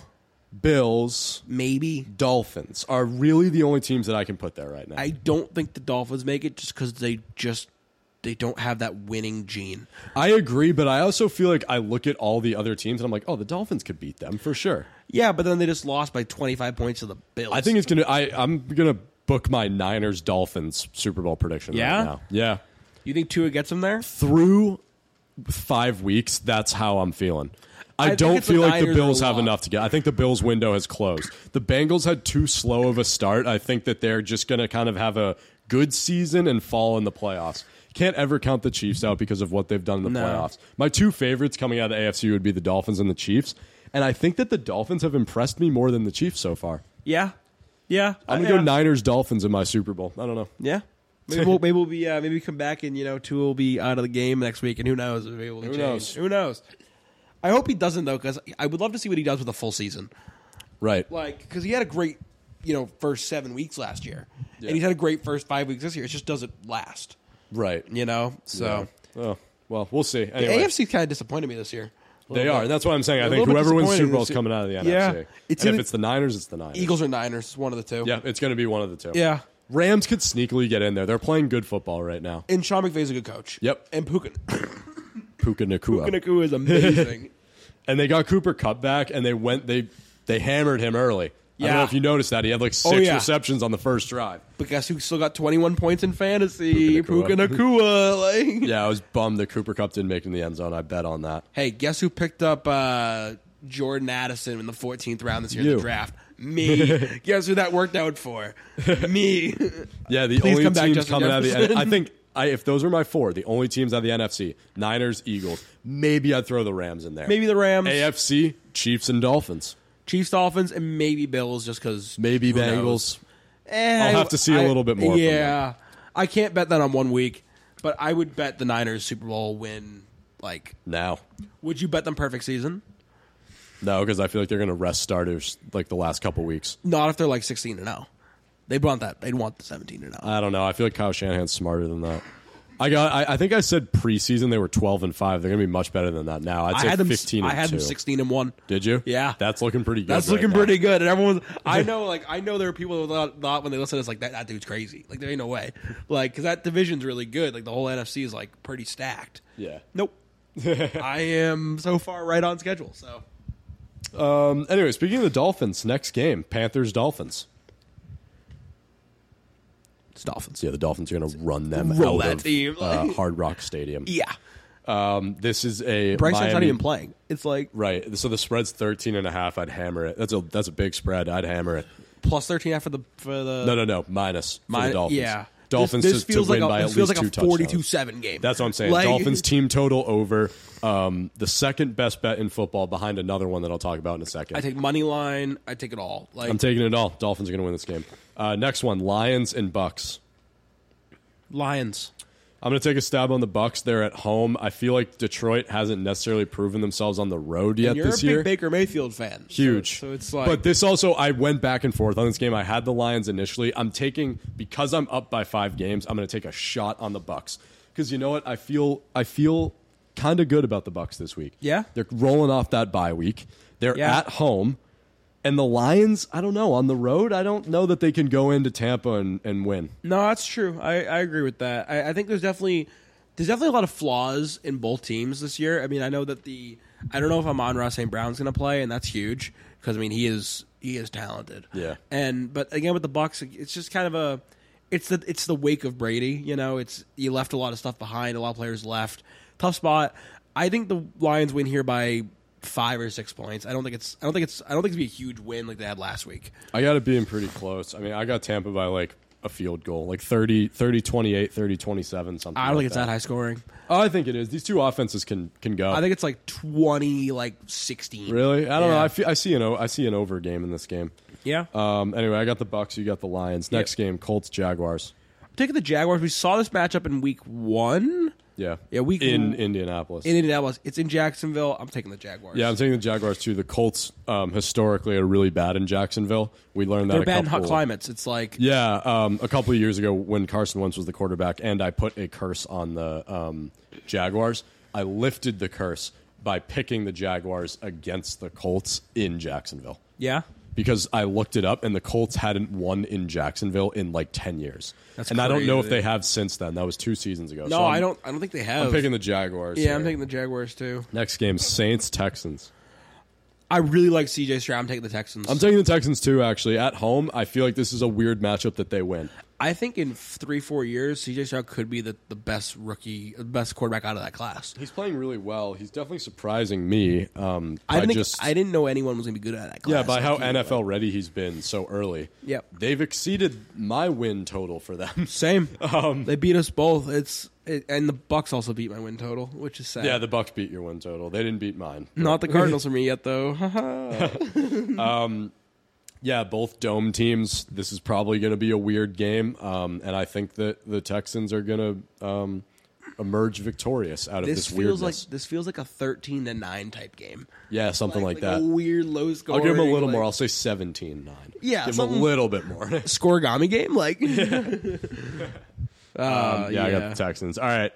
[SPEAKER 2] Bills,
[SPEAKER 3] maybe.
[SPEAKER 2] Dolphins are really the only teams that I can put there right now.
[SPEAKER 3] I don't think the Dolphins make it just because they just they don't have that winning gene.
[SPEAKER 2] I agree, but I also feel like I look at all the other teams and I'm like, oh, the Dolphins could beat them for sure.
[SPEAKER 3] Yeah, but then they just lost by twenty five points to the Bills.
[SPEAKER 2] I think it's gonna. I I'm gonna book my Niners Dolphins Super Bowl prediction.
[SPEAKER 3] Yeah?
[SPEAKER 2] Right now. Yeah.
[SPEAKER 3] You think Tua gets him there?
[SPEAKER 2] Through five weeks, that's how I'm feeling.
[SPEAKER 3] I
[SPEAKER 2] I,
[SPEAKER 3] think
[SPEAKER 2] don't
[SPEAKER 3] it's the
[SPEAKER 2] feel like the
[SPEAKER 3] Niners are
[SPEAKER 2] Bills have
[SPEAKER 3] locked.
[SPEAKER 2] enough to get. I think the Bills window has closed. The Bengals had too slow of a start. I think that they're just gonna kind of have a good season and fall in the playoffs. Can't ever count the Chiefs out because of what they've done in the
[SPEAKER 3] No.
[SPEAKER 2] playoffs. My two favorites coming out of the AFC would be the Dolphins and the Chiefs. And I think that the Dolphins have impressed me more than the Chiefs so far.
[SPEAKER 3] Yeah, yeah.
[SPEAKER 2] I'm gonna
[SPEAKER 3] Uh, yeah.
[SPEAKER 2] go Niners Dolphins in my Super Bowl. I don't know.
[SPEAKER 3] Yeah. Maybe we'll maybe we'll be uh, maybe we come back and you know Tua will be out of the game next week and who knows maybe we'll change.
[SPEAKER 2] knows?
[SPEAKER 3] who knows I hope he doesn't though because I would love to see what he does with a full season
[SPEAKER 2] Right.
[SPEAKER 3] like because he had a great you know first seven weeks last year
[SPEAKER 2] Yeah.
[SPEAKER 3] and he's had a great first five weeks this year it just doesn't last
[SPEAKER 2] Right.
[SPEAKER 3] you know so
[SPEAKER 2] Yeah. Oh, well, we'll see.
[SPEAKER 3] the
[SPEAKER 2] Anyway,
[SPEAKER 3] AFC kind of disappointed me this year A
[SPEAKER 2] they
[SPEAKER 3] little
[SPEAKER 2] are.
[SPEAKER 3] bit.
[SPEAKER 2] And that's what I'm saying. I
[SPEAKER 3] A
[SPEAKER 2] think
[SPEAKER 3] little bit
[SPEAKER 2] whoever wins
[SPEAKER 3] disappointing
[SPEAKER 2] Super Bowl is
[SPEAKER 3] this year.
[SPEAKER 2] coming out of the NFC.
[SPEAKER 3] Yeah.
[SPEAKER 2] It's
[SPEAKER 3] It's
[SPEAKER 2] and if
[SPEAKER 3] either-
[SPEAKER 2] it's the Niners, it's the Niners.
[SPEAKER 3] Eagles or Niners it's one of the two
[SPEAKER 2] Yeah, it's going to be one of the two.
[SPEAKER 3] yeah
[SPEAKER 2] Rams could sneakily get in there. They're playing good football right now.
[SPEAKER 3] and Sean McVay's a good coach
[SPEAKER 2] Yep.
[SPEAKER 3] and Puka
[SPEAKER 2] Puka Nakua.
[SPEAKER 3] Nakua is amazing
[SPEAKER 2] and they got Cooper Cup back, and they went. They they hammered him early. I don't know
[SPEAKER 3] Yeah.
[SPEAKER 2] if you noticed that. He had like six
[SPEAKER 3] Oh, yeah.
[SPEAKER 2] receptions on the first drive.
[SPEAKER 3] But guess who still got 21 points in fantasy?
[SPEAKER 2] Puka
[SPEAKER 3] Puka
[SPEAKER 2] Nakua.
[SPEAKER 3] Nakua. Like.
[SPEAKER 2] Yeah, I was bummed that Cooper Cup didn't make it in the end zone. I bet on that.
[SPEAKER 3] Hey, guess who picked up uh, Jordan Addison in the 14th round this year in
[SPEAKER 2] You.
[SPEAKER 3] the draft? Me. guess who that worked out for? Me.
[SPEAKER 2] Yeah, the
[SPEAKER 3] Please
[SPEAKER 2] only
[SPEAKER 3] come back,
[SPEAKER 2] teams
[SPEAKER 3] Justin
[SPEAKER 2] coming out of the
[SPEAKER 3] Jefferson.
[SPEAKER 2] I think I, if those are my four, the only teams out of the NFC, Niners, Eagles. Maybe I'd throw the Rams in there.
[SPEAKER 3] Maybe the Rams,
[SPEAKER 2] uh, AFC, Chiefs and Dolphins.
[SPEAKER 3] Chiefs, Dolphins, and maybe Bills just because.
[SPEAKER 2] Maybe Bengals. I'll have to see a little bit more from
[SPEAKER 3] Eh, Yeah. I can't bet that on one week, but I would bet the Niners Super Bowl win. Like,
[SPEAKER 2] Now.
[SPEAKER 3] would you bet them perfect season?
[SPEAKER 2] No, because I feel like they're going to rest starters like the last couple weeks.
[SPEAKER 3] Not if they're like 16 and 0. They want that. They'd want the 17 and oh. up.
[SPEAKER 2] I don't know. I feel like Kyle Shanahan's smarter than that. I got. I, I think I said preseason they were twelve and five. They're gonna be much better than that now. I'd say
[SPEAKER 3] I had them.
[SPEAKER 2] fifteen.
[SPEAKER 3] I
[SPEAKER 2] and
[SPEAKER 3] had
[SPEAKER 2] two.
[SPEAKER 3] them 16 and one.
[SPEAKER 2] Did you?
[SPEAKER 3] Yeah.
[SPEAKER 2] that's looking pretty good.
[SPEAKER 3] That's
[SPEAKER 2] right
[SPEAKER 3] looking
[SPEAKER 2] now.
[SPEAKER 3] pretty good. And everyone, I know, like, I know there are people who thought, thought when they listen to this, like, that, that dude's crazy. Like, there ain't no way. Like, because that division's really good. Like, the whole NFC is, like, pretty stacked.
[SPEAKER 2] Yeah.
[SPEAKER 3] Nope. I am so far right on schedule. So,
[SPEAKER 2] Um, anyway, speaking of the Dolphins, next game Panthers Dolphins.
[SPEAKER 3] it's Dolphins.
[SPEAKER 2] Yeah, the Dolphins are gonna run them
[SPEAKER 3] Roll
[SPEAKER 2] out
[SPEAKER 3] that
[SPEAKER 2] of
[SPEAKER 3] team.
[SPEAKER 2] uh, Hard Rock Stadium.
[SPEAKER 3] Yeah.
[SPEAKER 2] Um, this is a
[SPEAKER 3] Bryce Young's not
[SPEAKER 2] Miami-
[SPEAKER 3] even playing. It's like
[SPEAKER 2] Right. So the spread's 13 and a half. I'd hammer it. That's a that's a big spread. I'd hammer it.
[SPEAKER 3] plus 13 after the, for the.
[SPEAKER 2] No, no, no. Minus for
[SPEAKER 3] Mine-
[SPEAKER 2] the Dolphins.
[SPEAKER 3] Yeah.
[SPEAKER 2] Dolphins
[SPEAKER 3] this, this
[SPEAKER 2] to- to,
[SPEAKER 3] feels
[SPEAKER 2] win
[SPEAKER 3] like a,
[SPEAKER 2] by
[SPEAKER 3] this
[SPEAKER 2] at
[SPEAKER 3] feels
[SPEAKER 2] least
[SPEAKER 3] like
[SPEAKER 2] two
[SPEAKER 3] a 42
[SPEAKER 2] touchdowns.
[SPEAKER 3] 7 game.
[SPEAKER 2] That's what I'm saying.
[SPEAKER 3] Like-
[SPEAKER 2] Dolphins team total over. Um, the second best bet in football behind another one that I'll talk about in a second.
[SPEAKER 3] I take money line. I take it all. Like
[SPEAKER 2] I'm taking it all. Dolphins are going to win this game. Uh, next one, Lions and Bucks.
[SPEAKER 3] Lions.
[SPEAKER 2] I'm going to take a stab on the Bucks. They're at home. I feel like Detroit hasn't necessarily proven themselves on the road yet
[SPEAKER 3] You're a
[SPEAKER 2] this
[SPEAKER 3] big
[SPEAKER 2] year.
[SPEAKER 3] Baker Mayfield fan. So-
[SPEAKER 2] Huge.
[SPEAKER 3] So, it's like.
[SPEAKER 2] but this also, I went back and forth on this game. I had the Lions initially. I'm taking because I'm up by five games. I'm going to take a shot on the Bucks because you know what? I feel I feel kind of good about the Bucks this week.
[SPEAKER 3] Yeah.
[SPEAKER 2] they're rolling off that bye week. They're
[SPEAKER 3] Yeah.
[SPEAKER 2] at home, and the Lions. I don't know on the road. I don't know that they can go into Tampa and, and win.
[SPEAKER 3] No, that's true. I, I agree with that. I, I think there's definitely there's definitely a lot of flaws in both teams this year. I mean, I know that the I don't know if Amon Ross St. Brown's going to play, and that's huge because I mean he is he is talented.
[SPEAKER 2] Yeah.
[SPEAKER 3] And but again with the Bucks, it's just kind of a it's the it's the wake of Brady. You know, it's you left a lot of stuff behind. A lot of players left. Tough spot. I think the Lions win here by five or six points. I don't think it's I don't think it's I don't think it's gonna be a huge win like they had last week.
[SPEAKER 2] I got to be in pretty close. I mean, I got Tampa by like a field goal, like 30, 30 28, 30 27, something.
[SPEAKER 3] I don't
[SPEAKER 2] like
[SPEAKER 3] think it's that high scoring.
[SPEAKER 2] Oh, I think it is. These two offenses can can go.
[SPEAKER 3] I think it's like twenty, like sixteen.
[SPEAKER 2] Really? I don't know.
[SPEAKER 3] Yeah.
[SPEAKER 2] I, fe- I see an o- I see an over game in this game.
[SPEAKER 3] Yeah.
[SPEAKER 2] Um. Anyway, I got the Bucks. You got the Lions. Next game, Colts Jaguars.
[SPEAKER 3] Taking the Jaguars, we saw this matchup in week one
[SPEAKER 2] Yeah.
[SPEAKER 3] Yeah, we-
[SPEAKER 2] in Indianapolis.
[SPEAKER 3] in Indianapolis. It's in Jacksonville. I'm taking the Jaguars.
[SPEAKER 2] yeah, I'm taking the Jaguars too. The Colts um, historically are really bad in Jacksonville. We learned that
[SPEAKER 3] they're
[SPEAKER 2] a
[SPEAKER 3] bad in
[SPEAKER 2] couple,
[SPEAKER 3] hot climates. It's like
[SPEAKER 2] Yeah, um, a couple of years ago when Carson Wentz was the quarterback, and I put a curse on the um, Jaguars. I lifted the curse by picking the Jaguars against the Colts in Jacksonville.
[SPEAKER 3] yeah.
[SPEAKER 2] because I looked it up and the Colts hadn't won in Jacksonville in like 10 years.
[SPEAKER 3] That's
[SPEAKER 2] and I don't know if
[SPEAKER 3] crazy.
[SPEAKER 2] they have since then. That was two seasons ago.
[SPEAKER 3] No,
[SPEAKER 2] So I'm-
[SPEAKER 3] I don't. I don't think they have.
[SPEAKER 2] I'm picking the Jaguars.
[SPEAKER 3] yeah, I'm
[SPEAKER 2] here.
[SPEAKER 3] taking the Jaguars too.
[SPEAKER 2] Next game Saints Texans.
[SPEAKER 3] I really like CJ Stroud. I'm taking the Texans.
[SPEAKER 2] I'm taking the Texans too actually. At home, I feel like this is a weird matchup that they win.
[SPEAKER 3] I think in three, four years, CJ Stroud could be the, the best rookie, the best quarterback out of that class.
[SPEAKER 2] He's playing really well. He's definitely surprising me. Um
[SPEAKER 3] I
[SPEAKER 2] by
[SPEAKER 3] didn't. think-
[SPEAKER 2] just
[SPEAKER 3] I didn't know anyone was going to be good at that class.
[SPEAKER 2] yeah, by
[SPEAKER 3] Like
[SPEAKER 2] how
[SPEAKER 3] he-
[SPEAKER 2] NFL ready he's been so early.
[SPEAKER 3] Yep.
[SPEAKER 2] They've exceeded my win total for them.
[SPEAKER 3] Same.
[SPEAKER 2] Um,
[SPEAKER 3] they beat us both. It's it, and the Bucks also beat my win total, which is sad.
[SPEAKER 2] yeah, the Bucks beat your win total. They didn't beat mine.
[SPEAKER 3] Not the Cardinals for me yet, though.
[SPEAKER 2] Yeah, both dome teams. This is probably going to be a weird game, um, and I think that the Texans are going to um, emerge victorious out of this,
[SPEAKER 3] this feels
[SPEAKER 2] weirdness.
[SPEAKER 3] like this feels like a thirteen to nine type game.
[SPEAKER 2] yeah, something like,
[SPEAKER 3] A
[SPEAKER 2] that.
[SPEAKER 3] weird low score.
[SPEAKER 2] I'll give them a little more. I'll say 17-9. give
[SPEAKER 3] Yeah,
[SPEAKER 2] them a
[SPEAKER 3] something-
[SPEAKER 2] little bit more. Uh,
[SPEAKER 3] scoregami game, like. Uh,
[SPEAKER 2] yeah, I got the Texans. All right,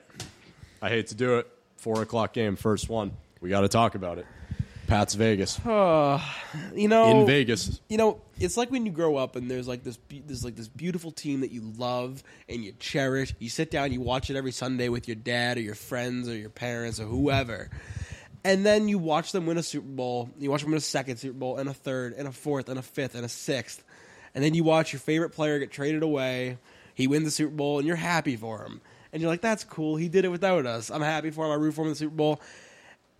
[SPEAKER 2] I hate to do it. Four o'clock game, first one. We got to talk about it. Pats Vegas
[SPEAKER 3] you know,
[SPEAKER 2] in Vegas.
[SPEAKER 3] you know, it's like when you grow up and there's like this, be- there's like this beautiful team that you love and you cherish. You sit down, you watch it every Sunday with your dad or your friends or your parents or whoever, and then you watch them win a Super Bowl. You watch them win a second Super Bowl and a third and a fourth and a fifth and a sixth, and then you watch your favorite player get traded away. He wins the Super Bowl and you're happy for him, and you're like, "That's cool. He did it without us. I'm happy for him. I root for him in the Super Bowl."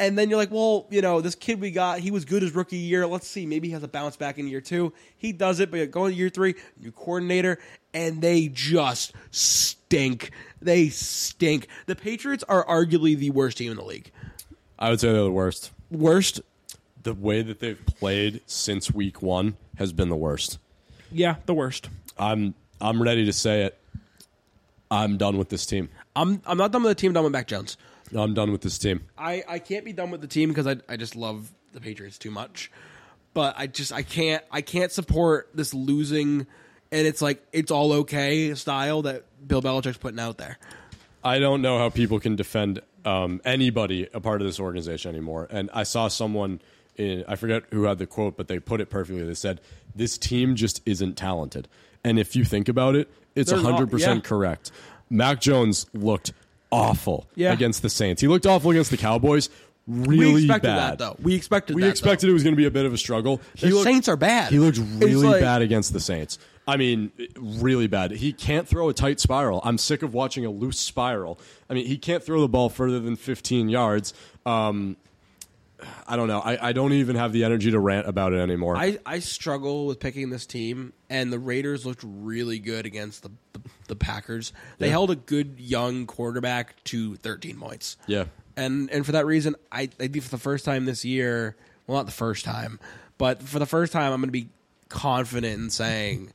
[SPEAKER 3] And then you're like, well, you know, this kid we got, he was good his rookie year. Let's see, maybe he has a bounce back in year two. He does it, but going to year three, new coordinator, and they just stink. They stink. The Patriots are arguably the worst team in the league.
[SPEAKER 2] I would say they're the worst.
[SPEAKER 3] Worst?
[SPEAKER 2] The way that they've played since week one has been the worst.
[SPEAKER 3] Yeah, the worst.
[SPEAKER 2] I'm I'm ready to say it. I'm done with this team.
[SPEAKER 3] I'm I'm not done with the team, I'm done with Mac Jones.
[SPEAKER 2] I'm done with this team.
[SPEAKER 3] I, I can't be done with the team because I, I just love the Patriots too much. But I just I can't I can't support this losing and it's like it's all okay style that Bill Belichick's putting out there.
[SPEAKER 2] I don't know how people can defend um, anybody a part of this organization anymore. And I saw someone, in, I forget who had the quote, but they put it perfectly. They said, This team just isn't talented. And if you think about it, it's
[SPEAKER 3] They're not,
[SPEAKER 2] 100%
[SPEAKER 3] yeah.
[SPEAKER 2] correct. Mac Jones looked awful
[SPEAKER 3] Yeah.
[SPEAKER 2] against the Saints. He looked awful against the Cowboys. Really
[SPEAKER 3] we expected
[SPEAKER 2] bad.
[SPEAKER 3] that though. We expected
[SPEAKER 2] We
[SPEAKER 3] that,
[SPEAKER 2] expected it was going to be a bit of a struggle. He
[SPEAKER 3] though. the
[SPEAKER 2] looked-
[SPEAKER 3] Saints are bad.
[SPEAKER 2] he looked
[SPEAKER 3] It's
[SPEAKER 2] really
[SPEAKER 3] like-
[SPEAKER 2] bad against the Saints. I mean, really bad. He can't throw a tight spiral. I'm sick of watching a loose spiral. I mean, he can't throw the ball further than 15 yards. Um, I don't know. I, I don't even have the energy to rant about it anymore.
[SPEAKER 3] I, I struggle with picking this team, and the Raiders looked really good against the the, the Packers. They held a good young quarterback to 13 points.
[SPEAKER 2] yeah.
[SPEAKER 3] and and for that reason, I I think for the first time this year, well, not the first time, but for the first time, I'm going to be confident in saying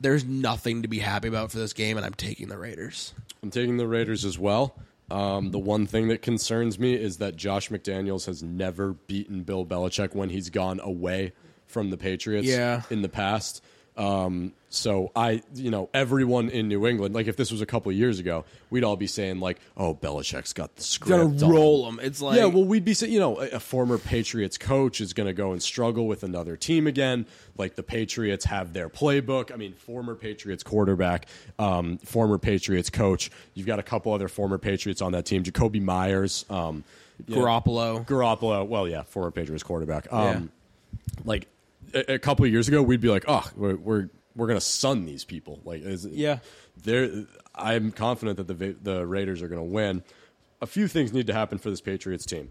[SPEAKER 3] there's nothing to be happy about for this game, and I'm taking the Raiders.
[SPEAKER 2] I'm taking the Raiders as well. Um, the one thing that concerns me is that Josh McDaniels has never beaten Bill Belichick when he's gone away from the Patriots
[SPEAKER 3] Yeah.
[SPEAKER 2] in the past. Um, so I, you know, everyone in New England, like if this was a couple of years ago, we'd all be saying like, "Oh, Belichick's got the script."
[SPEAKER 3] Gonna
[SPEAKER 2] on
[SPEAKER 3] roll them. It's like
[SPEAKER 2] yeah, well, we'd be saying, you know, a, a former Patriots coach is going to go and struggle with another team again. Like the Patriots have their playbook. I mean, former Patriots quarterback, um, former Patriots coach. You've got a couple other former Patriots on that team. Jacoby Myers, um, you know,
[SPEAKER 3] Garoppolo.
[SPEAKER 2] Garoppolo. Well, yeah, former Patriots quarterback.
[SPEAKER 3] Yeah.
[SPEAKER 2] Um, Like a, a couple of years ago, we'd be like, oh, we're we're, we're going to sun these people. Like, is,
[SPEAKER 3] Yeah.
[SPEAKER 2] they're, I'm confident that the Va- the Raiders are going to win. A few things need to happen for this Patriots team.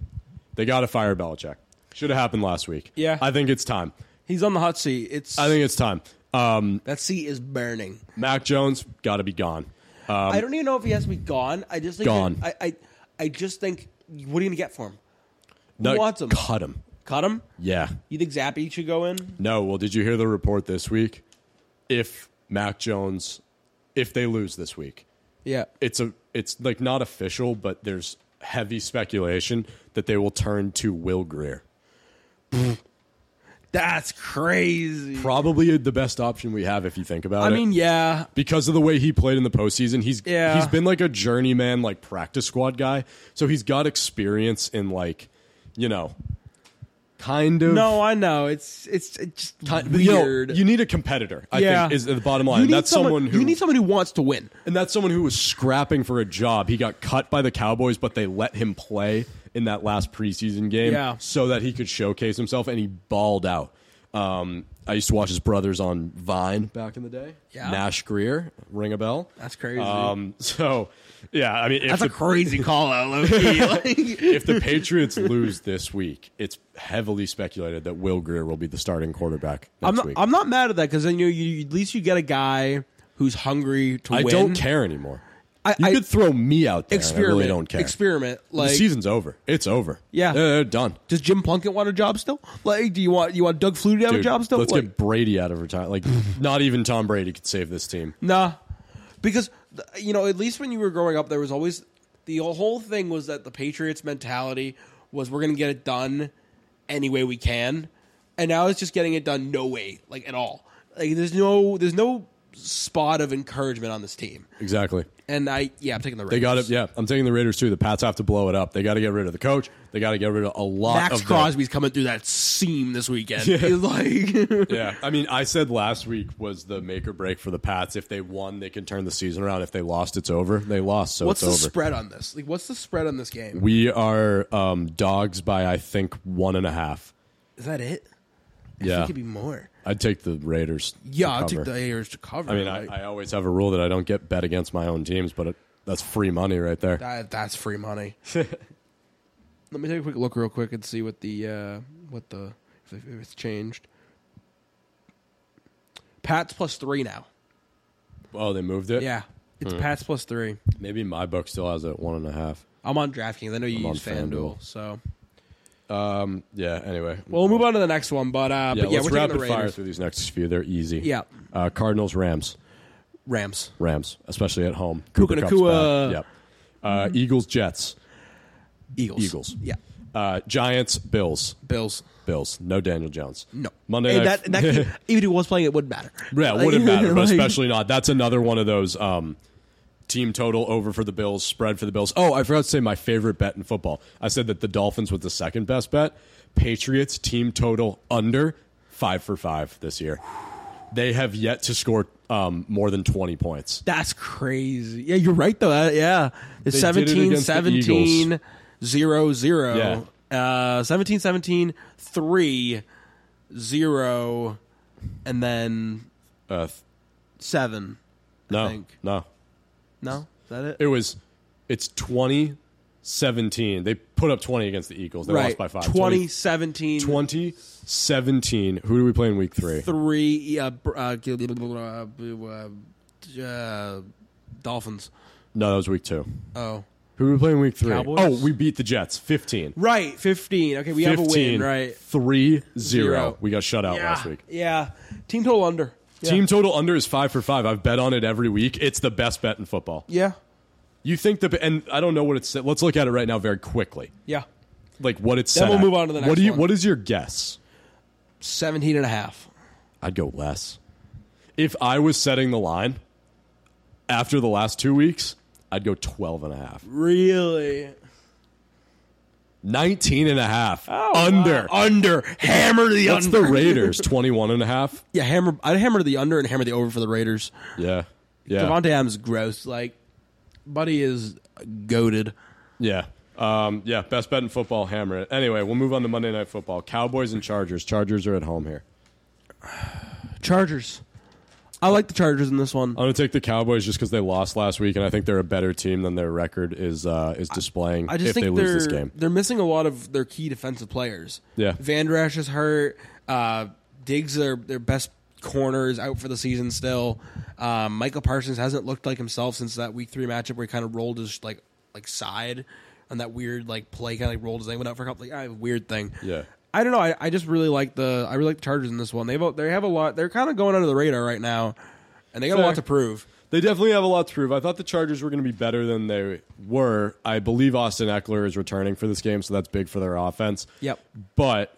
[SPEAKER 2] They got to fire Belichick. Should have happened last week.
[SPEAKER 3] Yeah.
[SPEAKER 2] I think it's time.
[SPEAKER 3] He's on the hot seat. It's
[SPEAKER 2] I think it's time. Um,
[SPEAKER 3] that seat is burning.
[SPEAKER 2] Mac Jones got to be gone.
[SPEAKER 3] I don't even know if he has to be gone. I just think
[SPEAKER 2] Um, Gone.
[SPEAKER 3] that- I, I I just think what are you gonna get for him?
[SPEAKER 2] No,
[SPEAKER 3] Who wants him?
[SPEAKER 2] Cut him.
[SPEAKER 3] Cut him?
[SPEAKER 2] Yeah.
[SPEAKER 3] You think Zappy should go in?
[SPEAKER 2] No, well, did you hear the report this week? If Mac Jones, if they lose this week,
[SPEAKER 3] Yeah.
[SPEAKER 2] it's a it's like not official, but there's heavy speculation that they will turn to Will Greer.
[SPEAKER 3] That's crazy.
[SPEAKER 2] Probably the best option we have if you think about
[SPEAKER 3] I
[SPEAKER 2] it.
[SPEAKER 3] mean, yeah.
[SPEAKER 2] because of the way he played in the postseason, he's
[SPEAKER 3] Yeah.
[SPEAKER 2] he's been like a journeyman, like practice squad guy. So he's got experience in like, you know, kind of
[SPEAKER 3] No, I know. It's it's, it's just
[SPEAKER 2] But, you know,
[SPEAKER 3] weird.
[SPEAKER 2] You, need a competitor. I
[SPEAKER 3] Yeah.
[SPEAKER 2] think is the bottom line.
[SPEAKER 3] You need
[SPEAKER 2] that's someone, who
[SPEAKER 3] you need someone who wants to win.
[SPEAKER 2] And that's someone who was scrapping for a job. He got cut by the Cowboys, but they let him play in that last preseason game
[SPEAKER 3] Yeah.
[SPEAKER 2] so that he could showcase himself, and he balled out. Um, I used to watch his brothers on Vine back in the day.
[SPEAKER 3] Yeah.
[SPEAKER 2] Nash Greer, ring a bell.
[SPEAKER 3] That's crazy.
[SPEAKER 2] Um, so, yeah, I mean, if
[SPEAKER 3] That's a
[SPEAKER 2] the,
[SPEAKER 3] crazy call out, Loki. like,
[SPEAKER 2] if the Patriots lose this week, it's heavily speculated that Will Greer will be the starting quarterback next
[SPEAKER 3] I'm not,
[SPEAKER 2] week.
[SPEAKER 3] I'm not mad at that because then you, you at least you get a guy who's hungry to
[SPEAKER 2] I
[SPEAKER 3] win.
[SPEAKER 2] don't care anymore.
[SPEAKER 3] I-
[SPEAKER 2] you
[SPEAKER 3] I-
[SPEAKER 2] could throw me out there. and I
[SPEAKER 3] Experiment.
[SPEAKER 2] really don't care.
[SPEAKER 3] Experiment. Like,
[SPEAKER 2] the season's over. It's over.
[SPEAKER 3] Yeah.
[SPEAKER 2] they're, they're done.
[SPEAKER 3] does Jim Plunkett want a job still? Like, do you want you want Doug Flutie to have a
[SPEAKER 2] Dude,
[SPEAKER 3] job still?
[SPEAKER 2] Let's
[SPEAKER 3] like,
[SPEAKER 2] get Brady out of retirement. Like, not even Tom Brady could save this team.
[SPEAKER 3] Nah, because th- you know, at least when you were growing up, there was always the whole thing was that the Patriots mentality was we're going to get it done any way we can, and now it's just getting it done no way, like at all. Like there's no there's no spot of encouragement on this team,
[SPEAKER 2] Exactly.
[SPEAKER 3] and I yeah I'm taking the Raiders.
[SPEAKER 2] They got it. Yeah, I'm taking the Raiders too. The Pats have to blow it up. They got to get rid of the coach. They got to get rid of a lot
[SPEAKER 3] Max
[SPEAKER 2] of the-
[SPEAKER 3] Crosby's coming through that seam this weekend. He's like
[SPEAKER 2] yeah, I mean, I said last week was the make or break for the Pats. If they won, they can turn the season around. If they lost, it's over. They lost, so
[SPEAKER 3] what's the
[SPEAKER 2] it's over.
[SPEAKER 3] spread on this? Like what's the spread on this game?
[SPEAKER 2] we are um, dogs by I think one and a half.
[SPEAKER 3] Is that it? I
[SPEAKER 2] Yeah,
[SPEAKER 3] think it'd be more.
[SPEAKER 2] I'd take the Raiders. to
[SPEAKER 3] Yeah, I'll take
[SPEAKER 2] cover.
[SPEAKER 3] the Raiders to cover.
[SPEAKER 2] I mean,
[SPEAKER 3] like-
[SPEAKER 2] I, I always have a rule that I don't get bet against my own teams, but it, that's free money right there.
[SPEAKER 3] That that's free money. Let me take a quick look real quick and see what the uh, what the if, if it's changed. Pats plus three now.
[SPEAKER 2] Oh, they moved it.
[SPEAKER 3] Yeah, it's
[SPEAKER 2] Hmm.
[SPEAKER 3] Pats plus three.
[SPEAKER 2] maybe my book still has it at one and a half.
[SPEAKER 3] I'm on DraftKings. I know you
[SPEAKER 2] I'm on
[SPEAKER 3] use FanDuel,
[SPEAKER 2] FanDuel.
[SPEAKER 3] so
[SPEAKER 2] Um, yeah. Anyway,
[SPEAKER 3] well we'll move on to the next one. But uh,
[SPEAKER 2] yeah,
[SPEAKER 3] but yeah,
[SPEAKER 2] let's
[SPEAKER 3] we're taking
[SPEAKER 2] rapid
[SPEAKER 3] the
[SPEAKER 2] fire
[SPEAKER 3] Raiders,
[SPEAKER 2] through these next few. They're easy.
[SPEAKER 3] Yeah.
[SPEAKER 2] Uh, Cardinals, Rams,
[SPEAKER 3] Rams,
[SPEAKER 2] Rams, especially at home.
[SPEAKER 3] Puka
[SPEAKER 2] Cup's
[SPEAKER 3] Nakua.
[SPEAKER 2] back. Yep. Uh, Eagles, Jets.
[SPEAKER 3] Eagles,
[SPEAKER 2] Eagles.
[SPEAKER 3] Yeah,
[SPEAKER 2] Uh, Giants, Bills,
[SPEAKER 3] Bills.
[SPEAKER 2] Bills. No Daniel Jones.
[SPEAKER 3] No.
[SPEAKER 2] Monday night.
[SPEAKER 3] And that, and that could, even if he was playing, it wouldn't matter.
[SPEAKER 2] Yeah, it
[SPEAKER 3] Like,
[SPEAKER 2] wouldn't matter, but
[SPEAKER 3] like-
[SPEAKER 2] especially not. That's another one of those um, team total over for the Bills, spread for the Bills. Oh, I forgot to say my favorite bet in football. I said that the Dolphins was the second best bet. Patriots team total under five for five this year. They have yet to score um, more than 20 points.
[SPEAKER 3] That's crazy. Yeah, you're right though. That- yeah. It's
[SPEAKER 2] it
[SPEAKER 3] 17
[SPEAKER 2] against the
[SPEAKER 3] 17 0
[SPEAKER 2] Yeah.
[SPEAKER 3] 0. Uh 17 17 3 0 and then
[SPEAKER 2] Uh, th-
[SPEAKER 3] 7.
[SPEAKER 2] no,
[SPEAKER 3] think.
[SPEAKER 2] no.
[SPEAKER 3] No? Is that it?
[SPEAKER 2] It was, it's 20 17. They put up 20 against the Eagles. They lost
[SPEAKER 3] right.
[SPEAKER 2] by five.
[SPEAKER 3] 20 17
[SPEAKER 2] 20 17. Who do we play in week three?
[SPEAKER 3] 3 uh, br- uh, g- blah, blah, blah, blah, uh, Dolphins.
[SPEAKER 2] No, that was week two.
[SPEAKER 3] Oh.
[SPEAKER 2] Who we play in week three?
[SPEAKER 3] Cowboys?
[SPEAKER 2] Oh, we beat the Jets 15.
[SPEAKER 3] Right, 15. Okay, we
[SPEAKER 2] 15
[SPEAKER 3] have a win, right?
[SPEAKER 2] 3 0.
[SPEAKER 3] Zero.
[SPEAKER 2] We got shut out
[SPEAKER 3] yeah.
[SPEAKER 2] last week.
[SPEAKER 3] Yeah. Team total under. Yeah.
[SPEAKER 2] Team total under is 5 for 5. I've bet on it every week. It's the best bet in football.
[SPEAKER 3] Yeah.
[SPEAKER 2] You think the and I don't know what it's let's look at it right now very quickly.
[SPEAKER 3] Yeah.
[SPEAKER 2] Like what it's
[SPEAKER 3] Then
[SPEAKER 2] set
[SPEAKER 3] we'll
[SPEAKER 2] at.
[SPEAKER 3] move on to the
[SPEAKER 2] What
[SPEAKER 3] next
[SPEAKER 2] do you
[SPEAKER 3] one.
[SPEAKER 2] what is your guess?
[SPEAKER 3] 17 and a half.
[SPEAKER 2] I'd go less. If I was setting the line after the last 2 weeks, I'd go 12 and a half.
[SPEAKER 3] Really?
[SPEAKER 2] 19 and a half. under.
[SPEAKER 3] Under. Hammer the
[SPEAKER 2] Oh, What's
[SPEAKER 3] Oh, under.
[SPEAKER 2] the Raiders 21 and a half?
[SPEAKER 3] yeah, hammer. I'd hammer the under and hammer the over for the Raiders.
[SPEAKER 2] Yeah. Yeah.
[SPEAKER 3] Devontae Adams is gross. Like, Buddy is goaded.
[SPEAKER 2] Yeah. Um, yeah, best bet in football, hammer it. Anyway, we'll move on to Monday Night Football. Cowboys and Chargers. Chargers are at home here.
[SPEAKER 3] Chargers. I like the Chargers in this one.
[SPEAKER 2] I'm going to take the Cowboys just because they lost last week, and I think they're a better team than their record is uh, is displaying
[SPEAKER 3] I just
[SPEAKER 2] if
[SPEAKER 3] think
[SPEAKER 2] they
[SPEAKER 3] they're
[SPEAKER 2] lose this game.
[SPEAKER 3] they're missing a lot of their key defensive players.
[SPEAKER 2] Yeah.
[SPEAKER 3] Van Der Esch is hurt. Uh, Diggs their their best corner is out for the season still. Um, Michael Parsons hasn't looked like himself since that week three matchup where he kind of rolled his like like side on that weird like play kind of like rolled his thing went out for a couple like ah, weird thing.
[SPEAKER 2] Yeah.
[SPEAKER 3] I don't know. I, I just really like the I really like the Chargers in this one. They've a- they have a lot. They're kind of going under the radar right now, and they got a
[SPEAKER 2] Fair.
[SPEAKER 3] lot to prove.
[SPEAKER 2] They definitely have a lot to prove. I thought the Chargers were going to be better than they were. I believe Austin Eckler is returning for this game, so that's big for their offense.
[SPEAKER 3] Yep.
[SPEAKER 2] But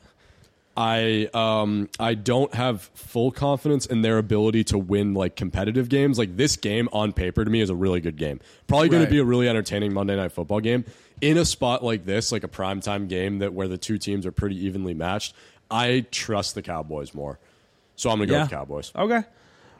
[SPEAKER 2] I um I don't have full confidence in their ability to win like competitive games. Like this game on paper to me is a really good game. Probably going
[SPEAKER 3] Right.
[SPEAKER 2] to be a really entertaining Monday night football game. In a spot like this, like a primetime game that where the two teams are pretty evenly matched, I trust the Cowboys more. So I'm going to go with Cowboys.
[SPEAKER 3] Okay.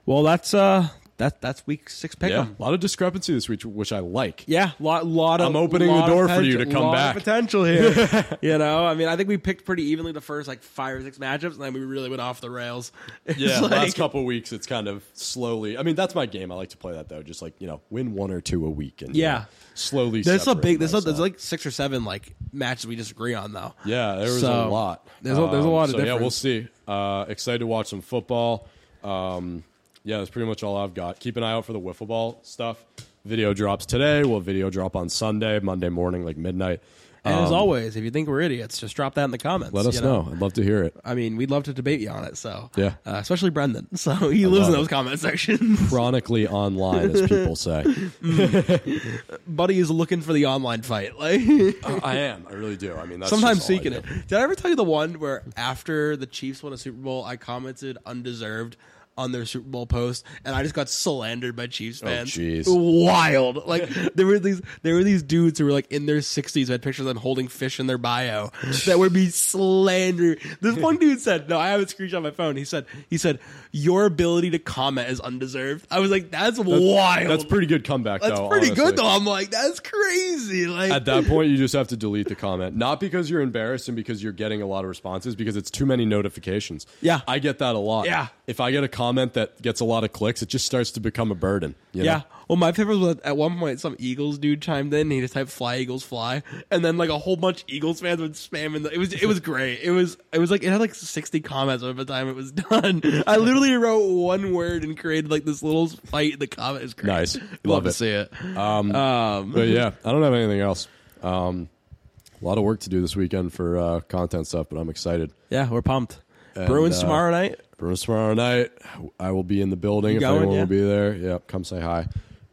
[SPEAKER 3] Well, that's uh that that's week six pick 'em.
[SPEAKER 2] Yeah, a lot of discrepancy this week, which I like.
[SPEAKER 3] Yeah, lot lot of.
[SPEAKER 2] I'm opening the
[SPEAKER 3] lot of
[SPEAKER 2] door for you to
[SPEAKER 3] potential-
[SPEAKER 2] come
[SPEAKER 3] lot of
[SPEAKER 2] back.
[SPEAKER 3] potential here. you know, I mean, I think we picked pretty evenly the first like five or six matchups, and then we really went off the rails. It's
[SPEAKER 2] Yeah,
[SPEAKER 3] like-
[SPEAKER 2] last couple weeks it's kind of slowly. I mean, that's my game. I like to play that though. Just like you know, win one or two a week and you
[SPEAKER 3] Yeah.
[SPEAKER 2] know, slowly.
[SPEAKER 3] There's a
[SPEAKER 2] separate
[SPEAKER 3] big. There's, a,
[SPEAKER 2] myself.
[SPEAKER 3] there's like six or seven like matches we disagree on though.
[SPEAKER 2] yeah, there was a
[SPEAKER 3] So,
[SPEAKER 2] lot. Um,
[SPEAKER 3] there's a- there's a lot of
[SPEAKER 2] so, Yeah, we'll
[SPEAKER 3] difference.
[SPEAKER 2] see. Uh, excited to watch some football. Um, yeah, that's pretty much all I've got. Keep an eye out for the wiffle ball stuff. Video drops today. We'll video drop on Sunday, Monday morning, like midnight.
[SPEAKER 3] And as always, if you think we're idiots, just drop that in the comments.
[SPEAKER 2] um, Let us
[SPEAKER 3] you
[SPEAKER 2] know. I'd love to hear it.
[SPEAKER 3] I mean, we'd love to debate you on it. So
[SPEAKER 2] Yeah.
[SPEAKER 3] uh, especially Brendan. So he lives in
[SPEAKER 2] love
[SPEAKER 3] those
[SPEAKER 2] it.
[SPEAKER 3] comment sections.
[SPEAKER 2] Chronically online, as people say.
[SPEAKER 3] Buddy is looking for the online fight. Like.
[SPEAKER 2] I am. I really do. I mean, that's
[SPEAKER 3] Sometimes
[SPEAKER 2] just all I
[SPEAKER 3] seeking
[SPEAKER 2] do.
[SPEAKER 3] it. Did I ever tell you the one where after the Chiefs won a Super Bowl, I commented undeserved on their Super Bowl post, and I just got slandered by Chiefs fans.
[SPEAKER 2] Oh, jeez.
[SPEAKER 3] Wild. Like there were these there were these dudes who were like in their sixties. I had pictures of them holding fish in their bio that would be slander. This one dude said, "No, I have a screenshot on my phone." He said, "He said your ability to comment is undeserved." I was like, "That's, wild.
[SPEAKER 2] That's pretty good comeback.
[SPEAKER 3] That's
[SPEAKER 2] though,
[SPEAKER 3] pretty
[SPEAKER 2] honestly.
[SPEAKER 3] good though." I'm like, "That's crazy." Like
[SPEAKER 2] At that point, you just have to delete the comment. Not because you're embarrassed and because you're getting a lot of responses, because it's too many notifications.
[SPEAKER 3] Yeah.
[SPEAKER 2] I get that a lot.
[SPEAKER 3] Yeah.
[SPEAKER 2] If I get a comment that gets a lot of clicks, it just starts to become a burden. you
[SPEAKER 3] Yeah.
[SPEAKER 2] know?
[SPEAKER 3] Well, my favorite was at one point some Eagles dude chimed in. And he just typed "Fly Eagles Fly," and then like a whole bunch of Eagles fans would spam. And it was it was great. It was it was like it had like sixty comments by the time it was done. I literally wrote one word and created like this little fight. in The comment is great.
[SPEAKER 2] Nice. Love
[SPEAKER 3] Love,
[SPEAKER 2] it.
[SPEAKER 3] to
[SPEAKER 2] Uh,
[SPEAKER 3] see it. Mm-hmm.
[SPEAKER 2] But yeah, I don't have anything else. Um, a lot of work to do this weekend for uh, content stuff, but I'm excited.
[SPEAKER 3] yeah, we're pumped. Bruins
[SPEAKER 2] uh,
[SPEAKER 3] tomorrow night.
[SPEAKER 2] Bruins tomorrow night. I will be in the building if
[SPEAKER 3] going,
[SPEAKER 2] anyone
[SPEAKER 3] yeah?
[SPEAKER 2] will be there. Yeah, come say hi.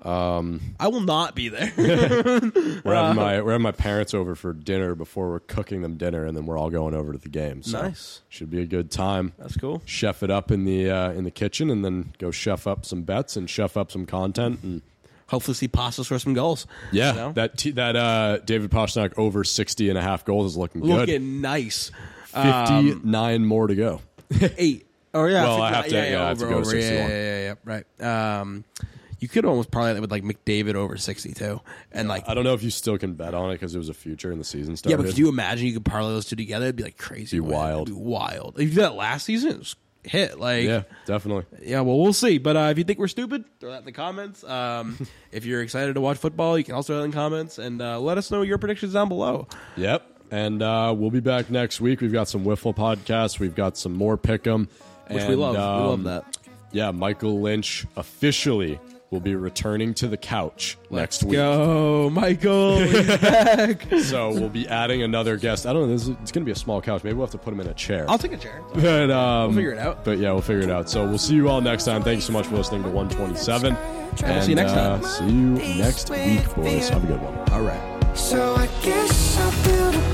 [SPEAKER 3] I will not be there.
[SPEAKER 2] We're having
[SPEAKER 3] Uh-huh.
[SPEAKER 2] my we're having my parents over for dinner before we're cooking them dinner, and then we're all going over to the game. So
[SPEAKER 3] Nice.
[SPEAKER 2] should be a good time.
[SPEAKER 3] That's cool.
[SPEAKER 2] Chef it up in the uh, in the kitchen, and then go chef up some bets and chef up some content. And
[SPEAKER 3] Hopefully, see Pasta score some goals.
[SPEAKER 2] yeah,
[SPEAKER 3] You know?
[SPEAKER 2] that t- that uh, David Pasternak over 60 and a half goals is looking good.
[SPEAKER 3] looking nice. Um,
[SPEAKER 2] 59 more to go.
[SPEAKER 3] eight. Oh yeah.
[SPEAKER 2] Well, I
[SPEAKER 3] 59.
[SPEAKER 2] have to- yeah, I have to go to 61.
[SPEAKER 3] Yeah, yeah, yeah, yeah. Right. Um, you could almost probably that with like McDavid over sixty-two, and like
[SPEAKER 2] I don't know if you still can bet on it because it was a future and the season started.
[SPEAKER 3] yeah, but could you imagine you could parlay those two together? It'd be like crazy.
[SPEAKER 2] Be
[SPEAKER 3] win. It'd
[SPEAKER 2] wild.
[SPEAKER 3] be wild. If you did that last season, it was hit. Like
[SPEAKER 2] yeah,
[SPEAKER 3] yeah,
[SPEAKER 2] definitely.
[SPEAKER 3] Well, we'll see. But uh, if you think we're stupid, throw that in the comments. Um, if you're excited to watch football, you can also throw that in the comments and uh, let us know your predictions down below.
[SPEAKER 2] Yep. And uh, we'll be back next week. We've got some Wiffle podcasts. We've got some more Pick'em.
[SPEAKER 3] Which we love. we
[SPEAKER 2] um,
[SPEAKER 3] love that.
[SPEAKER 2] Yeah, Michael Lynch officially will be returning to the couch next week.
[SPEAKER 3] Go, Michael. He's back.
[SPEAKER 2] So we'll be adding another guest. I don't know. This is, it's going to be a small couch. Maybe we'll have to put him in a chair.
[SPEAKER 3] I'll take a chair.
[SPEAKER 2] but, um,
[SPEAKER 3] figure it out.
[SPEAKER 2] But yeah, we'll figure it out. So we'll see you all next time. Thank you so much for listening to 127. And,
[SPEAKER 3] see you next
[SPEAKER 2] uh,
[SPEAKER 3] time.
[SPEAKER 2] see you next week, boys. Have a good one.
[SPEAKER 3] All right.
[SPEAKER 4] So I guess I'll build a Oh,